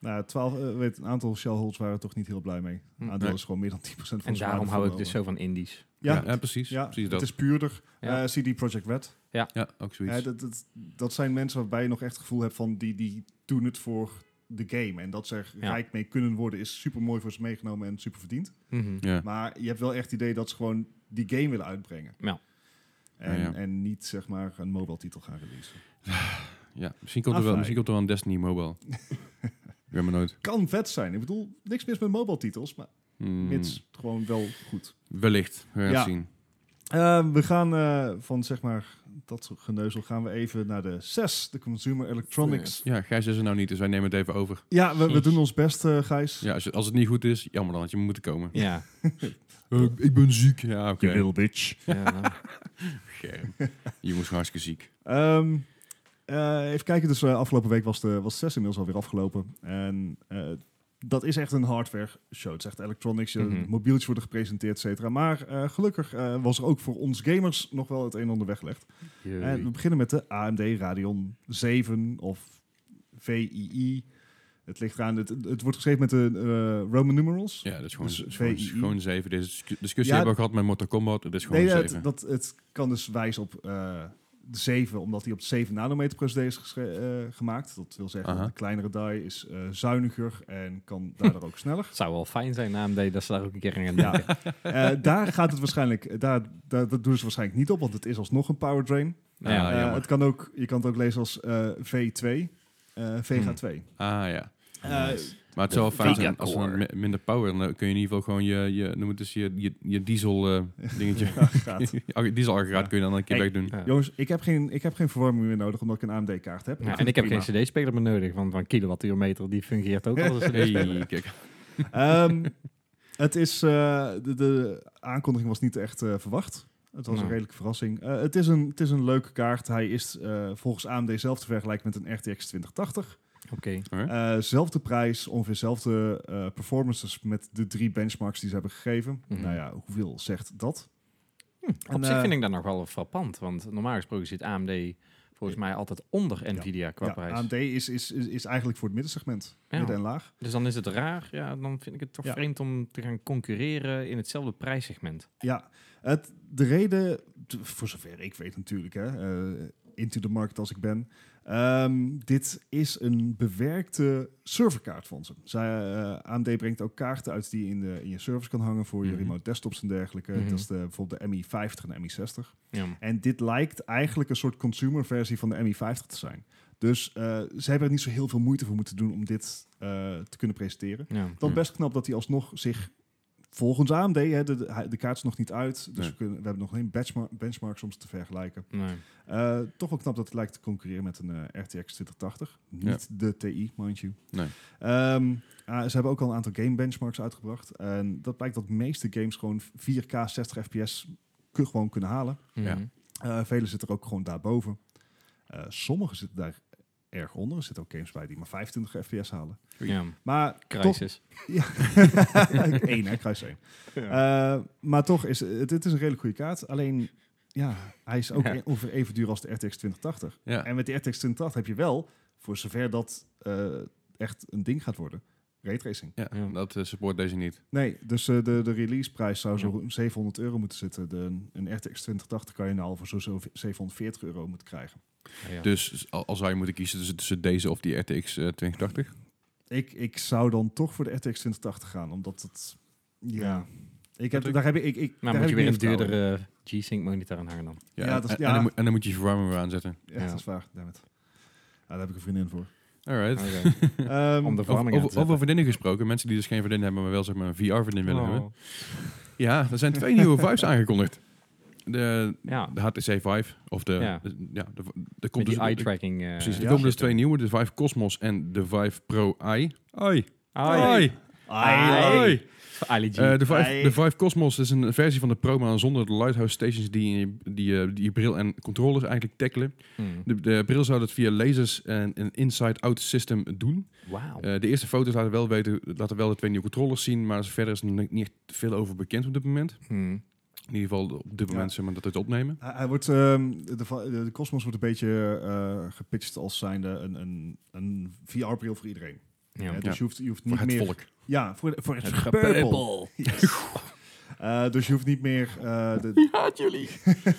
Speaker 1: Nou, 12, eh, weet, een aantal shareholders waren er toch niet heel blij mee.
Speaker 4: Hm.
Speaker 1: Aandeel
Speaker 3: Nee.
Speaker 1: is gewoon meer dan 10% van
Speaker 4: En
Speaker 1: de
Speaker 4: daarom
Speaker 1: waarde
Speaker 4: hou ik
Speaker 1: van
Speaker 4: dus zo van indies.
Speaker 1: Ja,
Speaker 3: ja, precies.
Speaker 1: Ja,
Speaker 3: precies
Speaker 1: het
Speaker 3: dat.
Speaker 1: is puurder.
Speaker 4: Ja.
Speaker 1: Eh, CD Projekt Red.
Speaker 3: Ja, ook zoiets.
Speaker 1: Ja, dat, dat, dat zijn mensen waarbij je nog echt het gevoel hebt van die, die doen het voor de game. En dat ze er
Speaker 4: Ja.
Speaker 1: rijk mee kunnen worden is super mooi voor ze meegenomen en super verdiend.
Speaker 3: ja.
Speaker 1: Maar je hebt wel echt het idee dat ze gewoon die game willen uitbrengen.
Speaker 4: Ja.
Speaker 1: En,
Speaker 3: Ja, ja.
Speaker 1: en niet zeg maar een mobile titel gaan releasen.
Speaker 3: ja, misschien komt er wel,
Speaker 1: Afijn.
Speaker 3: misschien komt er wel een
Speaker 1: [LAUGHS]
Speaker 3: Destiny Mobile. Ik weet maar nooit.
Speaker 1: Kan vet zijn. Ik bedoel, niks mis met mobile titels, maar
Speaker 3: Hmm,
Speaker 1: Mits gewoon wel goed.
Speaker 3: Wellicht. We gaan
Speaker 1: Ja.
Speaker 3: het zien.
Speaker 1: Eh, we gaan eh, van zeg maar dat soort geneuzel gaan we even naar de 6, de Consumer Electronics.
Speaker 3: Ja, Gijs is er nou niet, dus wij nemen het even over.
Speaker 1: Ja, we, we doen ons best, eh, Gijs.
Speaker 3: Ja, als, je- als het niet goed is, jammer dan had je moeten komen.
Speaker 4: Ja.
Speaker 3: Eh, ik ben ziek. Ja, oké.
Speaker 1: bitch.
Speaker 4: ja nou.
Speaker 3: Scherm. Je moest hartstikke ziek.
Speaker 1: Ehm, eh, even kijken, dus eh, afgelopen week was de was 6 inmiddels alweer afgelopen. En eh, dat is echt een hardware show. Het is echt electronics, je
Speaker 4: Mhm.
Speaker 1: mobieltjes worden gepresenteerd, et cetera. Maar eh, gelukkig eh, was er ook voor ons gamers nog wel het een en ander weggelegd. En Eh, we beginnen met de AMD Radeon 7 of VII. Het ligt eraan, het, het wordt geschreven met de eh, Roman numerals.
Speaker 3: Ja, dat is gewoon,
Speaker 1: Dus
Speaker 3: dat is gewoon,
Speaker 1: VII.
Speaker 3: gewoon 7. Deze discu- discussie
Speaker 1: Ja.
Speaker 3: hebben we gehad met Mortal Kombat. Dat is gewoon
Speaker 1: nee,
Speaker 3: zeven.
Speaker 1: dat, dat, het kan dus wijzen op eh, de 7, omdat die op 7 nanometer procedé is gesche- eh, gemaakt. Dat wil zeggen,
Speaker 3: Aha.
Speaker 1: dat de kleinere die is eh, zuiniger en kan daardoor ook
Speaker 3: [LAUGHS]
Speaker 1: sneller.
Speaker 4: Het zou wel fijn zijn na AMD dat ze daar ook een keer aan gaan
Speaker 1: Ja.
Speaker 4: denken.
Speaker 1: Eh, daar gaat het waarschijnlijk, eh, daar, daar, dat doen ze waarschijnlijk niet op, want het is alsnog een power drain.
Speaker 4: Nou ja,
Speaker 3: Ah,
Speaker 1: Eh,
Speaker 3: jammer.
Speaker 1: het kan ook, je kan het ook lezen als eh, V2, eh, VG2.
Speaker 3: Ah ja.
Speaker 1: Eh,
Speaker 3: Maar het zou wel fijn zijn als er dan mi- minder power, dan kun je in ieder geval gewoon je, je noem het dus je, je, je diesel eh,
Speaker 1: [LAUGHS]
Speaker 3: dingetje.
Speaker 1: ja,
Speaker 4: [LAUGHS]
Speaker 1: gaat.
Speaker 3: Ja. dieselaggregaat
Speaker 1: Ja.
Speaker 3: kun je dan een keer
Speaker 1: Hey.
Speaker 3: wegdoen.
Speaker 4: Ja.
Speaker 1: Jongens, ik heb, geen, ik heb geen verwarming meer nodig omdat ik een AMD-kaart heb.
Speaker 4: Ja, en ik heb geen cd-speler meer nodig, want een kilowattuurmeter die fungeert ook als een
Speaker 3: Hey, kijk.
Speaker 1: Ehm, het is, eh, de, de aankondiging was niet echt eh, verwacht. Het was
Speaker 4: Nou.
Speaker 1: een redelijke verrassing. Eh, het, is een, het is een leuke kaart. Hij is eh, volgens AMD zelf te vergelijken met een RTX 2080.
Speaker 4: Oké.
Speaker 3: Huh?
Speaker 1: Eh zelfde prijs, ongeveer zelfde eh, performances met de drie benchmarks die ze hebben gegeven.
Speaker 4: Mhm.
Speaker 1: Nou ja, hoeveel zegt dat?
Speaker 4: Hm, Op
Speaker 1: En,
Speaker 4: zich
Speaker 1: eh,
Speaker 4: vind ik dat nog wel frappant, want normaal gesproken zit AMD volgens mij altijd onder Nvidia qua
Speaker 1: Ja,
Speaker 4: prijs.
Speaker 1: AMD is, is, is, is eigenlijk voor het middensegment,
Speaker 4: Ja.
Speaker 1: midden en laag.
Speaker 4: Dus dan is het raar, ja, dan vind ik het toch
Speaker 1: Ja.
Speaker 4: vreemd om te gaan concurreren in hetzelfde prijssegment.
Speaker 1: Ja, het, de reden, t- voor zover ik weet natuurlijk, hè, eh, into the market als ik ben. Ehm, dit is een bewerkte serverkaart van ze. Zij, eh, AMD brengt ook kaarten uit die je in, de, in je servers kan hangen voor
Speaker 4: Mhm.
Speaker 1: je remote desktops en dergelijke.
Speaker 4: Mhm.
Speaker 1: Dat is de, bijvoorbeeld de MI50 en de MI60.
Speaker 4: Ja.
Speaker 1: En dit lijkt eigenlijk een soort consumer versie van de MI50 te zijn. Dus eh, ze hebben er niet zo heel veel moeite voor moeten doen om dit eh, te kunnen presenteren.
Speaker 4: Ja.
Speaker 1: Dan
Speaker 3: Ja.
Speaker 1: best knap dat hij alsnog zich volgens AMD, hè, de, de, hij- de kaart is nog niet uit, dus
Speaker 3: Nee.
Speaker 1: we, kunnen, we hebben nog geen benchmark, benchmarks om ze te vergelijken.
Speaker 4: Nee.
Speaker 1: Eh, toch wel knap dat het lijkt te concurreren met een eh, RTX 2080. Niet de TI, mind you.
Speaker 3: Nee.
Speaker 1: Ehm, ah, ze hebben ook al een aantal game benchmarks uitgebracht. En dat blijkt dat de meeste games gewoon 4K 60 fps ku- gewoon kunnen halen.
Speaker 3: Ja.
Speaker 4: Mhm.
Speaker 1: Eh vele zitten er ook gewoon daarboven. Eh sommige zitten daar erg onder. Er zitten ook games bij die maar 25 fps halen.
Speaker 4: ja.
Speaker 1: Maar toch
Speaker 4: Crisis.
Speaker 1: [LAUGHS] ja,
Speaker 4: [LAUGHS]
Speaker 1: één, hè, kruis één. Eh, maar toch, is, het, het is een redelijk goede kaart. Alleen, ja, hij is ook
Speaker 4: Ja.
Speaker 1: e- ongeveer even duur als de RTX 2080.
Speaker 3: Ja.
Speaker 1: En met de RTX 2080 heb je wel, voor zover dat eh, echt een ding gaat worden, raytracing.
Speaker 3: Ja,
Speaker 4: Ja.
Speaker 3: dat eh, support deze niet.
Speaker 1: Nee, dus eh, de, de releaseprijs zou
Speaker 4: Ja.
Speaker 1: zo om 700 euro moeten zitten. De, een RTX 2080 kan je nou al voor zo'n zo 740 euro moeten krijgen.
Speaker 4: Ja.
Speaker 3: Dus al, al zou je moeten kiezen tussen, tussen deze of die RTX eh, 2080.
Speaker 1: Ik, ik zou dan toch voor de RTX 2080 gaan, omdat het... Ja,
Speaker 4: Ja.
Speaker 1: Ik
Speaker 3: Dat
Speaker 1: heb,
Speaker 3: ik-
Speaker 1: daar heb ik... ik, ik daar
Speaker 4: Maar Nou, moet
Speaker 1: heb
Speaker 4: je
Speaker 1: ik meer
Speaker 4: weer een
Speaker 1: vertrouwen in.
Speaker 4: duurdere eh, G-Sync monitor aan hangen dan?
Speaker 3: Ja,
Speaker 1: Ja,
Speaker 3: en-
Speaker 1: dat is-
Speaker 3: en,
Speaker 1: ja.
Speaker 3: dan moet, en dan moet je je verwarming weer aanzetten.
Speaker 1: Ja,
Speaker 4: Ja.
Speaker 1: dat is waar. Dammit. Ja, daar heb ik een vriendin
Speaker 4: [LAUGHS]
Speaker 1: voor.
Speaker 3: Alright. [LAUGHS]
Speaker 1: Ehm,
Speaker 4: Om de
Speaker 3: Over,
Speaker 4: verwarming aan te
Speaker 3: over, over
Speaker 4: zetten.
Speaker 3: vriendinnen gesproken, mensen die dus geen vriendin hebben, maar wel zeg maar een VR-vriendin willen hebben.
Speaker 4: Oh.
Speaker 3: Ja, er zijn twee nieuwe Vives aangekondigd. De,
Speaker 4: Ja.
Speaker 3: de HTC Vive, of de...
Speaker 4: Ja.
Speaker 3: Ja, de, ja, de, er
Speaker 4: Met
Speaker 3: komt dus,
Speaker 4: die
Speaker 3: er-
Speaker 4: eye-tracking. eh,
Speaker 3: Precies, er
Speaker 1: ja.
Speaker 3: komen dus twee nieuwe, de Vive Cosmos en de Vive Pro Eye. Eye.
Speaker 4: Eye.
Speaker 1: Ai.
Speaker 4: Eye. Ali G.
Speaker 3: Eh, de, Vive,
Speaker 1: Eye.
Speaker 3: de Vive Cosmos is een versie van de Pro, maar zonder de Lighthouse Stations die je- die, je- die je bril en controllers eigenlijk tackelen.
Speaker 4: Hmm.
Speaker 3: De, de bril zou dat via lasers en een inside-out systeem doen.
Speaker 4: Wauw.
Speaker 3: Eh, de eerste foto's laten wel, weten, laten wel de twee nieuwe controllers zien, maar verder is er nog niet echt veel over bekend op dit moment.
Speaker 4: Hmm.
Speaker 3: In ieder geval op dit
Speaker 1: Ja.
Speaker 3: moment zeg maar, dat het opnemen.
Speaker 1: Hij, hij wordt, ehm, de, va- de, de Cosmos wordt een beetje eh, gepitcht als zijnde een, een, een VR-bril voor iedereen.
Speaker 4: Ja.
Speaker 1: Hè,
Speaker 4: Ja.
Speaker 1: dus je hoeft, je hoeft niet
Speaker 3: Voor het
Speaker 1: meer...
Speaker 3: volk.
Speaker 1: Ja, voor, voor het,
Speaker 3: Het
Speaker 1: gepeupel.
Speaker 3: gepeupel.
Speaker 1: [LAUGHS] Yes. Eh, dus je hoeft niet meer... eh,
Speaker 4: [LAUGHS]
Speaker 1: de,
Speaker 4: jullie.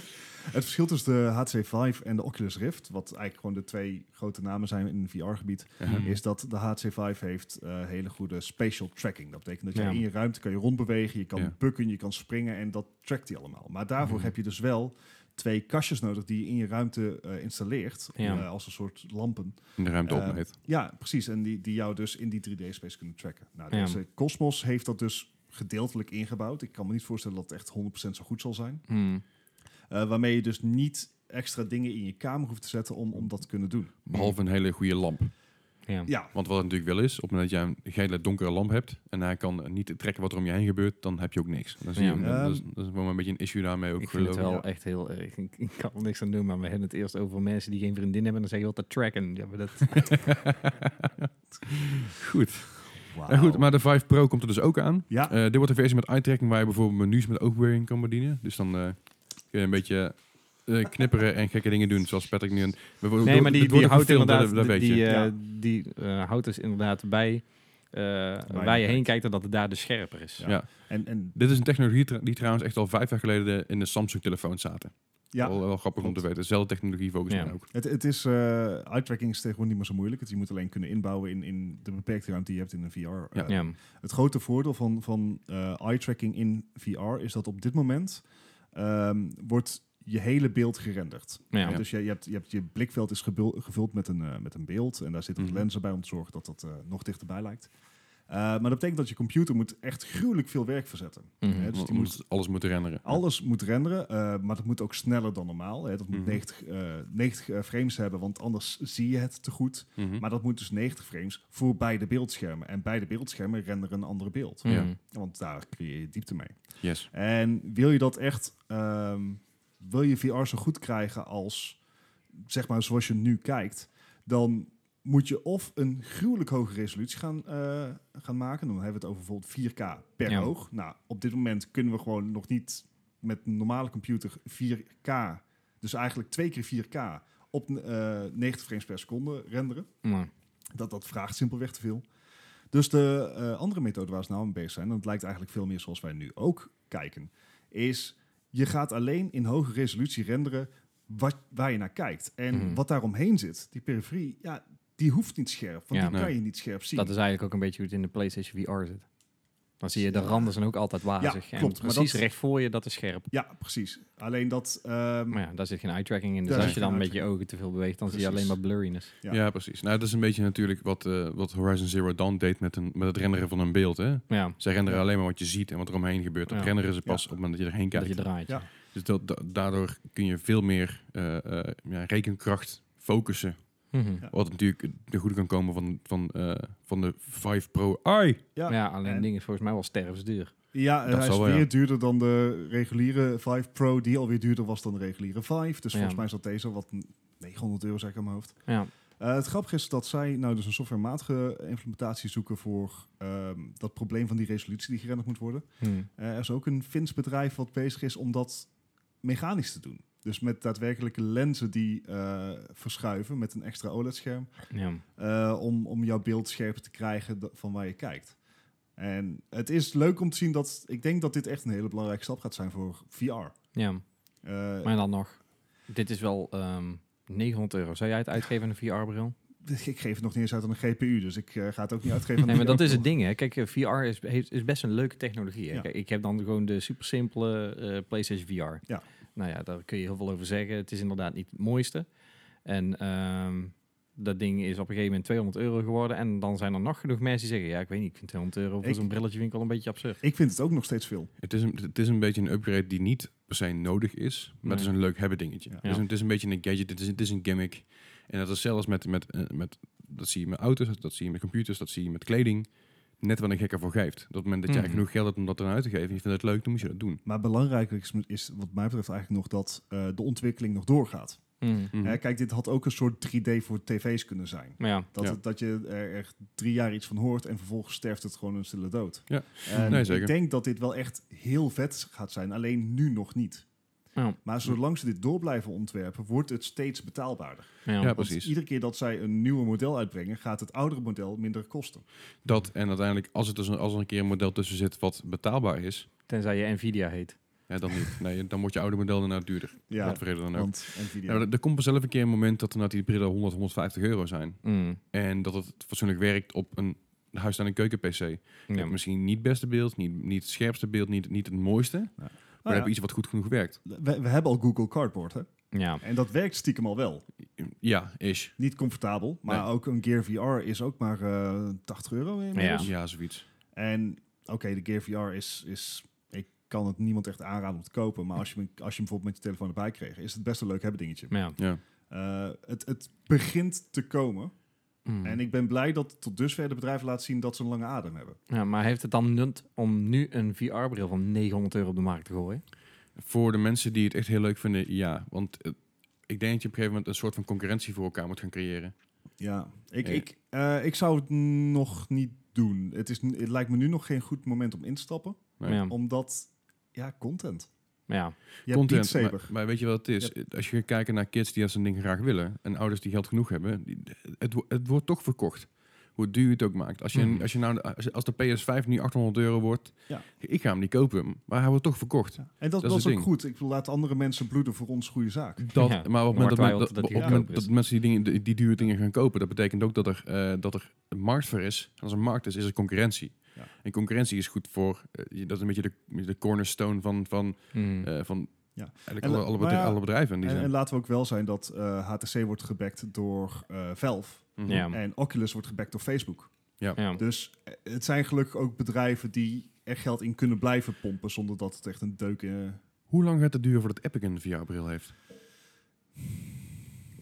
Speaker 1: [LAUGHS] het verschil tussen de HTC Vive en de Oculus Rift, wat eigenlijk gewoon de twee grote namen zijn in het VR-gebied,
Speaker 3: Ja.
Speaker 1: is dat de HTC Vive heeft eh, hele goede spatial tracking. Dat betekent dat je
Speaker 4: Ja.
Speaker 1: in je ruimte kan je rondbewegen, je kan
Speaker 3: Ja. Hm.
Speaker 1: bukken, je kan springen en dat trackt hij allemaal. Maar daarvoor
Speaker 4: Mhm.
Speaker 1: heb je dus wel twee kastjes nodig die je in je ruimte eh, installeert
Speaker 4: Ja.
Speaker 1: eh, als een soort lampen.
Speaker 3: In de ruimte
Speaker 1: Eh,
Speaker 3: opmeet.
Speaker 1: Ja, precies. En die, die jou dus in die 3D-space kunnen tracken. Nou,
Speaker 4: Ja.
Speaker 1: deze Cosmos heeft dat dus gedeeltelijk ingebouwd. Ik kan me niet voorstellen dat het echt 100% zo goed zal zijn.
Speaker 4: Hmm.
Speaker 1: Eh, waarmee je dus niet extra dingen in je kamer hoeft te zetten om,
Speaker 3: Hm.
Speaker 1: om dat te kunnen doen.
Speaker 3: Behalve een hele goede lamp.
Speaker 4: Ja.
Speaker 1: Ja,
Speaker 3: Want wat het natuurlijk wel is, op het moment dat jij een gele donkere lamp hebt en hij kan niet trekken wat er om je heen gebeurt, dan heb je ook niks. Dan zie je
Speaker 4: Ja.
Speaker 3: hem, dat, is,
Speaker 1: Ehm,
Speaker 3: dat is wel een beetje een issue daarmee ook.
Speaker 4: Ik vind het
Speaker 3: geloof
Speaker 4: wel
Speaker 1: ja.
Speaker 4: echt heel erg. Ik, ik kan er niks aan doen, maar we hebben het eerst over mensen die geen vriendin hebben. En dan zeg je altijd tracken. Ja, maar dat,
Speaker 3: Goed.
Speaker 1: wauw.
Speaker 3: Ja, goed, maar de 5 Pro komt er dus ook aan.
Speaker 1: Ja.
Speaker 3: Eh, dit wordt een versie met eye-tracking waar je bijvoorbeeld menus met oogbeweging kan bedienen. Dus dan eh, kun je een beetje eh, knipperen en gekke dingen doen, zoals Patrick nu... Een,
Speaker 4: nee, maar die, die houdt inderdaad,
Speaker 3: Dat weet
Speaker 4: die,
Speaker 3: je.
Speaker 4: eh,
Speaker 1: Ja.
Speaker 4: die eh, houdt dus inderdaad bij eh, waar je
Speaker 1: kijkt.
Speaker 4: heen kijkt en dat het daar dus scherper is.
Speaker 1: Ja.
Speaker 3: ja.
Speaker 1: En, en
Speaker 3: Dit is een technologie tra- die trouwens echt al vijf jaar geleden in de Samsung-telefoon zaten.
Speaker 1: ja,
Speaker 3: Wel, wel grappig om
Speaker 1: Klopt.
Speaker 3: te weten. Dezelfde technologie volgens
Speaker 4: Ja.
Speaker 3: mij ook.
Speaker 1: Het, het is, eh eye-tracking is tegenwoordig niet meer zo moeilijk. Het, je moet alleen kunnen inbouwen in, in de beperkte ruimte die je hebt in een VR.
Speaker 3: Ja.
Speaker 1: Eh,
Speaker 4: Ja.
Speaker 1: Het grote voordeel van, van eh, eye-tracking in VR is dat op dit moment ehm, wordt je hele beeld gerenderd.
Speaker 4: Ja.
Speaker 1: Dus je, je, hebt, je, hebt, je blikveld is gebul- gevuld met een, eh, met een beeld en daar zitten wat
Speaker 3: Mhm.
Speaker 1: lenzen bij om te zorgen dat dat eh, nog dichterbij lijkt. Eh, maar dat betekent dat je computer moet echt gruwelijk veel werk verzetten.
Speaker 4: Mhm.
Speaker 1: Ja, dus die
Speaker 3: Om- om
Speaker 1: moet-
Speaker 3: alles moeten renderen.
Speaker 1: Alles moet renderen, eh, maar dat moet ook sneller dan normaal. Hè. Dat moet
Speaker 3: Mhm.
Speaker 1: 90, eh, 90 frames hebben, want anders zie je het te goed.
Speaker 3: Mhm.
Speaker 1: Maar dat moet dus 90 frames voor beide beeldschermen. En beide beeldschermen renderen een ander beeld.
Speaker 3: Ja.
Speaker 4: Mhm.
Speaker 1: Want daar creëer je diepte mee.
Speaker 3: Yes.
Speaker 1: En wil je dat echt, ehm, wil je VR zo goed krijgen als, zeg maar, zoals je nu kijkt, dan moet je of een gruwelijk hoge resolutie gaan, eh, gaan maken. Dan hebben we het over bijvoorbeeld 4K per
Speaker 4: Ja.
Speaker 1: oog. Nou, op dit moment kunnen we gewoon nog niet met een normale computer 4K, dus eigenlijk twee keer 4K op eh 90 frames per seconde renderen.
Speaker 4: Ja.
Speaker 1: Dat, dat vraagt simpelweg te veel. Dus de eh, andere methode waar ze nou mee bezig zijn, en het lijkt eigenlijk veel meer zoals wij nu ook kijken, is je gaat alleen in hoge resolutie renderen wat, waar je naar kijkt. En
Speaker 4: Mhm.
Speaker 1: wat daaromheen zit, die periferie, ja, die hoeft niet scherp, want
Speaker 4: Ja.
Speaker 1: die kan
Speaker 3: Nee.
Speaker 1: je niet scherp zien.
Speaker 4: Dat is eigenlijk ook een beetje hoe het in de PlayStation VR zit. Dan zie je, de
Speaker 1: Ja.
Speaker 4: randen zijn ook altijd wazig.
Speaker 1: klopt,
Speaker 4: en
Speaker 1: maar
Speaker 4: precies
Speaker 1: dat-
Speaker 4: recht voor je, dat is scherp.
Speaker 1: Ja, precies. Alleen dat... ehm,
Speaker 4: Maar ja, daar zit geen eye-tracking in. Dus
Speaker 1: Daar
Speaker 4: als
Speaker 1: zit
Speaker 4: je dan
Speaker 1: geen
Speaker 4: met je ogen te veel beweegt, dan zie je alleen
Speaker 1: Precies.
Speaker 4: maar blurriness.
Speaker 1: Ja.
Speaker 3: Ja. precies. Nou, dat is een beetje natuurlijk wat, eh, wat Horizon Zero Dawn deed met, een, met het renderen van een beeld. Hè?
Speaker 4: Ja,
Speaker 3: Ze renderen
Speaker 1: Ja.
Speaker 3: alleen maar wat je ziet en wat er omheen gebeurt. Dat
Speaker 4: Ja.
Speaker 3: renderen ze pas
Speaker 1: Ja.
Speaker 3: op het moment dat je erheen
Speaker 4: dat
Speaker 3: kijkt.
Speaker 4: je draait.
Speaker 1: Ja.
Speaker 3: dus dat, da- daardoor kun je veel meer eh, eh, ja, rekenkracht focussen.
Speaker 4: Mhm.
Speaker 1: Ja.
Speaker 3: Wat natuurlijk de goede kan komen van, van, eh, van de 5 Pro Ai.
Speaker 1: Ja.
Speaker 4: Maar ja, alleen
Speaker 1: En-
Speaker 4: ding is volgens mij wel sterfsduur.
Speaker 1: ja,
Speaker 3: Dat
Speaker 1: hij is
Speaker 3: zal wel,
Speaker 1: weer
Speaker 3: ja.
Speaker 1: duurder dan de reguliere 5 Pro, die alweer duurder was dan de reguliere 5. Dus
Speaker 4: Ja.
Speaker 1: volgens mij zat deze wat 900 euro, zeg ik aan mijn hoofd.
Speaker 4: Ja.
Speaker 1: Eh, het grappige is dat zij nou dus een softwarematige implementatie zoeken voor ehm, dat probleem van die resolutie die gerenderd moet worden.
Speaker 4: Hm.
Speaker 1: Eh, er is ook een Fins bedrijf wat bezig is om dat mechanisch te doen. Dus met daadwerkelijke lenzen die eh, verschuiven met een extra OLED-scherm.
Speaker 4: ja.
Speaker 1: eh, om, om jouw beeld scherper te krijgen da- van waar je kijkt. En het is leuk om te zien dat ik denk dat dit echt een hele belangrijke stap gaat zijn voor VR.
Speaker 4: ja.
Speaker 1: Eh,
Speaker 4: Maar dan nog, dit is wel ehm 900 euro. Zou jij het uitgeven aan een VR-bril?
Speaker 1: ik geef het nog niet eens uit aan een GPU, dus ik eh, ga het ook niet uitgeven aan
Speaker 4: Nee, maar dat is
Speaker 1: het
Speaker 4: het ding, hè. Kijk, eh, VR is, heeft- is best een leuke technologie. Hè.
Speaker 1: Ja.
Speaker 4: Kijk, ik heb dan gewoon de super simpele eh, PlayStation VR.
Speaker 1: Ja.
Speaker 4: Nou ja, daar kun je heel veel over zeggen. Het is inderdaad niet het mooiste. En ehm, dat ding is op een gegeven moment 200 euro geworden. En dan zijn er nog genoeg mensen die zeggen... Ja, ik weet niet, ik vind 200 euro voor
Speaker 1: Ik-
Speaker 4: zo'n brilletje vind ik al een beetje absurd.
Speaker 1: Ik vind het ook nog steeds veel.
Speaker 3: Het is, een, het is een beetje een upgrade die niet per se nodig is, maar het is
Speaker 4: Nee.
Speaker 3: een leuk hebben dingetje.
Speaker 1: Ja.
Speaker 3: Het, is een, het is een beetje een gadget, het is, het is een gimmick. En dat is zelfs met, met, eh, met, dat zie je met auto's, dat zie je met computers, dat zie je met kleding. Net wat een gekker voor geeft. Op het moment dat jij
Speaker 4: Mhm.
Speaker 3: genoeg geld hebt om dat eruit te geven en je vindt het leuk, dan moet je dat doen.
Speaker 1: Maar belangrijker is, is wat mij betreft eigenlijk nog dat eh, de ontwikkeling nog doorgaat.
Speaker 4: Mhm.
Speaker 3: Mhm.
Speaker 1: Hè, kijk, dit had ook een soort 3D voor tv's kunnen zijn.
Speaker 4: Maar ja,
Speaker 1: Dat,
Speaker 3: Ja.
Speaker 1: het- dat je er echt drie jaar iets van hoort en vervolgens sterft het gewoon een stille dood.
Speaker 3: Ja.
Speaker 1: En
Speaker 3: Nee, zeker.
Speaker 1: Ik denk dat dit wel echt heel vet gaat zijn, alleen nu nog niet.
Speaker 4: Ja.
Speaker 1: Maar zolang ze dit door blijven ontwerpen, wordt het steeds betaalbaarder.
Speaker 4: ja.
Speaker 3: Ja.
Speaker 1: Want
Speaker 3: precies.
Speaker 1: iedere keer dat zij een nieuwe model uitbrengen, gaat het oudere model minder kosten.
Speaker 3: Dat en uiteindelijk, als, het dus een, als er een keer een model tussen zit wat betaalbaar is,
Speaker 4: tenzij je Nvidia heet.
Speaker 3: ja, dan niet. Nee, dan wordt je oude model daarna duurder.
Speaker 1: Ja,
Speaker 3: Wat voor reden dan ook.
Speaker 1: want Nvidia.
Speaker 3: Ja, maar er- er komt er zelf een keer een moment dat inderdaad die brillen 100, 150 euro zijn.
Speaker 4: Mm.
Speaker 3: En dat het fatsoenlijk werkt op een huis- en een keuken-pc.
Speaker 4: Ja.
Speaker 3: Je hebt misschien niet het beste beeld, niet, niet het scherpste beeld, niet, niet het mooiste. Maar
Speaker 1: Nou ja,
Speaker 3: dan heb je iets wat goed genoeg werkt.
Speaker 1: we, we hebben al Google Cardboard, hè?
Speaker 4: ja.
Speaker 1: En dat werkt stiekem al wel.
Speaker 3: Ja, is.
Speaker 1: niet comfortabel. Maar
Speaker 3: Nee.
Speaker 1: ook een Gear VR is ook maar eh, 80 euro. inmiddels.
Speaker 3: Ja, zoiets.
Speaker 1: En oké, de Gear VR is, is... Ik kan het niemand echt aanraden om te kopen. Maar als je, hem- als je hem bijvoorbeeld met je telefoon erbij kreeg... is het best een leuk hebben dingetje.
Speaker 4: Maar ja.
Speaker 3: Ja.
Speaker 1: Eh, het, het begint te komen.
Speaker 4: Mm.
Speaker 1: En ik ben blij dat tot dusver de bedrijven laten zien... dat ze een lange adem hebben.
Speaker 4: ja, maar heeft het dan nut om nu een VR-bril van 900 euro op de markt te gooien?
Speaker 3: Voor de mensen die het echt heel leuk vinden, ja. Want eh, ik denk dat je op een gegeven moment een soort van concurrentie voor elkaar moet gaan creëren.
Speaker 1: Ja, ik,
Speaker 3: Ja.
Speaker 1: Ik, eh, ik zou het nog niet doen. Het, is, het lijkt me nu nog geen goed moment om in te stappen.
Speaker 3: Nee.
Speaker 4: Ja.
Speaker 1: Omdat, ja, content. Je
Speaker 4: ja.
Speaker 1: hebt Beat
Speaker 3: Content, maar,
Speaker 1: Saber.
Speaker 3: maar weet je wat het is? Als je gaat kijken naar kids die dat zo'n ding graag willen... en ouders die geld genoeg hebben, die- het, wo- het wordt toch verkocht. Hoe duur je het ook maakt. Als, je,
Speaker 4: Mhm.
Speaker 3: als, je nou, de- als- als de PS5 nu 800 euro wordt,
Speaker 1: Ja.
Speaker 3: ik ga hem niet kopen. Maar hij wordt toch verkocht.
Speaker 1: Ja. En dat,
Speaker 3: is
Speaker 1: dat is
Speaker 3: het
Speaker 1: ook
Speaker 3: ding.
Speaker 1: goed. Ik bedoel, laat andere mensen bloeden voor ons goede zaak.
Speaker 3: Dat,
Speaker 4: Ja,
Speaker 3: maar op
Speaker 4: dan
Speaker 3: het moment
Speaker 4: wachten
Speaker 3: dat,
Speaker 4: wij
Speaker 3: men-
Speaker 4: wel
Speaker 3: dat-
Speaker 4: tot het
Speaker 3: op
Speaker 4: hier
Speaker 3: het moment
Speaker 4: goedkoper
Speaker 3: dat mensen die, dingen, die, die dure dingen gaan kopen, dat betekent ook dat er, eh, dat er een markt voor is. En als er een markt is, is er concurrentie.
Speaker 1: Ja.
Speaker 3: En concurrentie is goed voor, eh, dat is een beetje de, de cornerstone van, van,
Speaker 4: Mm.
Speaker 3: eh, van
Speaker 1: Ja.
Speaker 3: eigenlijk
Speaker 1: En
Speaker 3: alle,
Speaker 1: la-
Speaker 3: alle,
Speaker 1: maar
Speaker 3: bedri-
Speaker 1: ja,
Speaker 3: alle bedrijven. in Die
Speaker 1: En,
Speaker 3: zijn.
Speaker 1: en laten we ook wel zijn dat eh, HTC wordt gebackt door eh, Valve.
Speaker 3: Mhm.
Speaker 4: ja.
Speaker 1: En Oculus wordt gebackt door Facebook.
Speaker 3: Mm.
Speaker 4: ja.
Speaker 1: Dus eh, het zijn gelukkig ook bedrijven die er geld in kunnen blijven pompen... zonder dat het echt een deuk... eh,
Speaker 3: Hoe lang gaat het duren voordat Epic een VR-bril heeft?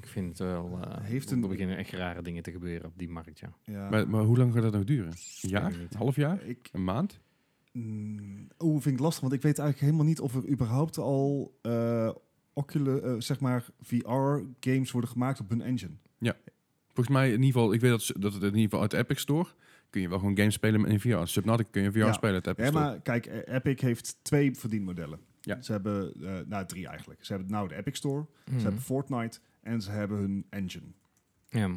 Speaker 4: Ik vind het wel... eh
Speaker 1: Heeft
Speaker 4: heeft
Speaker 1: een-
Speaker 4: Er beginnen echt rare dingen te gebeuren op die markt, ja.
Speaker 1: ja,
Speaker 3: Maar, maar hoe lang gaat dat nog duren? Een jaar?
Speaker 4: niet.
Speaker 3: Een half jaar?
Speaker 1: ik,
Speaker 3: Een maand?
Speaker 1: Mm, Oeh, vind ik lastig, want ik weet eigenlijk helemaal niet of er überhaupt al eh Oculus, eh, zeg maar VR-games worden gemaakt op hun engine.
Speaker 3: Volgens mij in ieder geval, ik weet dat, ze- dat het in ieder geval uit de Epic Store kun je wel gewoon games spelen met een VR. Subnautica kun je VR
Speaker 1: Ja.
Speaker 3: spelen uit de Epic
Speaker 1: Ja,
Speaker 3: Store.
Speaker 1: maar kijk, eh, Epic heeft twee verdienmodellen.
Speaker 3: Ja.
Speaker 1: Ze hebben, eh, nou drie eigenlijk. Ze hebben nou de Epic Store,
Speaker 4: Mm.
Speaker 3: Mhm.
Speaker 1: ze hebben Fortnite en ze hebben hun engine.
Speaker 4: ja.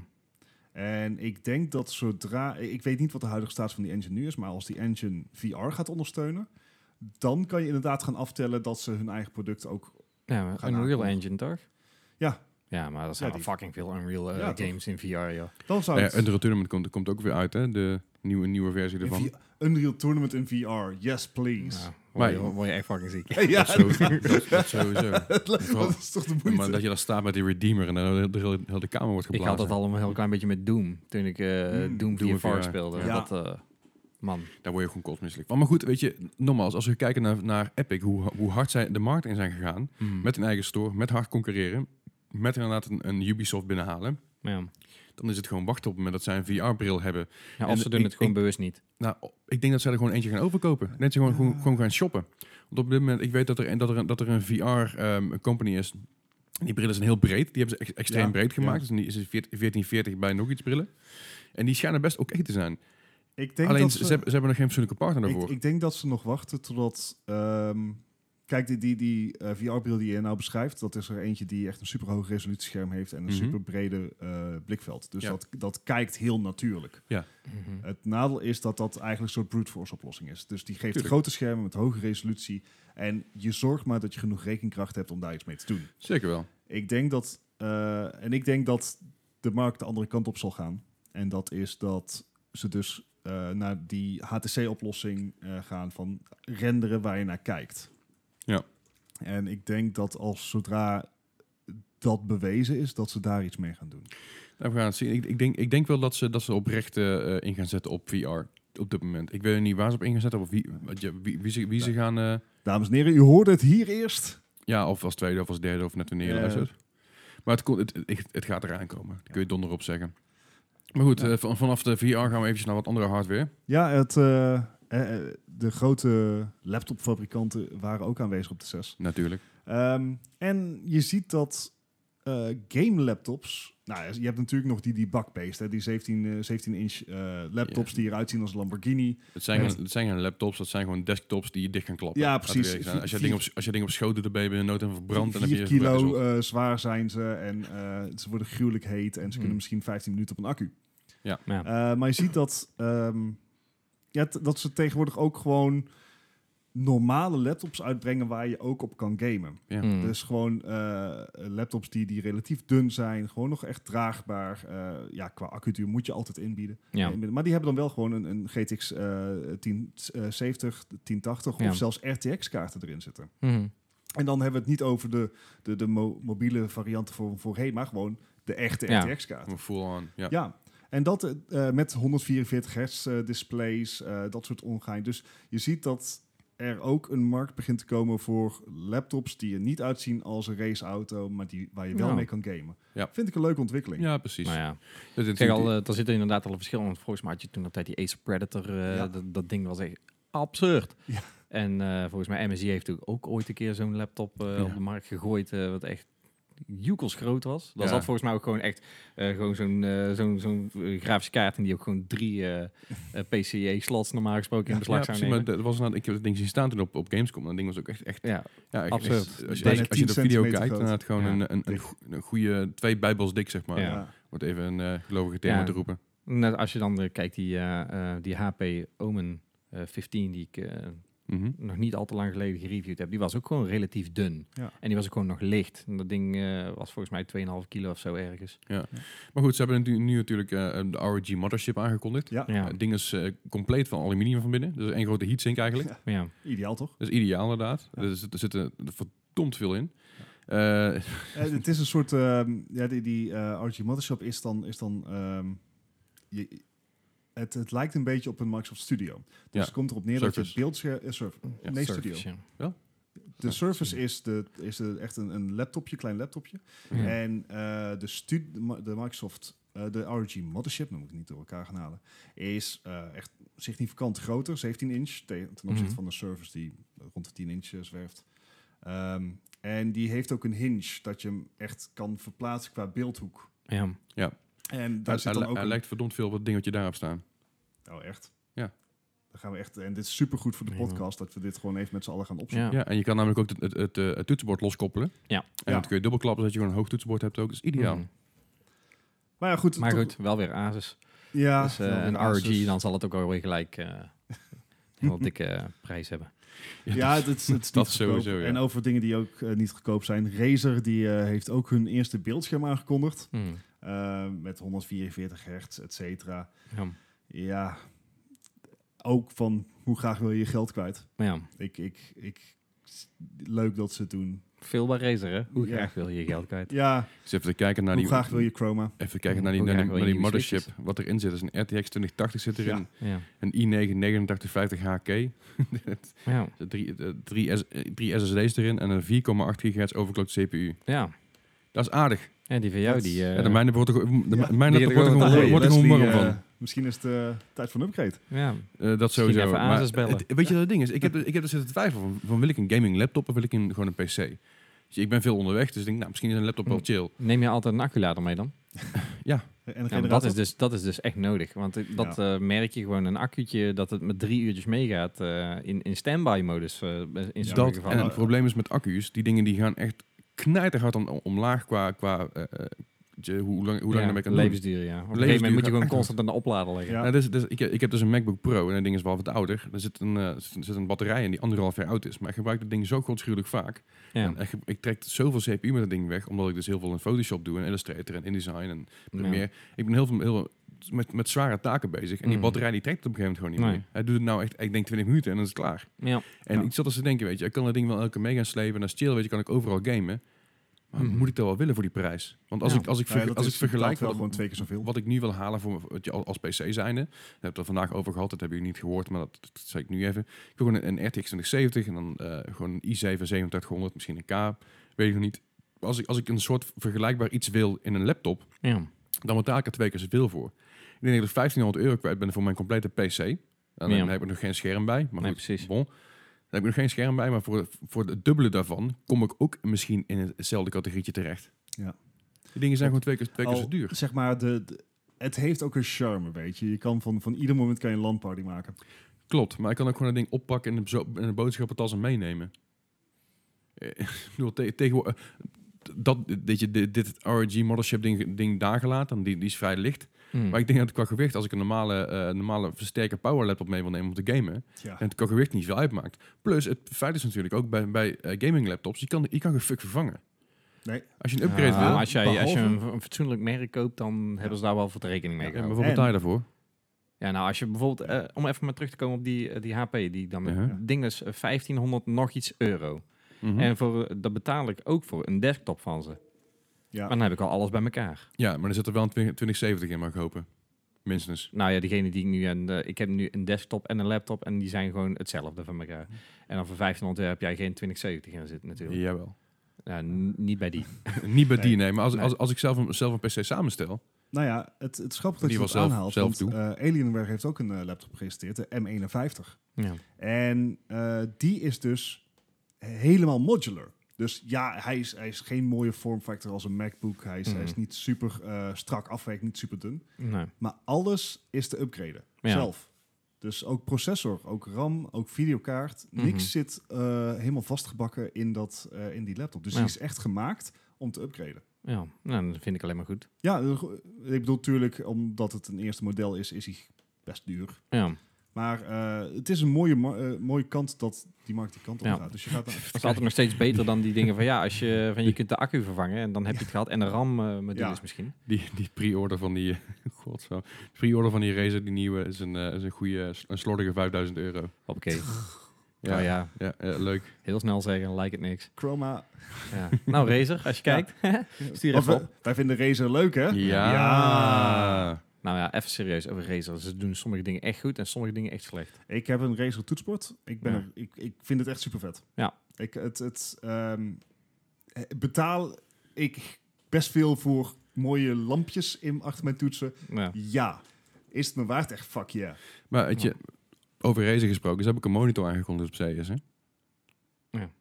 Speaker 1: En ik denk dat zodra, eh, ik weet niet wat de huidige status van die engine nu is, maar als die engine VR gaat ondersteunen, dan kan je inderdaad gaan aftellen dat ze hun eigen product ook
Speaker 4: Ja, maar
Speaker 1: Gaan
Speaker 4: Unreal
Speaker 1: aankomen.
Speaker 4: Engine, toch?
Speaker 1: Ja.
Speaker 4: Ja, maar er zijn
Speaker 1: Ja,
Speaker 4: al
Speaker 1: die-
Speaker 4: fucking veel Unreal eh,
Speaker 1: Ja, toch?
Speaker 4: games in VR, joh.
Speaker 1: dan zou
Speaker 3: Ja,
Speaker 1: het-
Speaker 3: Unreal Tournament komt, komt ook weer uit, hè? De nieuwe, nieuwe versie
Speaker 1: In
Speaker 3: ervan.
Speaker 1: VR Unreal Tournament in VR, yes please.
Speaker 4: Ja, word,
Speaker 3: Maar-
Speaker 4: je, word je echt fucking ziek.
Speaker 1: [LAUGHS] Ja,
Speaker 3: Dat, sowieso,
Speaker 1: [LAUGHS]
Speaker 3: dat, dat sowieso.
Speaker 1: dat is toch de
Speaker 3: Maar
Speaker 1: moeite.
Speaker 3: dat je daar staat met die Redeemer en dan de, de, hele- de hele kamer wordt
Speaker 4: Ik
Speaker 3: geblazen.
Speaker 4: had dat al een heel klein beetje met Doom, toen ik eh,
Speaker 1: Hmm.
Speaker 4: Doom
Speaker 3: Doom
Speaker 4: VR,
Speaker 3: VR.
Speaker 4: speelde.
Speaker 1: Ja.
Speaker 4: Dat, eh, man,
Speaker 3: Daar word je gewoon kotsmisselijk van. Maar goed, weet je, nogmaals, als we kijken naar, naar Epic, hoe, hoe hard zij de markt in zijn gegaan, met hun eigen store, met hard concurreren, met inderdaad een, een Ubisoft binnenhalen,
Speaker 4: ja.
Speaker 3: dan is het gewoon wachten op het moment dat zij een VR-bril hebben.
Speaker 4: Ja,
Speaker 3: En
Speaker 4: of ze doen
Speaker 3: ik-
Speaker 4: het gewoon
Speaker 3: ik-
Speaker 4: bewust niet.
Speaker 3: Nou, ik denk dat zij er gewoon eentje gaan overkopen. Net zo gewoon,
Speaker 1: Ah.
Speaker 3: gewoon, gewoon gaan shoppen. Want op dit moment, ik weet dat er, dat er, dat er een VR-company is. Die brillen zijn heel breed. Die hebben ze ex- extreem
Speaker 1: Ja,
Speaker 3: breed gemaakt.
Speaker 1: ja.
Speaker 3: Dus die is het 14- 1440 bij nog iets brillen. En die schijnen best oké te zijn.
Speaker 1: ik denk
Speaker 3: Alleen
Speaker 1: dat
Speaker 3: ze,
Speaker 1: ze,
Speaker 3: ze hebben, ze hebben nog geen persoonlijke partner
Speaker 1: ik,
Speaker 3: daarvoor.
Speaker 1: ik denk dat ze nog wachten totdat... ehm, kijk, die, die, die VR-bril die je nou beschrijft, dat is er eentje die echt een super hoog resolutiescherm heeft en een
Speaker 3: Mhm.
Speaker 1: super brede blikveld. Dus
Speaker 3: Ja.
Speaker 1: dat, dat kijkt heel natuurlijk.
Speaker 4: Mhm.
Speaker 1: Het nadeel is dat dat eigenlijk een soort brute force oplossing is. Dus die geeft
Speaker 3: Tuurlijk.
Speaker 1: grote schermen met hoge resolutie en je zorgt maar dat je genoeg rekenkracht hebt om daar iets mee te doen.
Speaker 3: Zeker wel.
Speaker 1: Ik denk dat, eh, en ik denk dat de markt de andere kant op zal gaan. En dat is dat ze dus eh, naar die HTC-oplossing eh, gaan van renderen waar je naar kijkt.
Speaker 3: Ja.
Speaker 1: En ik denk dat als zodra dat bewezen is, dat ze daar iets mee gaan doen.
Speaker 3: Nou, we gaan het zien. Ik, ik, denk, ik denk wel dat ze, dat ze oprecht eh, eh, in gaan zetten op VR op dit moment. Ik weet niet waar ze op in gaan zetten. Of wie, wat je- wie, wie, ze, wie ze gaan... eh,
Speaker 1: Dames en heren, u hoorde het hier eerst.
Speaker 3: Ja, of als tweede, of als derde, of net wanneer je
Speaker 1: Ja.
Speaker 3: luistert. Maar het, kon- het, het, het gaat eraan komen. Dat kun je donder op zeggen. Maar goed, eh, van- vanaf de VR gaan we eventjes naar wat andere hardware.
Speaker 1: Ja, het, eh, eh, eh, de grote laptopfabrikanten waren ook aanwezig op de 6.
Speaker 3: Natuurlijk.
Speaker 1: Ehm, en je ziet dat eh, game laptops. Nou, je hebt natuurlijk nog die, die bakbeest, hè, die 17, eh, 17 inch eh, laptops
Speaker 3: Ja.
Speaker 1: die eruit zien als Lamborghini.
Speaker 3: Het zijn,
Speaker 1: Ja.
Speaker 3: geen, het zijn geen laptops, dat zijn gewoon desktops die je dicht kan klappen.
Speaker 1: Ja,
Speaker 3: Laten we
Speaker 1: precies.
Speaker 3: eerlijk zijn. Als je,
Speaker 1: Vier-
Speaker 3: ding op, als je ding op schoten erbij bent, nood en verbrand, dan heb je dus
Speaker 1: 4
Speaker 3: verbrijzeld.
Speaker 1: kilo eh, zwaar zijn ze en eh, ze worden gruwelijk heet en ze
Speaker 4: Hmm.
Speaker 1: kunnen misschien 15 minuten op een accu.
Speaker 4: Ja.
Speaker 1: Eh, maar je ziet dat, ehm, ja, t- dat ze tegenwoordig ook gewoon normale laptops uitbrengen waar je ook op kan gamen.
Speaker 3: Ja.
Speaker 4: Mm.
Speaker 1: Dus gewoon eh, laptops die, die relatief dun zijn, gewoon nog echt draagbaar. Eh, ja, qua accuduur moet je altijd inbieden.
Speaker 4: ja.
Speaker 1: Inbieden. Maar die hebben dan wel gewoon een, een GTX eh 1070, 1080
Speaker 4: Ja.
Speaker 1: of zelfs RTX-kaarten erin zitten.
Speaker 4: Mhm.
Speaker 1: En dan hebben we het niet over de, de, de mo- mobiele varianten voor, voorheen, maar gewoon de echte
Speaker 4: Ja.
Speaker 1: RTX-kaarten.
Speaker 3: Full on. Ja.
Speaker 1: eh, Ja. En dat eh, eh, met 144 hertz eh, displays, eh, dat soort ongein. Dus je ziet dat er ook een markt begint te komen voor laptops die er niet uitzien als een raceauto, maar die, waar je wel
Speaker 4: Nou.
Speaker 1: mee kan gamen.
Speaker 3: Ja.
Speaker 1: Vind ik een leuke ontwikkeling.
Speaker 3: Ja, precies.
Speaker 4: Maar ja,
Speaker 3: Dat is
Speaker 4: ik zeg
Speaker 3: natuurlijk-
Speaker 4: al, eh, daar zit er inderdaad al een verschil. Want volgens mij had je toen altijd die Ace Predator. eh,
Speaker 1: Ja.
Speaker 4: dat, dat ding was echt absurd.
Speaker 1: Ja.
Speaker 4: En eh, volgens mij MSI heeft toen ook ooit een keer zo'n laptop eh,
Speaker 3: Ja.
Speaker 4: op de markt gegooid. eh, wat echt jukels groot was. Daar
Speaker 3: Ja.
Speaker 4: zat volgens mij ook gewoon echt eh, gewoon zo'n eh, zo'n zo'n eh, grafische kaart. En die ook gewoon drie eh PCA-slots normaal gesproken in
Speaker 3: ja,
Speaker 4: beslag zou
Speaker 3: precies, maar
Speaker 4: nemen.
Speaker 3: dat was nou, ik heb dat ding zien staan toen op, op Gamescom. Dat ding was ook echt, echt
Speaker 4: Ja,
Speaker 3: Ja, echt,
Speaker 4: Absurd.
Speaker 3: echt- als je,
Speaker 1: Bijna
Speaker 3: als, je
Speaker 1: 10
Speaker 3: de video
Speaker 1: centimeter
Speaker 3: kijkt,
Speaker 1: groot.
Speaker 3: dan had gewoon
Speaker 4: Ja.
Speaker 3: een, een, een, go- een goede twee bijbels dik, zeg maar.
Speaker 4: Ja.
Speaker 3: Wordt even een eh, gelovige thema
Speaker 4: Ja.
Speaker 3: te roepen.
Speaker 4: net als je dan eh, kijkt, die, eh, eh, die HP Omen eh, 15 die ik... eh,
Speaker 3: Mhm.
Speaker 4: nog niet al te lang geleden gereviewd heb, die was ook gewoon relatief dun.
Speaker 1: Ja.
Speaker 4: En die was ook gewoon nog licht. En dat ding eh, was volgens mij 2,5 kilo of zo ergens.
Speaker 3: Maar goed, ze hebben nu, nu natuurlijk eh, de ROG mothership aangekondigd.
Speaker 1: Ja,
Speaker 4: Ja,
Speaker 3: Het ding is eh, compleet van aluminium van binnen. Dus één grote heatsink eigenlijk.
Speaker 1: Ja.
Speaker 4: ja.
Speaker 1: ideaal toch?
Speaker 3: Dat is ideaal inderdaad.
Speaker 1: Ja.
Speaker 3: Er, zit, er zitten er verdomd veel in. Eh,
Speaker 1: Eh, het is een soort, ehm, ja, die, die eh RG Mothership is dan, is dan ehm, je, het, het lijkt een beetje op een Microsoft Studio. Dus
Speaker 3: Ja.
Speaker 1: het komt erop neer dat je het
Speaker 3: Surface.
Speaker 1: beeldscherm, eh, Surf-
Speaker 3: Ja,
Speaker 1: nee,
Speaker 4: Surface,
Speaker 1: Studio.
Speaker 4: ja.
Speaker 1: De Surface is, de, is de, echt een, een laptopje, klein laptopje.
Speaker 4: Ja.
Speaker 1: En eh, de, stu- de Ma- de Microsoft, eh, de ROG Mothership, noem ik het niet door elkaar gaan halen, is eh, echt significant groter, 17 inch, te- ten opzichte
Speaker 4: Mhm.
Speaker 1: van de Surface die rond de 10 inch eh, zwerft. Ehm, en die heeft ook een hinge, dat je hem echt kan verplaatsen qua beeldhoek.
Speaker 4: Ja.
Speaker 1: En daar
Speaker 3: hij,
Speaker 1: zit
Speaker 3: hij
Speaker 1: dan
Speaker 3: li-
Speaker 1: ook
Speaker 3: hij
Speaker 1: een...
Speaker 3: lijkt verdomd veel op dat dingetje daarop staan.
Speaker 1: Oh, echt?
Speaker 3: Ja.
Speaker 1: Dan gaan we echt, en dit is supergoed voor de
Speaker 4: Helemaal.
Speaker 1: podcast, dat we dit gewoon even met z'n allen gaan opzoeken.
Speaker 4: Ja.
Speaker 3: Ja. en je kan namelijk ook het, het, het, eh, het toetsenbord loskoppelen.
Speaker 4: Ja.
Speaker 3: En
Speaker 1: Ja.
Speaker 3: dat kun je dubbelklappen, zodat je gewoon een hoog toetsenbord hebt ook. Dat is ideaal.
Speaker 4: Mhm.
Speaker 1: Maar ja, goed.
Speaker 4: Maar
Speaker 1: toch-
Speaker 4: goed, wel weer Asus.
Speaker 1: Ja,
Speaker 4: dus, eh,
Speaker 1: dan
Speaker 4: een
Speaker 1: Asus.
Speaker 4: ROG, dan zal het ook alweer gelijk
Speaker 1: [LAUGHS]
Speaker 4: eh, een heel dikke eh, prijs hebben.
Speaker 1: Ja, het, is- het is
Speaker 3: dat
Speaker 1: niet
Speaker 3: sowieso,
Speaker 1: goedkoop.
Speaker 3: ja.
Speaker 1: En over dingen die ook eh, niet goedkoop zijn. Razer die, eh, heeft ook hun eerste beeldscherm aangekondigd.
Speaker 4: Mhm.
Speaker 1: eh, met 144 hertz, et cetera.
Speaker 4: Ja.
Speaker 1: Ja, ook van hoe graag wil je je geld kwijt.
Speaker 4: Maar ja,
Speaker 1: Ik, ik, ik, leuk dat ze het doen.
Speaker 4: veel bij Razer, hè? Hoe
Speaker 1: Ja.
Speaker 4: graag wil je je geld kwijt?
Speaker 1: Ja,
Speaker 3: Dus even te kijken naar
Speaker 1: hoe
Speaker 3: die...
Speaker 1: graag wil je chroma?
Speaker 3: Even kijken naar die,
Speaker 4: Hoe
Speaker 3: naar die,
Speaker 4: graag wil
Speaker 3: naar
Speaker 4: je
Speaker 3: die
Speaker 4: nieuwe
Speaker 3: mothership.
Speaker 4: switches?
Speaker 3: Wat erin zit is een RTX 2080 zit erin.
Speaker 4: Ja.
Speaker 3: Een i9 8950 HK.
Speaker 4: Ja.
Speaker 3: Drie, eh, drie, S- eh, drie SSD's erin. En een 4,8 gigahertz overclocked CPU.
Speaker 4: ja.
Speaker 3: Dat is aardig.
Speaker 4: En die van jou,
Speaker 1: Dat is-
Speaker 4: die... eh,
Speaker 3: Ja, de mijne wordt er gewoon- de
Speaker 1: Ja.
Speaker 3: mi- mijn
Speaker 4: Die
Speaker 3: laptop
Speaker 4: er gewoon
Speaker 3: wordt er
Speaker 4: wat
Speaker 3: gewoon-
Speaker 4: aan.
Speaker 3: wordt er gewoon
Speaker 1: Leslie,
Speaker 3: warm van.
Speaker 1: eh, misschien is het eh, tijd voor een upgrade.
Speaker 4: ja.
Speaker 3: Eh, dat sowieso.
Speaker 4: even
Speaker 3: maar
Speaker 4: ASUS bellen.
Speaker 3: het- weet je wat het ding is? Ik heb, ik heb dus er zitten twijfelen van, van wil ik een gaming laptop of wil ik een, gewoon een PC? Dus ik ben veel onderweg, dus ik denk, nou, misschien is een laptop wel
Speaker 4: Hm.
Speaker 3: chill.
Speaker 4: Neem je altijd een acculader mee dan?
Speaker 1: En een
Speaker 4: Ja, maar dat, is dus, dat is dus echt nodig. Want eh, dat eh, merk je gewoon een accu'tje dat het met drie uurtjes meegaat eh, in, in standby modus. eh, in sommige
Speaker 3: Dat, en
Speaker 4: gevallen.
Speaker 3: het probleem is met accu's, die dingen die gaan echt knijterhard om, omlaag qua, qua eh, eh, je- hoe lang, hoe lang
Speaker 4: Ja,
Speaker 3: daarmee kan leven.
Speaker 4: levensduur, ja. Op een gegeven
Speaker 3: Levensduur
Speaker 4: moment moet je
Speaker 3: gaat
Speaker 4: gewoon
Speaker 3: echt
Speaker 4: constant aan de oplader liggen.
Speaker 1: Ja.
Speaker 3: Nou, dus, dus, ik, ik heb dus een MacBook Pro en dat ding is wel wat ouder. Er zit een, eh, er zit zit een batterij in die anderhalf jaar oud is. Maar ik gebruik dat ding zo godschuwelijk vaak.
Speaker 4: Ja.
Speaker 3: En echt, ik trek zoveel CPU met dat ding weg, omdat ik dus heel veel in Photoshop doe en Illustrator en InDesign en Premiere. Ik ben heel veel, heel veel met, met zware taken bezig. En die
Speaker 4: Mm.
Speaker 3: batterij die trekt het op een gegeven moment gewoon niet
Speaker 4: Nee.
Speaker 3: meer. Hij doet het nou echt, ik denk 20 minuten en dan is het klaar.
Speaker 4: Ja. Ja.
Speaker 3: En
Speaker 1: Ja.
Speaker 3: ik zat dus te denken, weet je, ik kan dat ding wel elke keer mee gaan slepen. En als chill, weet je, kan ik overal gamen. Maar
Speaker 4: Mhm.
Speaker 3: moet ik dat wel willen voor die prijs? Want als
Speaker 4: Ja.
Speaker 3: ik, als ik,
Speaker 1: Nou
Speaker 3: verge- als ik vergelijk
Speaker 1: wel
Speaker 3: wat,
Speaker 1: gewoon twee keer zoveel.
Speaker 3: wat ik nu wil halen voor mijn- je, als PC zijnde. We hebben het er vandaag over gehad, dat hebben jullie niet gehoord, maar dat, dat zei ik nu even. Ik wil gewoon een, een RTX 2070 en dan eh, gewoon een i7 3700, misschien een K, weet ik nog niet. Als ik, als ik een soort vergelijkbaar iets wil in een laptop,
Speaker 4: Ja.
Speaker 3: dan betaal ik er twee keer zoveel voor. Ik denk dat ik 1500 euro kwijt ben voor mijn complete PC. En dan
Speaker 4: Ja.
Speaker 3: heb ik nog geen scherm bij. Maar
Speaker 4: Nee,
Speaker 3: goed,
Speaker 4: precies.
Speaker 3: bon. Dan heb ik nog geen scherm bij, maar voor, voor het dubbele daarvan kom ik ook misschien in hetzelfde categorietje terecht.
Speaker 1: Ja.
Speaker 3: Die dingen zijn gewoon twee keer, twee keer
Speaker 1: Al,
Speaker 3: zo duur.
Speaker 1: Zeg maar, de, de- het heeft ook een charme, weet je. Je kan van, van ieder moment kan je een landparty maken.
Speaker 3: Klopt, maar ik kan ook gewoon dat ding oppakken en de, zo- en de boodschappentas en meenemen. Eh, [LAUGHS] Ik bedoel, te- tegenwoordig... eh, Dat, dat je, dit, dit ROG mothership ding, ding daar gelaten, die, die is vrij licht.
Speaker 4: Mm.
Speaker 3: Maar ik denk dat qua gewicht, als ik een normale, eh, normale versterker power laptop mee wil nemen om te gamen,
Speaker 1: Ja.
Speaker 3: En het kan gewicht niet veel uitmaakt. Plus, het feit is natuurlijk ook bij, bij eh, gaming laptops, je kan, je kan geen fuck vervangen.
Speaker 1: Nee.
Speaker 3: Als je een upgrade
Speaker 4: Ja,
Speaker 3: wil,
Speaker 4: als, jij, als je een,
Speaker 1: behalve-
Speaker 4: een fatsoenlijk merk koopt, dan hebben ze daar wel wat rekening mee
Speaker 3: ja, maar
Speaker 4: gehouden.
Speaker 3: wat
Speaker 1: En-
Speaker 3: betaal je daarvoor?
Speaker 4: Ja, nou, als je bijvoorbeeld, eh, om even maar terug te komen op die, eh, die HP, die dan
Speaker 3: Ja.
Speaker 4: ding is eh, 1500 nog iets euro.
Speaker 3: Mhm.
Speaker 4: En voor, eh, dat betaal ik ook voor een desktop van ze.
Speaker 1: Ja.
Speaker 4: Maar dan heb ik al alles bij elkaar.
Speaker 3: ja, maar er zit er wel een 20- 2070 in, mag ik hopen. minstens.
Speaker 4: Nou ja, degene die ik nu en eh, ik heb nu een desktop en een laptop en die zijn gewoon hetzelfde van elkaar. En dan voor 1500 heb jij geen 2070 in zitten natuurlijk.
Speaker 3: Jawel. [LAUGHS]
Speaker 4: Nou, n- niet bij die.
Speaker 3: Niet bij
Speaker 1: Nee.
Speaker 3: die, nee. Maar als,
Speaker 4: Nee.
Speaker 3: als, als ik zelf een, zelf een PC samenstel,
Speaker 1: Nou ja, het, het is grappig dat
Speaker 3: Die
Speaker 1: je dat
Speaker 3: wel zelf-
Speaker 1: aanhaalt.
Speaker 3: zelf
Speaker 1: want eh, Alienware heeft ook een eh, laptop gepresenteerd, de M51.
Speaker 4: Ja.
Speaker 1: En eh, die is dus helemaal modular. Dus ja, hij is, hij is geen mooie form factor als een MacBook. Hij is, hij is
Speaker 4: Mhm.
Speaker 1: niet super eh, strak afwerkt, niet super dun.
Speaker 4: Nee.
Speaker 1: Maar alles is te upgraden.
Speaker 4: Ja.
Speaker 1: Zelf. Dus ook processor, ook RAM, ook videokaart. Niks
Speaker 4: Mhm.
Speaker 1: zit eh, helemaal vastgebakken in, dat, eh, in die laptop. Dus
Speaker 4: Ja.
Speaker 1: die is echt gemaakt om te upgraden.
Speaker 4: Ja, nou, dat vind ik alleen maar goed.
Speaker 1: Ja, eh, go- ik bedoel natuurlijk, omdat het een eerste model is, is hij best duur.
Speaker 4: Ja.
Speaker 1: Maar eh, het is een mooie, ma- eh, mooie kant dat die markt die kant op
Speaker 4: Ja.
Speaker 1: gaat. Dus je gaat dan-
Speaker 4: [LAUGHS] Het is altijd nog steeds beter dan die dingen van ja, als je, van, je kunt de accu vervangen en dan heb je het gehad. En de RAM eh modules
Speaker 1: Ja.
Speaker 4: misschien.
Speaker 3: die, die pre-order van die... [LAUGHS] God zo. De pre-order van die Razer, die nieuwe, is een, eh, is een goede, eh, s- een slordige 5000 euro.
Speaker 4: Oké. Oh Ja. Nou ja,
Speaker 3: Ja, ja, leuk.
Speaker 4: heel snel zeggen, like het niks.
Speaker 1: Chroma.
Speaker 4: Ja. nou, Razer, als je
Speaker 1: Ja.
Speaker 4: kijkt. Stuur
Speaker 1: Of,
Speaker 4: even
Speaker 1: eh, wij vinden Razer leuk, hè?
Speaker 3: Ja.
Speaker 1: Ja.
Speaker 4: Nou ja, even serieus over Razer. Ze doen sommige dingen echt goed en sommige dingen echt slecht.
Speaker 1: Ik heb een Razer toetsport. Ik, ben
Speaker 4: Ja.
Speaker 1: er- ik, ik vind het echt super vet.
Speaker 4: Ja.
Speaker 1: Ik het, het, ehm, eh, betaal ik best veel voor mooie lampjes in, achter mijn toetsen.
Speaker 4: Ja.
Speaker 1: Ja. Is het me waard? Echt fuck yeah.
Speaker 3: Maar weet je, over Razer gesproken, dus heb ik een monitor aangekondigd op CS, hè?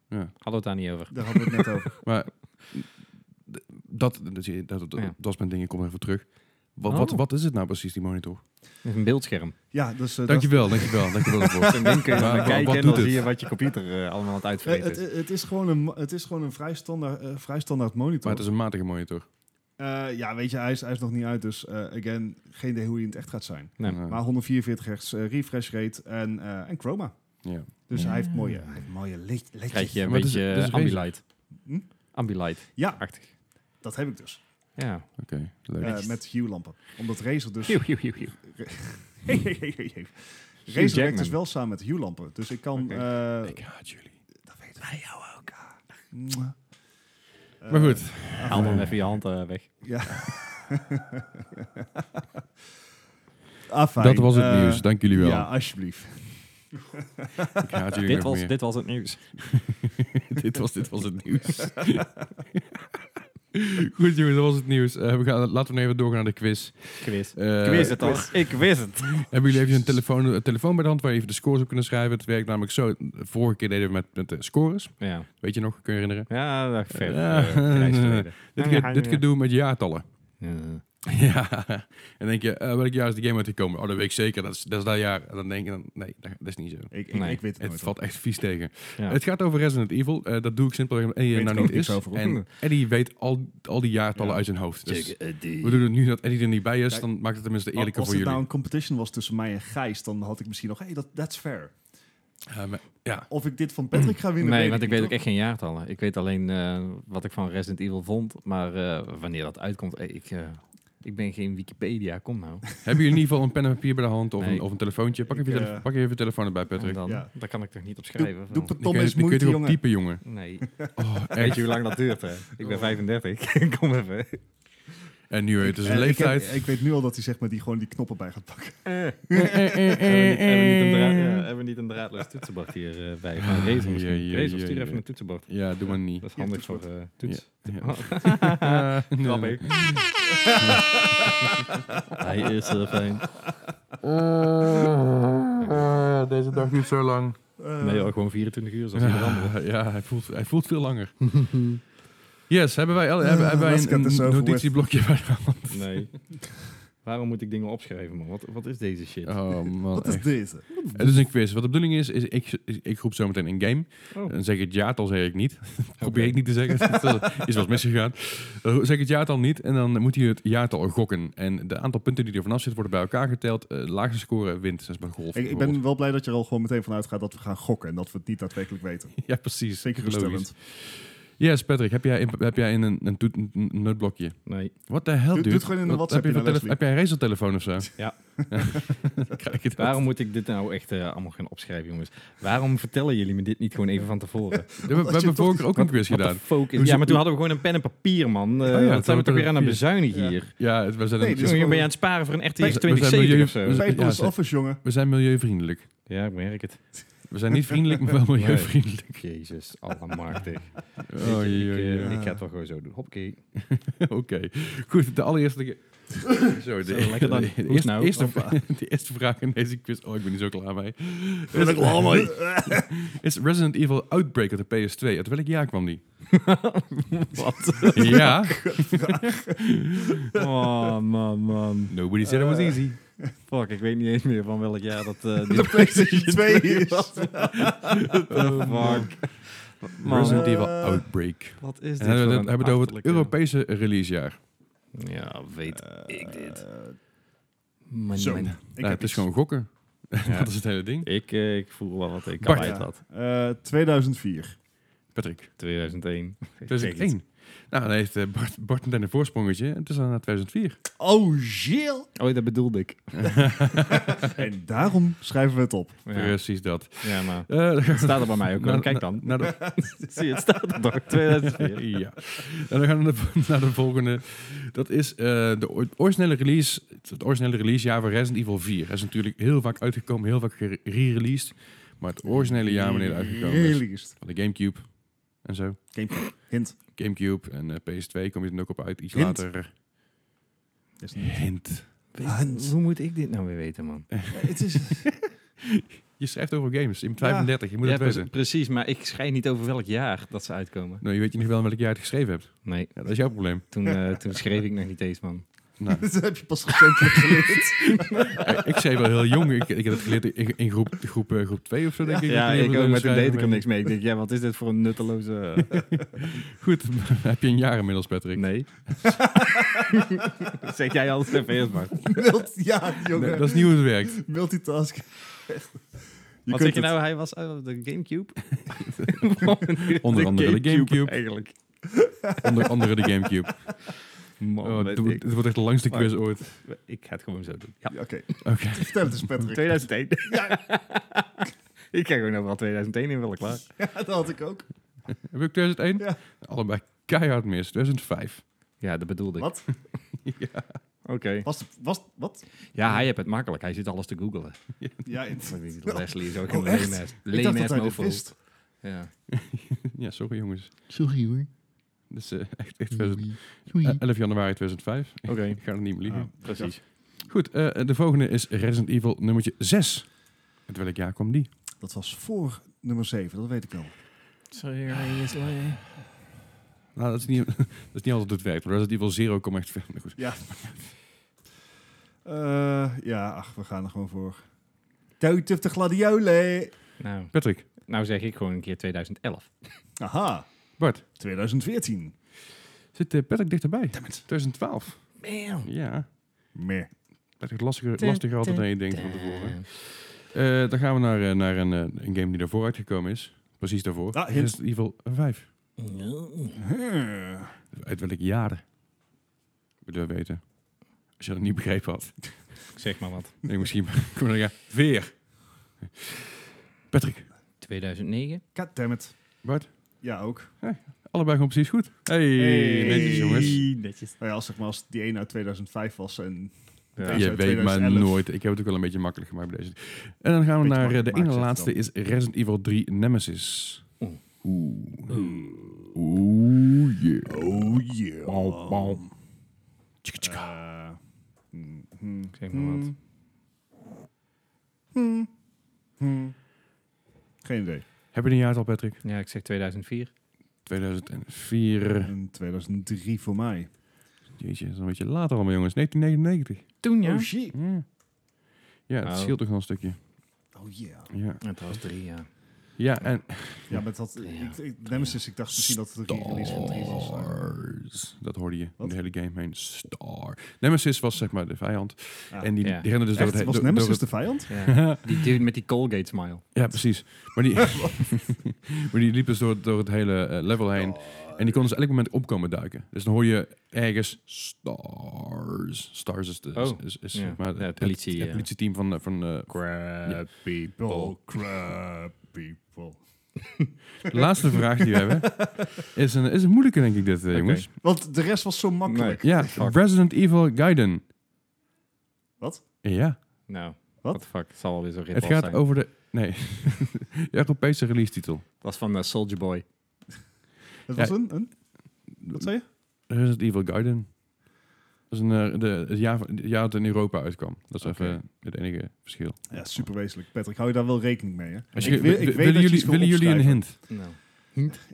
Speaker 4: Hadden we het daar niet over.
Speaker 1: Daar hadden we het net
Speaker 3: [LAUGHS]
Speaker 1: over.
Speaker 3: Maar d- dat, dat, zie je, dat, dat,
Speaker 4: Ja.
Speaker 3: dat is mijn ding, ik kom even terug. Wat,
Speaker 4: Oh.
Speaker 3: wat, wat is het nou precies, die monitor?
Speaker 4: Met een beeldscherm.
Speaker 1: Ja, dus... eh, dat-
Speaker 3: Dankjewel, dankjewel, dankjewel
Speaker 1: [LAUGHS]
Speaker 3: daarvoor.
Speaker 4: Zo'n ding kun je
Speaker 3: [LAUGHS] Maar
Speaker 4: dan
Speaker 3: wa-
Speaker 4: kijken
Speaker 3: wat
Speaker 4: en
Speaker 3: doet
Speaker 4: dan
Speaker 3: het?
Speaker 4: zie je wat je computer eh, allemaal aan het
Speaker 1: eh,
Speaker 4: uitvreten
Speaker 1: het,
Speaker 4: is.
Speaker 1: het, het is gewoon een, mo- het is gewoon een vrij standaard, eh, vrij standaard monitor.
Speaker 3: Maar het is een matige monitor.
Speaker 1: Eh, ja, weet je, hij is, hij is nog niet uit. Dus eh, again, geen idee hoe hij in het echt gaat zijn.
Speaker 4: Nee.
Speaker 3: Ja.
Speaker 1: Maar 144 hertz eh, refresh rate en, eh, en chroma.
Speaker 3: Ja.
Speaker 1: Dus
Speaker 4: Ja.
Speaker 1: hij heeft mooie, hij heeft mooie licht- lichtjes.
Speaker 4: Krijg je een
Speaker 3: Maar het is-
Speaker 4: beetje
Speaker 3: het is
Speaker 4: eh,
Speaker 3: Razer.
Speaker 4: ambilight.
Speaker 1: Hm?
Speaker 4: Ambilight-achtig.
Speaker 1: Ja, dat heb ik dus.
Speaker 4: Ja.
Speaker 3: Oké, leuk.
Speaker 1: Eh, met Hue-lampen. Omdat Razer dus... [LAUGHS]
Speaker 4: Hieu, hieu, hieu, hieu.
Speaker 1: Razer werkt
Speaker 4: Jackman.
Speaker 1: dus wel samen met Hue-lampen. Dus ik kan...
Speaker 4: Oké.
Speaker 1: eh,
Speaker 3: ik haat jullie.
Speaker 1: dat weet wij jou ook. Mwah. Eh,
Speaker 3: maar goed,
Speaker 4: Haal dan even je hand eh, weg.
Speaker 1: Ja. Ah, fijn.
Speaker 3: dat was het
Speaker 1: Eh,
Speaker 3: nieuws. Dank jullie wel.
Speaker 1: Ja, alsjeblieft.
Speaker 3: Ik haat jullie
Speaker 4: Dit
Speaker 3: nog
Speaker 4: was,
Speaker 3: meer.
Speaker 4: dit [LAUGHS] was het nieuws.
Speaker 3: [LAUGHS] dit, was, dit was het nieuws. [LAUGHS] Goed jongens, dat was het nieuws. Eh, we gaan, laten we nu even doorgaan naar de quiz.
Speaker 4: Quiz.
Speaker 3: Eh,
Speaker 4: ik wist het al. Ik wist het.
Speaker 3: Hebben jullie even een telefoon, een telefoon bij de hand waar je even de scores op kunnen schrijven? Het werkt namelijk zo. Vorige keer deden we met, met de scores.
Speaker 4: Ja,
Speaker 3: Weet je nog? Kun je herinneren?
Speaker 4: ja dat ver.
Speaker 3: [LAUGHS] Ja.
Speaker 4: eh, grijs verleden.
Speaker 3: Dit
Speaker 4: Ja, ja,
Speaker 3: keer, dit
Speaker 4: ja.
Speaker 3: keer doen we met jaartallen. [LAUGHS]
Speaker 4: Ja.
Speaker 3: ja. En dan denk je, eh, welk jaar is de game uitgekomen? Oh, dat weet ik zeker. Dat is dat, is dat jaar. En dan denk je, dan, nee, dat, dat is niet zo.
Speaker 1: Ik, ik,
Speaker 4: Nee,
Speaker 1: ik weet het,
Speaker 3: Het
Speaker 1: nooit.
Speaker 3: valt echt vies tegen.
Speaker 4: Ja.
Speaker 3: Het gaat over Resident Evil. Eh, dat doe ik simpelweg omdat Eddie er
Speaker 1: Weet
Speaker 3: nou
Speaker 1: ik ook
Speaker 3: niet
Speaker 1: niks
Speaker 3: is.
Speaker 1: over.
Speaker 3: En Eddie weet al, al die jaartallen
Speaker 1: Ja.
Speaker 3: uit zijn hoofd. Dus we doen het nu dat Eddie er niet bij is.
Speaker 1: Kijk,
Speaker 3: Dan maakt het tenminste eerlijker
Speaker 1: Als
Speaker 3: voor
Speaker 1: het
Speaker 3: jullie.
Speaker 1: nou een competition was tussen mij en Gijs, dan had ik misschien nog, hey, dat that's fair.
Speaker 3: Eh, maar- ja.
Speaker 1: Of ik dit van Patrick ga winnen.
Speaker 4: Nee, want ik weet ook
Speaker 1: niet,
Speaker 4: echt geen jaartallen. Ik weet alleen eh, wat ik van Resident Evil vond. Maar eh, wanneer dat uitkomt, eh, ik, eh, ik ben geen Wikipedia. Kom nou.
Speaker 3: Hebben jullie in ieder geval een pen en papier bij de hand of,
Speaker 4: Nee.
Speaker 3: een, of een telefoontje? Pak
Speaker 1: Ik,
Speaker 3: even, je
Speaker 1: eh,
Speaker 3: telefo- pak even je telefoon erbij, Patrick.
Speaker 4: En Dan,
Speaker 1: Ja.
Speaker 4: Daar kan ik toch niet op
Speaker 1: toch? Doe,
Speaker 4: schrijven.
Speaker 1: doe
Speaker 4: van-
Speaker 1: per
Speaker 3: Dan
Speaker 1: Tom
Speaker 3: kun je-
Speaker 1: eens
Speaker 3: dan kun je
Speaker 1: moeite,
Speaker 3: toch
Speaker 1: jongen.
Speaker 3: typen, jongen.
Speaker 4: Nee.
Speaker 3: Oh,
Speaker 4: Weet
Speaker 1: [LAUGHS]
Speaker 3: echt.
Speaker 4: je hoe lang dat duurt, hè? Ik ben
Speaker 1: Oh.
Speaker 4: 35. [LAUGHS] Kom even.
Speaker 3: En nu, het is
Speaker 1: Eh,
Speaker 3: dus een leeftijd.
Speaker 1: Ik, heb- ik weet nu al dat hij zeg maar die gewoon die knoppen bij gaat pakken.
Speaker 4: Hebben we niet een draadloos toetsenbord hier eh,
Speaker 3: Ah,
Speaker 4: bij? Van Razer
Speaker 3: Ja, ja,
Speaker 4: misschien. Razer,
Speaker 3: ja,
Speaker 4: stuur
Speaker 3: ja.
Speaker 4: even een toetsenbord.
Speaker 3: Ja, doe maar niet.
Speaker 4: Dat is handig voor eh,
Speaker 1: [LAUGHS]
Speaker 4: toets.
Speaker 3: Ja.
Speaker 4: Grappig. [LAUGHS] Hij is er fijn.
Speaker 3: deze dag duurt zo lang.
Speaker 1: Eh,
Speaker 4: Nee, joh, gewoon 24 uur zoals ieder ander.
Speaker 3: [LAUGHS] Ja, ja, hij, voelt, hij voelt veel
Speaker 1: [LAUGHS]
Speaker 3: langer. Yes, hebben wij, al-
Speaker 1: Eh,
Speaker 3: hebben, hebben wij
Speaker 1: let's get
Speaker 3: een,
Speaker 1: this
Speaker 3: een
Speaker 1: over with.
Speaker 3: notitieblokje bij
Speaker 1: [LAUGHS]
Speaker 3: de hand?
Speaker 4: [LAUGHS] Nee. Waarom moet ik dingen opschrijven, man? Wat, wat is deze shit?
Speaker 3: Oh man,
Speaker 1: Wat is
Speaker 3: echt. Eh,
Speaker 1: deze?
Speaker 3: Het is een quiz. Wat de bedoeling is, is ik, ik roep zo meteen een game.
Speaker 4: Oh.
Speaker 3: Dan zeg ik het jaartal zeg ik niet. [LAUGHS] Probeer ik niet te
Speaker 1: [LAUGHS]
Speaker 3: zeggen. Dat is wat misgegaan. Dan zeg ik het jaartal niet en dan moet hij het jaartal gokken. En de aantal punten die er vanaf zitten worden bij elkaar geteld. Eh, De laagste score wint. Dat is bij
Speaker 1: Ik,
Speaker 3: golf.
Speaker 1: ik ben
Speaker 3: bijvoorbeeld.
Speaker 1: wel blij dat je er al gewoon meteen van uitgaat dat we gaan gokken en dat we het niet daadwerkelijk weten.
Speaker 3: [LAUGHS] Ja, precies.
Speaker 1: Zeker
Speaker 3: Logisch.
Speaker 1: geruststellend.
Speaker 3: Yes, Patrick, heb jij in, heb jij in een, een, toet- een- een notblokje?
Speaker 4: Nee.
Speaker 3: What the hell,
Speaker 1: Doe-
Speaker 3: dude?
Speaker 1: doe het gewoon in een
Speaker 3: Wat-
Speaker 1: WhatsAppje
Speaker 3: Heb, je
Speaker 1: naar
Speaker 3: voor
Speaker 1: Leslie.
Speaker 3: tele- heb jij een razeltelefoon
Speaker 1: [LAUGHS]
Speaker 3: of zo?
Speaker 4: Ja.
Speaker 3: [LAUGHS] Krijg je dat?
Speaker 4: Waarom moet ik dit nou echt eh, allemaal gaan opschrijven, jongens? Waarom vertellen jullie me dit niet gewoon even van tevoren?
Speaker 1: je
Speaker 3: We, we hebben
Speaker 1: toch
Speaker 3: vorige keer ook een quiz
Speaker 4: What the
Speaker 3: gedaan.
Speaker 4: fuck is-
Speaker 3: Hoezo-
Speaker 4: Ja, maar toen hadden we gewoon een pen en papier, man. Eh
Speaker 3: ja, toen
Speaker 4: wat zijn we toch
Speaker 3: hadden we
Speaker 4: weer aan het
Speaker 3: papier.
Speaker 4: bezuinigen
Speaker 1: Ja.
Speaker 4: hier?
Speaker 3: Ja, het- we
Speaker 1: Nee, dus-
Speaker 3: zijn, een-
Speaker 1: dit
Speaker 4: Jongen,
Speaker 1: gewoon-
Speaker 4: je bent aan het sparen voor een
Speaker 3: We-
Speaker 4: RTX
Speaker 3: we zijn
Speaker 4: 2070 of
Speaker 3: milieu-
Speaker 4: zo.
Speaker 3: we-
Speaker 1: Paper
Speaker 3: ja,
Speaker 1: is
Speaker 3: ze-
Speaker 1: office, jongen.
Speaker 3: we zijn milieuvriendelijk.
Speaker 4: Ja, ik merk het.
Speaker 3: We zijn niet
Speaker 1: [LAUGHS]
Speaker 3: vriendelijk, maar wel milieuvriendelijk.
Speaker 4: Jezus,
Speaker 3: [LAUGHS]
Speaker 4: allemachtig.
Speaker 3: Oh,
Speaker 4: Weet je,
Speaker 3: jee,
Speaker 4: ik,
Speaker 3: jee,
Speaker 4: eh,
Speaker 3: jee.
Speaker 4: ik ga het wel gewoon zo doen. Hoppakee.
Speaker 3: [LAUGHS] Oké. Goed, de
Speaker 4: [LAUGHS]
Speaker 3: allereerste... keer- Sorry, de,
Speaker 4: Zo, lekker dan.
Speaker 3: de
Speaker 4: Hoe is
Speaker 3: eerste,
Speaker 4: nou?
Speaker 3: eerste, [LAUGHS] de eerste vraag in deze quiz... Oh, ik ben niet zo klaar mee.
Speaker 1: Ben ik al mee. [LAUGHS]
Speaker 3: Is Resident Evil Outbreak op de PS2? Uit welk jaar kwam die?
Speaker 4: Wat? [LAUGHS]
Speaker 3: ja.
Speaker 4: Oh, man, man. Eh,
Speaker 3: Nobody said it was easy.
Speaker 4: Fuck, ik weet niet eens meer van welk jaar dat...
Speaker 3: [LAUGHS]
Speaker 4: eh
Speaker 1: De
Speaker 4: [LAUGHS]
Speaker 1: PlayStation 2 is.
Speaker 4: fuck. Man.
Speaker 3: Oh, Resident Evil
Speaker 1: Eh,
Speaker 3: Outbreak.
Speaker 4: Wat is
Speaker 3: En
Speaker 4: dit
Speaker 3: hebben
Speaker 4: voor
Speaker 3: we het,
Speaker 4: een
Speaker 3: hebben we het over het
Speaker 4: achterlijke-
Speaker 3: Europese releasejaar.
Speaker 4: Ja, weet ik dit.
Speaker 1: Eh,
Speaker 4: Mijn,
Speaker 1: Zo.
Speaker 4: mijn.
Speaker 1: Ik
Speaker 3: Ja,
Speaker 1: heb
Speaker 3: Nou, het is
Speaker 1: iets.
Speaker 3: gewoon gokken. [LAUGHS]
Speaker 4: Ja.
Speaker 3: dat is het hele ding.
Speaker 4: Ik, eh, ik voel wel wat ik
Speaker 3: Bart.
Speaker 4: kwijt
Speaker 1: Ja.
Speaker 4: had.
Speaker 1: Eh, 2004.
Speaker 3: Patrick,
Speaker 4: [LAUGHS] 2001.
Speaker 3: 2001. Nou, dan heeft eh, Bart, Bart meteen een voorsprongetje. Het is al naar 2004.
Speaker 1: Oh,
Speaker 3: [LAUGHS]
Speaker 1: Jill.
Speaker 4: Oh, dat bedoelde ik.
Speaker 1: En daarom schrijven we het op.
Speaker 4: Ja,
Speaker 3: Precies dat.
Speaker 4: ja maar...
Speaker 3: Eh, [LAUGHS] dan gaan
Speaker 4: Het
Speaker 3: we
Speaker 4: staat er bij mij ook
Speaker 3: Nou,
Speaker 4: wel. Kijk dan.
Speaker 3: naar de,
Speaker 4: [LAUGHS] Zie je, het staat [LAUGHS] er toch. 2004.
Speaker 3: ja. En dan gaan we naar de, [LAUGHS] naar de volgende. Dat is eh, de oor- originele release. Het originele releasejaar van Resident Evil 4. Dat is natuurlijk heel vaak uitgekomen, heel vaak gere-released. Maar het originele jaar wanneer het uitgekomen is.
Speaker 1: Released.
Speaker 3: Van de Gamecube en zo.
Speaker 1: Game hint.
Speaker 3: Gamecube en eh, PS2 kom je dan ook op uit iets
Speaker 1: Hint.
Speaker 3: later.
Speaker 1: Is niet-
Speaker 3: Hint.
Speaker 1: Hans.
Speaker 4: Hoe moet ik dit nou weer weten, man?
Speaker 1: Het is...
Speaker 3: Je schrijft over games. Je bent 35, je moet
Speaker 4: Ja,
Speaker 3: het
Speaker 4: pre-
Speaker 3: weten.
Speaker 4: precies, maar ik schrijf niet over welk jaar dat ze uitkomen.
Speaker 3: Nou, je weet je niet wel welk jaar je het geschreven hebt.
Speaker 4: Nee,
Speaker 3: Ja, dat is jouw probleem.
Speaker 4: toen, eh, toen schreef ik nog niet eens, man.
Speaker 1: [LAUGHS]
Speaker 3: Nou, eh,
Speaker 1: Dit heb je pas recentelijk
Speaker 3: [LAUGHS]
Speaker 1: geleerd.
Speaker 3: ik- ik zei wel heel jong. Ik, ik heb het geleerd in, in groep 2 groep, eh, groep twee of zo, denk ik.
Speaker 4: Ja,
Speaker 3: heb
Speaker 4: ik
Speaker 3: het
Speaker 4: ook, maar toen
Speaker 3: geschreven,
Speaker 4: deed ik er
Speaker 3: maar-
Speaker 4: niks mee. Ik denk, ja, wat is dit voor een nutteloze...
Speaker 3: Goed, [LAUGHS] heb je een jaar inmiddels,
Speaker 4: [LAUGHS]
Speaker 3: Patrick?
Speaker 4: Nee. zeg jij alles even eerst, Bart.
Speaker 1: Mult- ja,
Speaker 3: Nee,
Speaker 1: jongen.
Speaker 3: dat is niet hoe het werkt.
Speaker 1: Multitask. Echt. Je
Speaker 4: Wat
Speaker 1: kunt
Speaker 4: zeg je
Speaker 1: het.
Speaker 4: nou, hij was uit op de [LAUGHS] Gamecube?
Speaker 3: Onder andere de Gamecube.
Speaker 4: Eigenlijk.
Speaker 3: Onder andere de Gamecube.
Speaker 4: Man,
Speaker 3: Oh,
Speaker 4: weet
Speaker 3: dit wordt-
Speaker 4: ik.
Speaker 3: dit wordt echt de langste quiz ooit.
Speaker 4: ik ga het gewoon zo doen.
Speaker 1: [LAUGHS]
Speaker 4: Ja.
Speaker 1: Ja, Oké,
Speaker 3: Oké.
Speaker 1: vertel het eens
Speaker 3: [LAUGHS]
Speaker 1: Patrick.
Speaker 4: 2001. ik ga gewoon overal 2001 in willen klaar.
Speaker 1: [LAUGHS] Ja, dat had ik ook.
Speaker 3: Heb ik 2001?
Speaker 1: Ja.
Speaker 3: Allebei keihard mis. 2005.
Speaker 4: Ja, dat bedoelde ik.
Speaker 1: Wat?
Speaker 4: Oké.
Speaker 1: Was, was, wat?
Speaker 4: Ja, hij hebt het makkelijk. Hij zit alles te
Speaker 1: [LAUGHS]
Speaker 4: googelen.
Speaker 1: Ja, het-
Speaker 4: Leslie is ook
Speaker 1: Oh,
Speaker 4: een
Speaker 1: echt?
Speaker 4: lame ass-
Speaker 1: ik dacht dat
Speaker 4: lame
Speaker 1: hij
Speaker 4: ass
Speaker 1: dit
Speaker 4: mofo.
Speaker 1: wist.
Speaker 4: Ja.
Speaker 3: [LAUGHS] Ja, sorry jongens.
Speaker 1: Sorry hoor.
Speaker 3: Dat is eh, echt, echt 2000 eh, 11 januari 2005.
Speaker 4: Oké.
Speaker 3: Ik ga het niet meer liegen.
Speaker 1: Ah.
Speaker 4: Precies.
Speaker 3: Goed, eh, de volgende is Resident Evil nummertje 6. Uit welk jaar kwam die?
Speaker 1: Dat was voor nummer 7, dat weet ik al.
Speaker 4: Seriously?
Speaker 3: Nou, dat is niet, [LAUGHS] dat is niet altijd het werkt. want Resident Evil 0 komt echt ver. Maar goed.
Speaker 1: Ja. Eh, ja, ach, we gaan er gewoon voor. Duit of de gladiolen.
Speaker 4: [LAUGHS] Nou,
Speaker 3: Patrick,
Speaker 4: nou zeg ik gewoon een keer 2011.
Speaker 1: Aha,
Speaker 3: Bart,
Speaker 1: 2014.
Speaker 3: zit eh, Patrick dichterbij? 2012.
Speaker 4: Bam.
Speaker 3: Ja,
Speaker 1: Meh.
Speaker 3: Patrick lastiger, lastiger altijd dan je denkt van tevoren. Eh, dan gaan we naar, eh, naar een, eh, een game die daarvoor uitgekomen is. Precies daarvoor.
Speaker 1: Ah, hint.
Speaker 3: Resident Evil 5.
Speaker 1: Huh.
Speaker 3: Uit welk jaar? Willen we weten. Als je dat niet begrepen had.
Speaker 4: Zeg maar wat.
Speaker 3: Nee, misschien. [LAUGHS] Kom maar, ja. Weer. Patrick.
Speaker 4: 2009?
Speaker 1: Goddammit.
Speaker 3: Bart.
Speaker 1: Ja, ook.
Speaker 3: Allebei gewoon precies goed. Hey,
Speaker 1: Hey.
Speaker 3: netjes jongens.
Speaker 4: Netjes.
Speaker 1: Nou ja, als, zeg maar, als die een uit 2005 was en...
Speaker 4: Ja.
Speaker 1: Ja.
Speaker 3: Je
Speaker 1: uit
Speaker 3: weet maar
Speaker 1: 2011.
Speaker 3: nooit. Ik heb het ook wel een beetje makkelijk gemaakt bij deze. En dan gaan we
Speaker 1: Beetje
Speaker 3: naar eh, de
Speaker 1: makkelijk
Speaker 3: ene
Speaker 1: gemaakt,
Speaker 3: laatste is Resident Evil 3 Nemesis.
Speaker 4: Oeh.
Speaker 3: Oeh. Oeh, yeah.
Speaker 1: Oh yeah.
Speaker 4: Bauw, bauw.
Speaker 3: Tjika, tjika.
Speaker 1: Eh, hmm, hmm,
Speaker 4: Zeg maar wat.
Speaker 1: hmm. Hmm, hmm. Geen idee.
Speaker 3: Heb je een jaartal, Patrick?
Speaker 4: Ja, ik zeg 2004.
Speaker 3: 2004.
Speaker 1: En 2003 voor mij.
Speaker 3: Jeetje, dat is een beetje later allemaal, jongens. 1999.
Speaker 4: Toen ja.
Speaker 1: Oh shit.
Speaker 3: Mm. Ja, ja het
Speaker 4: Oh.
Speaker 3: scheelt toch wel een stukje.
Speaker 1: Oh yeah.
Speaker 3: Ja.
Speaker 4: Het was drie jaar.
Speaker 3: Ja, en
Speaker 1: Ja, met dat... Ik, ik- Nemesis, ik dacht misschien dat het een release van 3 was.
Speaker 3: Stars. Dat hoorde je in
Speaker 1: Wat?
Speaker 3: de hele game heen. Star. Nemesis was zeg maar de vijand.
Speaker 1: Ah.
Speaker 3: en die,
Speaker 4: Ja.
Speaker 3: die rennen dus door
Speaker 1: Echt,
Speaker 3: het, he-
Speaker 1: was
Speaker 3: door,
Speaker 1: Nemesis
Speaker 3: door
Speaker 1: de vijand? [LAUGHS]
Speaker 4: Ja. Die dude met die Colgate smile.
Speaker 3: het- Ja, precies. Maar die, [LAUGHS] maar die liep dus door, door het hele eh, level heen. En die kon dus elk moment opkomen duiken. Dus dan hoor je ergens stars. Stars is, de,
Speaker 4: Oh.
Speaker 3: is, is, is
Speaker 4: Ja.
Speaker 3: zeg maar
Speaker 4: Ja,
Speaker 3: het, het-
Speaker 4: politie,
Speaker 3: het
Speaker 4: ja.
Speaker 3: politieteam van, eh, van eh,
Speaker 4: Crap people.
Speaker 1: Oh, crap people.
Speaker 3: De [LAUGHS] laatste vraag die we hebben is een, is een moeilijke, denk ik, dit, eh, jongens.
Speaker 1: Want de rest was zo makkelijk.
Speaker 3: Ja,
Speaker 4: Fuck.
Speaker 3: Resident Evil Gaiden.
Speaker 1: Wat?
Speaker 3: Ja,
Speaker 4: Nou,
Speaker 1: Wat?
Speaker 4: what the fuck. Het zal wel weer zo'n
Speaker 3: het
Speaker 4: rip
Speaker 3: gaat
Speaker 4: zijn.
Speaker 3: over de... Nee, [LAUGHS] de Europese release titel.
Speaker 4: was van eh, Soldier Boy.
Speaker 1: Het
Speaker 3: Ja.
Speaker 1: was een, een... Wat zei je?
Speaker 3: Resident Evil Gaiden. Dat is een, eh, de, het, jaar, van- het jaar dat in Europa uitkwam. Dat is
Speaker 4: Oké.
Speaker 3: even het enige verschil.
Speaker 1: Ja, super wezenlijk. Patrick, hou je daar wel rekening mee, hè?
Speaker 3: Als
Speaker 1: Ik
Speaker 3: je-
Speaker 1: wil- ik
Speaker 3: wi-
Speaker 1: weet dat
Speaker 3: willen
Speaker 1: je
Speaker 3: jullie,
Speaker 1: iets wil
Speaker 3: willen jullie een hint?
Speaker 4: Nou.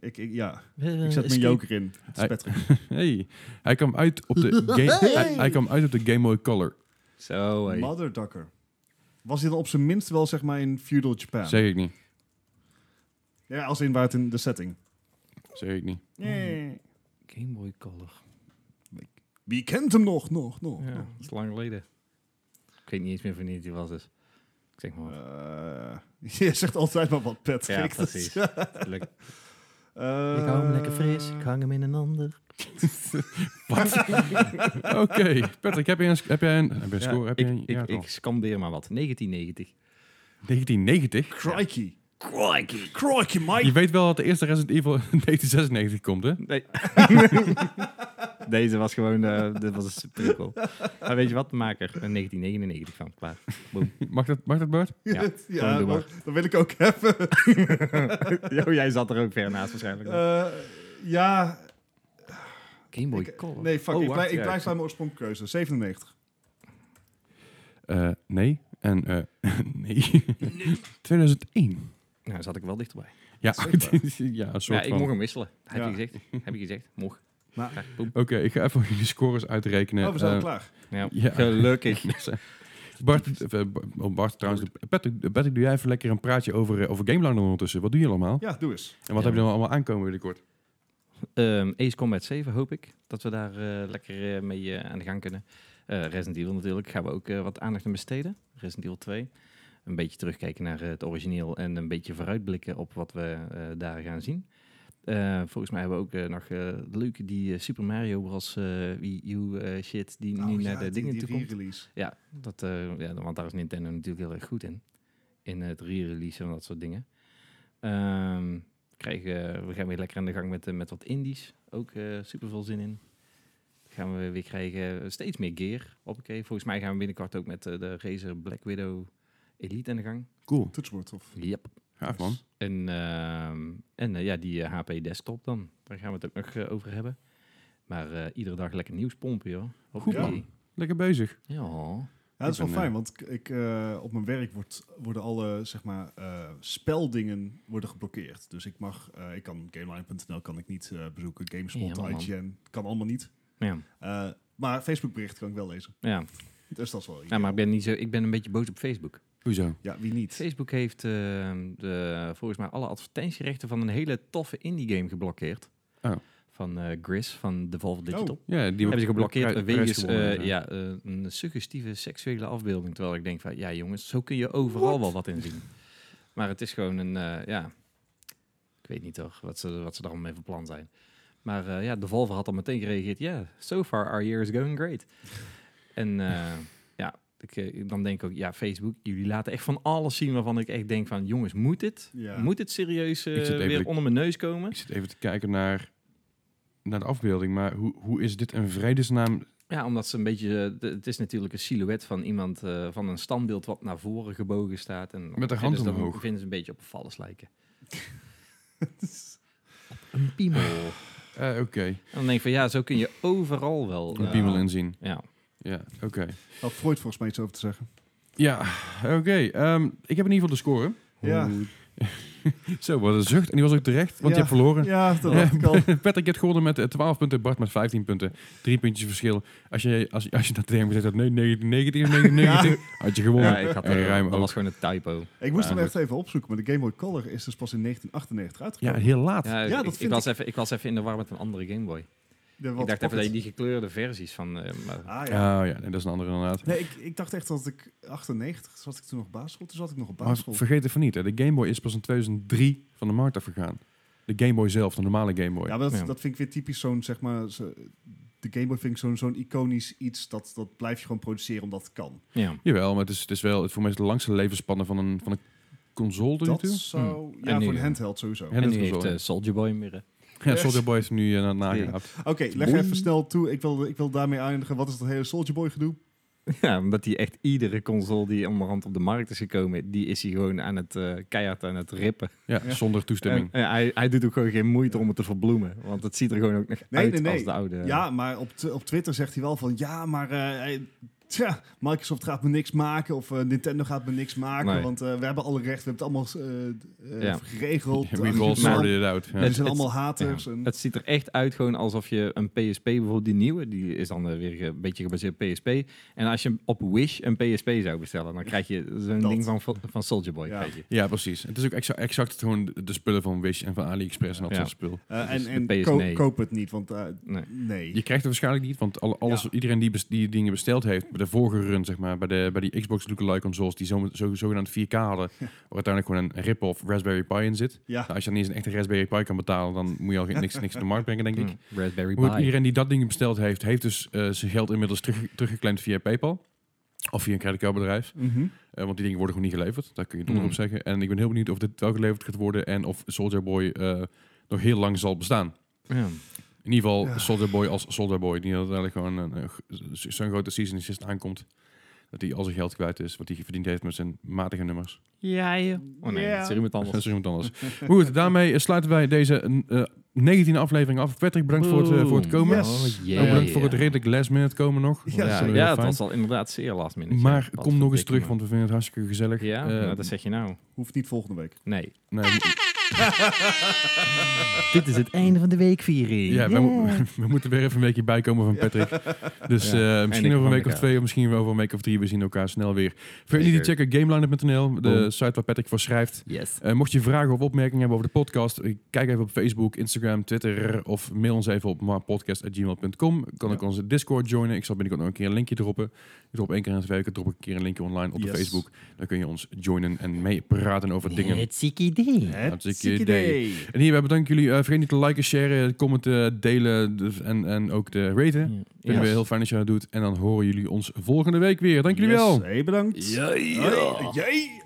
Speaker 1: Ik, ik, ja,
Speaker 4: Eh,
Speaker 1: ik zet mijn joker in. Het is
Speaker 3: Hij-
Speaker 1: Patrick.
Speaker 3: Hey, hij kwam uit op
Speaker 1: [LAUGHS]
Speaker 3: de, ga- hij, hij kwam uit op de Game Boy Color.
Speaker 4: Zo, hey.
Speaker 1: Mother Ducker. Was dit dan op zijn minst wel, zeg maar, in feudal Japan?
Speaker 3: Zeg ik niet.
Speaker 1: Ja, als in waar het in de setting.
Speaker 3: Zeg ik niet.
Speaker 1: Nee.
Speaker 4: Game Boy Color.
Speaker 1: Wie kent hem nog, nog, nog?
Speaker 4: Ja,
Speaker 1: nog?
Speaker 4: dat is lang geleden. Ik weet niet eens meer wanneer die was, dus. Ik zeg maar wat.
Speaker 1: Eh, [LAUGHS] je zegt altijd maar wat, Patrick.
Speaker 4: Ja, precies. Leuk.
Speaker 1: [LAUGHS] Eh,
Speaker 4: hem in een ander.
Speaker 3: Oké,
Speaker 1: [LAUGHS]
Speaker 3: Patrick, heb jij een, heb jij een, heb jij een score? Heb
Speaker 4: ik,
Speaker 3: jij een
Speaker 4: ik,
Speaker 3: jaartal?
Speaker 4: ik scandeer maar wat. 1990.
Speaker 3: 1990?
Speaker 1: Crikey.
Speaker 4: Crikey.
Speaker 1: Crikey, Mike.
Speaker 3: Je weet wel dat de eerste Resident Evil [LAUGHS] in 1996 komt, hè?
Speaker 4: Nee. [LAUGHS] Deze was gewoon, eh, dit was een prequel. Maar weet je wat, maak er een 1999 van. [LAUGHS] Klaar.
Speaker 3: Mag dat, mag dat Bart?
Speaker 4: Ja,
Speaker 1: [LAUGHS] Ja,
Speaker 4: gewoon doe maar.
Speaker 1: dat, dat wil ik ook [LAUGHS] hebben.
Speaker 4: Jo, jij zat er ook ver naast waarschijnlijk.
Speaker 1: Eh, ja,
Speaker 4: Game Boy
Speaker 1: ik-
Speaker 4: Color.
Speaker 1: nee, fuck.
Speaker 4: Oh,
Speaker 1: ik
Speaker 4: wacht,
Speaker 1: blijf, ik
Speaker 4: ja,
Speaker 1: blijf bij mijn oorspronkelijke keuze. 97.
Speaker 3: Eh, nee. En eh, [LAUGHS] nee. 2001.
Speaker 4: Nou, zat ik wel dichterbij.
Speaker 3: Ja, [LAUGHS] ja een
Speaker 4: Ja,
Speaker 3: soort
Speaker 4: ik
Speaker 3: van.
Speaker 4: mocht
Speaker 3: Oké,
Speaker 4: hem wisselen. Heb
Speaker 1: Ja.
Speaker 4: je gezegd? Heb je gezegd? Mocht.
Speaker 1: Nou.
Speaker 4: Ja, boem.
Speaker 3: ik ga even [LAUGHS] jullie scores uitrekenen.
Speaker 1: oh, we zijn al
Speaker 3: Eh,
Speaker 1: klaar.
Speaker 4: Ja,
Speaker 3: ja.
Speaker 4: Gelukkig.
Speaker 3: dat zijn- Bart, eh, Bart- oh, Bart trouwens. Patrick, Patrick, doe jij even lekker een praatje over, eh, over GameLounge ondertussen. Wat doe je allemaal?
Speaker 1: Ja, doe eens.
Speaker 3: En wat
Speaker 4: Ja.
Speaker 3: hebben jullie allemaal aankomen binnenkort?
Speaker 4: Ehm, Ace Combat 7 hoop ik dat we daar eh, lekker eh, mee eh, aan de gang kunnen. Eh, Resident Evil natuurlijk gaan we ook eh, wat aandacht aan besteden. Resident Evil 2. Een beetje terugkijken naar eh, het origineel en een beetje vooruitblikken op wat we eh, daar gaan zien. Eh, volgens mij hebben we ook eh, nog leuk leuke die eh, Super Mario Bros. eh, Wii U eh, shit die
Speaker 1: Oh,
Speaker 4: nu
Speaker 1: ja,
Speaker 4: naar de
Speaker 1: die-
Speaker 4: dingen
Speaker 1: die
Speaker 4: toe komt.
Speaker 1: re-release.
Speaker 4: Ja, dat, eh, ja, want daar is Nintendo natuurlijk heel erg goed in. In het re-releasen van dat soort dingen. Ehm, we krijgen, we gaan weer lekker aan de gang met, eh, met wat indies. Ook eh super veel zin in. Gaan we weer krijgen steeds meer gear. Hoppakee. Volgens mij gaan we binnenkort ook met eh, de Razer Black Widow Elite aan de gang.
Speaker 3: Cool.
Speaker 1: Toetsenbord of...
Speaker 4: Yep.
Speaker 3: Gaaf, man.
Speaker 4: En, ehm, en eh, ja, die eh, HP desktop dan. Daar gaan we het ook nog eh, over hebben. Maar eh, iedere dag lekker nieuws pompen, joh. Hoppakee.
Speaker 3: Lekker bezig.
Speaker 4: Ja.
Speaker 1: Ja, dat is
Speaker 3: Ik
Speaker 1: wel
Speaker 3: ben,
Speaker 1: fijn, want k- ik, eh, op mijn werk wordt, worden alle zeg maar, eh, speldingen worden geblokkeerd. Dus ik mag, eh, ik kan gameline.nl kan ik niet eh, bezoeken, GameSpot,
Speaker 4: Ja, man.
Speaker 1: IGN, kan allemaal niet.
Speaker 4: Ja.
Speaker 1: Eh, maar Facebookbericht kan ik wel lezen.
Speaker 4: ja.
Speaker 1: Dus dat is wel
Speaker 4: Ja, maar ik ben, niet zo, ik ben een beetje boos op Facebook.
Speaker 3: Hoezo?
Speaker 1: Ja, wie niet?
Speaker 4: Facebook heeft eh, de, volgens mij alle advertentierechten van een hele toffe indie game geblokkeerd.
Speaker 3: Oh.
Speaker 4: Van eh Gris van Devolver Digital.
Speaker 1: Oh.
Speaker 3: Ja, die
Speaker 4: Hebben ze geblokkeerd
Speaker 3: prijs
Speaker 4: wegens
Speaker 3: gewonnen,
Speaker 4: eh,
Speaker 3: ja.
Speaker 4: ja, eh, een suggestieve seksuele afbeelding. Terwijl ik denk van, ja jongens, zo kun je overal wel wat in zien. Maar het is gewoon een, eh, ja, ik weet niet toch wat ze, wat ze daar allemaal mee van plan zijn. Maar eh ja, Devolver had al meteen gereageerd, ja, so far our year is going great. en eh, [LAUGHS] ja, ik, eh, dan denk ik ook, ja Facebook, jullie laten echt van alles zien waarvan ik echt denk van, jongens, moet dit?
Speaker 1: Ja.
Speaker 4: Moet dit serieus eh,
Speaker 3: Ik zit even
Speaker 4: weer
Speaker 3: te-
Speaker 4: onder mijn neus komen?
Speaker 3: Ik zit even te kijken naar, naar de afbeelding, maar hoe, hoe is dit een vredesnaam?
Speaker 4: Ja, omdat ze een beetje. eh, de- het is natuurlijk een silhouet van iemand. eh, van een standbeeld wat naar voren gebogen staat. En
Speaker 3: Met de hand
Speaker 4: vinden ze dat-
Speaker 3: omhoog.
Speaker 4: vinden ze een beetje op vallers lijken. een piemel. En
Speaker 3: Eh, oké,
Speaker 4: dan denk ik van ja, zo kun je overal wel.
Speaker 3: een
Speaker 4: eh,
Speaker 3: piemel inzien.
Speaker 4: Ja.
Speaker 3: Ja, oké.
Speaker 1: Had Oh, Freud volgens mij iets over te zeggen.
Speaker 3: Ja, oké. ehm, ik heb in ieder geval de score.
Speaker 1: Ja.
Speaker 3: [LAUGHS] Zo, wat een zucht. En die was ook terecht, want
Speaker 1: Ja.
Speaker 3: je hebt verloren.
Speaker 1: Ja, dat dacht ik al.
Speaker 3: [LAUGHS] Patrick, je hebt gewonnen met eh, 12 punten, Bart met 15 punten. Drie puntjes verschil. Als je, als, als je dat tegen me zegt, dat nee,
Speaker 1: [LAUGHS]
Speaker 3: 1990 is 99, had je gewonnen.
Speaker 4: Ja, ik had
Speaker 3: en
Speaker 4: er,
Speaker 3: ruim
Speaker 4: dat
Speaker 3: ook.
Speaker 4: was gewoon een typo.
Speaker 1: Ik moest
Speaker 4: Ja,
Speaker 1: hem echt even opzoeken, maar de Game Boy Color is dus pas in 1998
Speaker 3: Ja,
Speaker 1: uitgekomen.
Speaker 3: heel laat.
Speaker 4: Ja,
Speaker 1: Ja,
Speaker 4: ik,
Speaker 1: dat
Speaker 4: ik
Speaker 1: vind
Speaker 4: was even, ik was even in de war met een andere Game Boy.
Speaker 1: De wat
Speaker 4: ik dacht even
Speaker 1: pocket.
Speaker 4: dat je die gekleurde versies van... eh, maar-
Speaker 1: Ah, ja.
Speaker 3: Oh ja, nee, dat is een andere inderdaad.
Speaker 1: Nee, ik, ik dacht echt dat ik 98 zat ik toen nog op basisschool. Toen zat ik nog op
Speaker 3: Maar
Speaker 1: basisschool.
Speaker 3: vergeet het van niet, hè. de Game Boy is pas in 2003 van de markt afgegaan. De Game Boy zelf, de normale Game Boy.
Speaker 1: Ja, maar dat,
Speaker 4: Ja.
Speaker 1: dat vind ik weer typisch zo'n, zeg maar, ze- de Game Boy vind ik zo'n, zo'n iconisch iets, dat, dat blijf je gewoon produceren omdat het kan.
Speaker 4: ja.
Speaker 3: Jawel, maar het is, het is wel het, voor mij is het de langste levensspanne van een, van een console tot nu
Speaker 1: dat
Speaker 3: toe.
Speaker 1: zou,
Speaker 4: Hm.
Speaker 1: ja,
Speaker 4: En
Speaker 1: voor
Speaker 4: nu-
Speaker 1: een handheld sowieso.
Speaker 3: Ja,
Speaker 4: En
Speaker 3: dat
Speaker 4: nu
Speaker 3: is wel
Speaker 4: heeft
Speaker 3: zo.
Speaker 4: eh, Soldier Boy hem weer... eh,
Speaker 3: Ja, Soldier Boy is nu eh, na- nagehaald.
Speaker 1: Oké, leg
Speaker 3: Boing.
Speaker 1: even snel toe. Ik wil, ik wil daarmee eindigen. Wat is dat hele Soldier Boy gedoe?
Speaker 4: [LAUGHS] Ja, omdat die echt iedere console die onderhand op de markt is gekomen, die is hij gewoon aan het eh, keihard aan het rippen.
Speaker 3: Ja,
Speaker 1: Ja.
Speaker 3: zonder toestemming.
Speaker 4: En, eh, hij, hij doet ook gewoon geen moeite om het te verbloemen, want het ziet er gewoon ook nog
Speaker 1: Nee,
Speaker 4: uit
Speaker 1: nee, nee.
Speaker 4: als de oude.
Speaker 1: Ja, maar op, t- op Twitter zegt hij wel van... Ja, maar eh, hij- tja, Microsoft gaat me niks maken. Of eh, Nintendo gaat me niks maken.
Speaker 4: Nee.
Speaker 1: Want eh, we hebben alle recht. We hebben het allemaal eh, eh,
Speaker 4: Ja.
Speaker 3: [LAUGHS]
Speaker 1: geregeld. [LAUGHS]
Speaker 3: We've all sorted it out. Ja.
Speaker 1: We zijn
Speaker 4: Het-
Speaker 1: allemaal haters.
Speaker 4: Ja,
Speaker 1: en,
Speaker 4: Het ziet er echt uit gewoon alsof je een PSP, bijvoorbeeld die nieuwe, die is dan eh, weer een beetje gebaseerd op PSP. En als je hem op Wish een PSP zou bestellen, dan krijg je zo'n
Speaker 1: Dat.
Speaker 4: ding van, van Soldier Boy.
Speaker 1: Ja.
Speaker 4: krijg je.
Speaker 3: Ja, precies. Het is ook exa- exact gewoon de- de spullen van Wish en van AliExpress en dat
Speaker 4: Ja.
Speaker 3: soort spul.
Speaker 1: eh,
Speaker 4: Dus
Speaker 1: en
Speaker 4: de
Speaker 1: en
Speaker 4: PS
Speaker 1: ko-
Speaker 4: nee.
Speaker 1: koop het niet, want eh,
Speaker 4: Nee.
Speaker 1: nee.
Speaker 3: Je krijgt het waarschijnlijk niet, want al- alles,
Speaker 1: Ja.
Speaker 3: iedereen die, bes- die dingen besteld heeft, bij de vorige run, zeg maar, bij, de, bij die Xbox lookalike consoles, die zo, zo, zogenaamd 4K hadden, waar uiteindelijk gewoon een rip-off Raspberry Pi in zit.
Speaker 1: Ja,
Speaker 3: Nou, als je dan niet eens een echte Raspberry Pi kan betalen, dan moet je al geen- niks, niks op de markt brengen, denk ik.
Speaker 4: Mm, Raspberry
Speaker 3: Hoe het-
Speaker 4: Pi.
Speaker 3: iedereen die dat ding besteld heeft, heeft dus eh, zijn geld inmiddels terug, teruggeclaimd via PayPal. Of via een creditcardbedrijf.
Speaker 1: Mhm.
Speaker 3: Eh, want die dingen worden gewoon niet geleverd. Daar kun je donder
Speaker 4: Mm.
Speaker 3: op
Speaker 1: Hmm.
Speaker 3: zeggen. En ik ben heel benieuwd of dit wel geleverd gaat worden. En of Soldier Boy eh, nog heel lang zal bestaan.
Speaker 4: Ja.
Speaker 3: In ieder geval
Speaker 1: Ja.
Speaker 3: Soldier Boy als Soldier Boy. Die dat eigenlijk gewoon eh, een, een, g- zo'n grote season assist aankomt. Dat hij al zijn geld kwijt is. Wat hij verdiend heeft met zijn matige nummers.
Speaker 4: Ja, Oh nee,
Speaker 1: Ja.
Speaker 4: het is er iemand
Speaker 3: [LAUGHS] Dat
Speaker 4: anders.
Speaker 3: is iemand anders. Maar Goed, daarmee eh, sluiten wij deze eh 19e aflevering af. Patrick, bedankt voor het, eh, voor het
Speaker 4: Boom.
Speaker 3: komen.
Speaker 1: Yes. Nou,
Speaker 4: Oh,
Speaker 3: Ook
Speaker 4: yeah.
Speaker 3: bedankt voor het redelijk last minute komen nog.
Speaker 1: Ja,
Speaker 3: Dat is wel
Speaker 1: zeker.
Speaker 3: heel
Speaker 4: Ja, het
Speaker 3: fijn.
Speaker 4: was al inderdaad zeer last minute.
Speaker 3: Maar
Speaker 4: ja. Wat
Speaker 3: kom nog eens
Speaker 4: verdikke
Speaker 3: terug,
Speaker 4: me.
Speaker 3: want we vinden het hartstikke gezellig.
Speaker 4: Ja,
Speaker 3: Eh,
Speaker 4: nou, dat zeg je nou.
Speaker 1: hoeft niet volgende week.
Speaker 4: Nee.
Speaker 3: nee, we-
Speaker 4: Dit is het einde van de weekviering.
Speaker 3: Ja, we, mo- [LAUGHS] we moeten weer even een weekje bijkomen van Patrick. Dus
Speaker 4: Ja.
Speaker 3: eh,
Speaker 4: En ik
Speaker 3: misschien over
Speaker 4: van
Speaker 3: een week of
Speaker 4: elkaar.
Speaker 3: twee, of misschien wel over een week of drie. We zien elkaar snel weer. Vergeet niet te
Speaker 4: Zeker.
Speaker 3: checken gameliner.nl, de
Speaker 4: Boom.
Speaker 3: site waar Patrick voor schrijft.
Speaker 4: Yes.
Speaker 3: Eh, mocht je vragen of opmerkingen hebben over de podcast, eh, kijk even op Facebook, Instagram, Twitter of mail ons even op maarpodcast.gmail.com. Kan ook
Speaker 1: Ja.
Speaker 3: onze Discord joinen. Ik zal binnenkort nog een keer een linkje droppen. Ik drop één keer in het week, ik drop een keer een linkje online op de
Speaker 1: Yes.
Speaker 3: Facebook. Dan kun je ons joinen en meepraten over dingen.
Speaker 4: Het zieke idee.
Speaker 1: Het
Speaker 3: Hartstikke
Speaker 1: zieke
Speaker 3: idee.
Speaker 1: idee.
Speaker 3: En hierbij bedanken jullie. Eh, vergeet niet te liken, sharen, commenten, delen dus- en, en ook te raten. Vinden we heel fijn dat je dat doet. En dan horen jullie ons volgende week weer. Dank jullie wel.
Speaker 1: Yes, hey, bedankt. Hey, jij.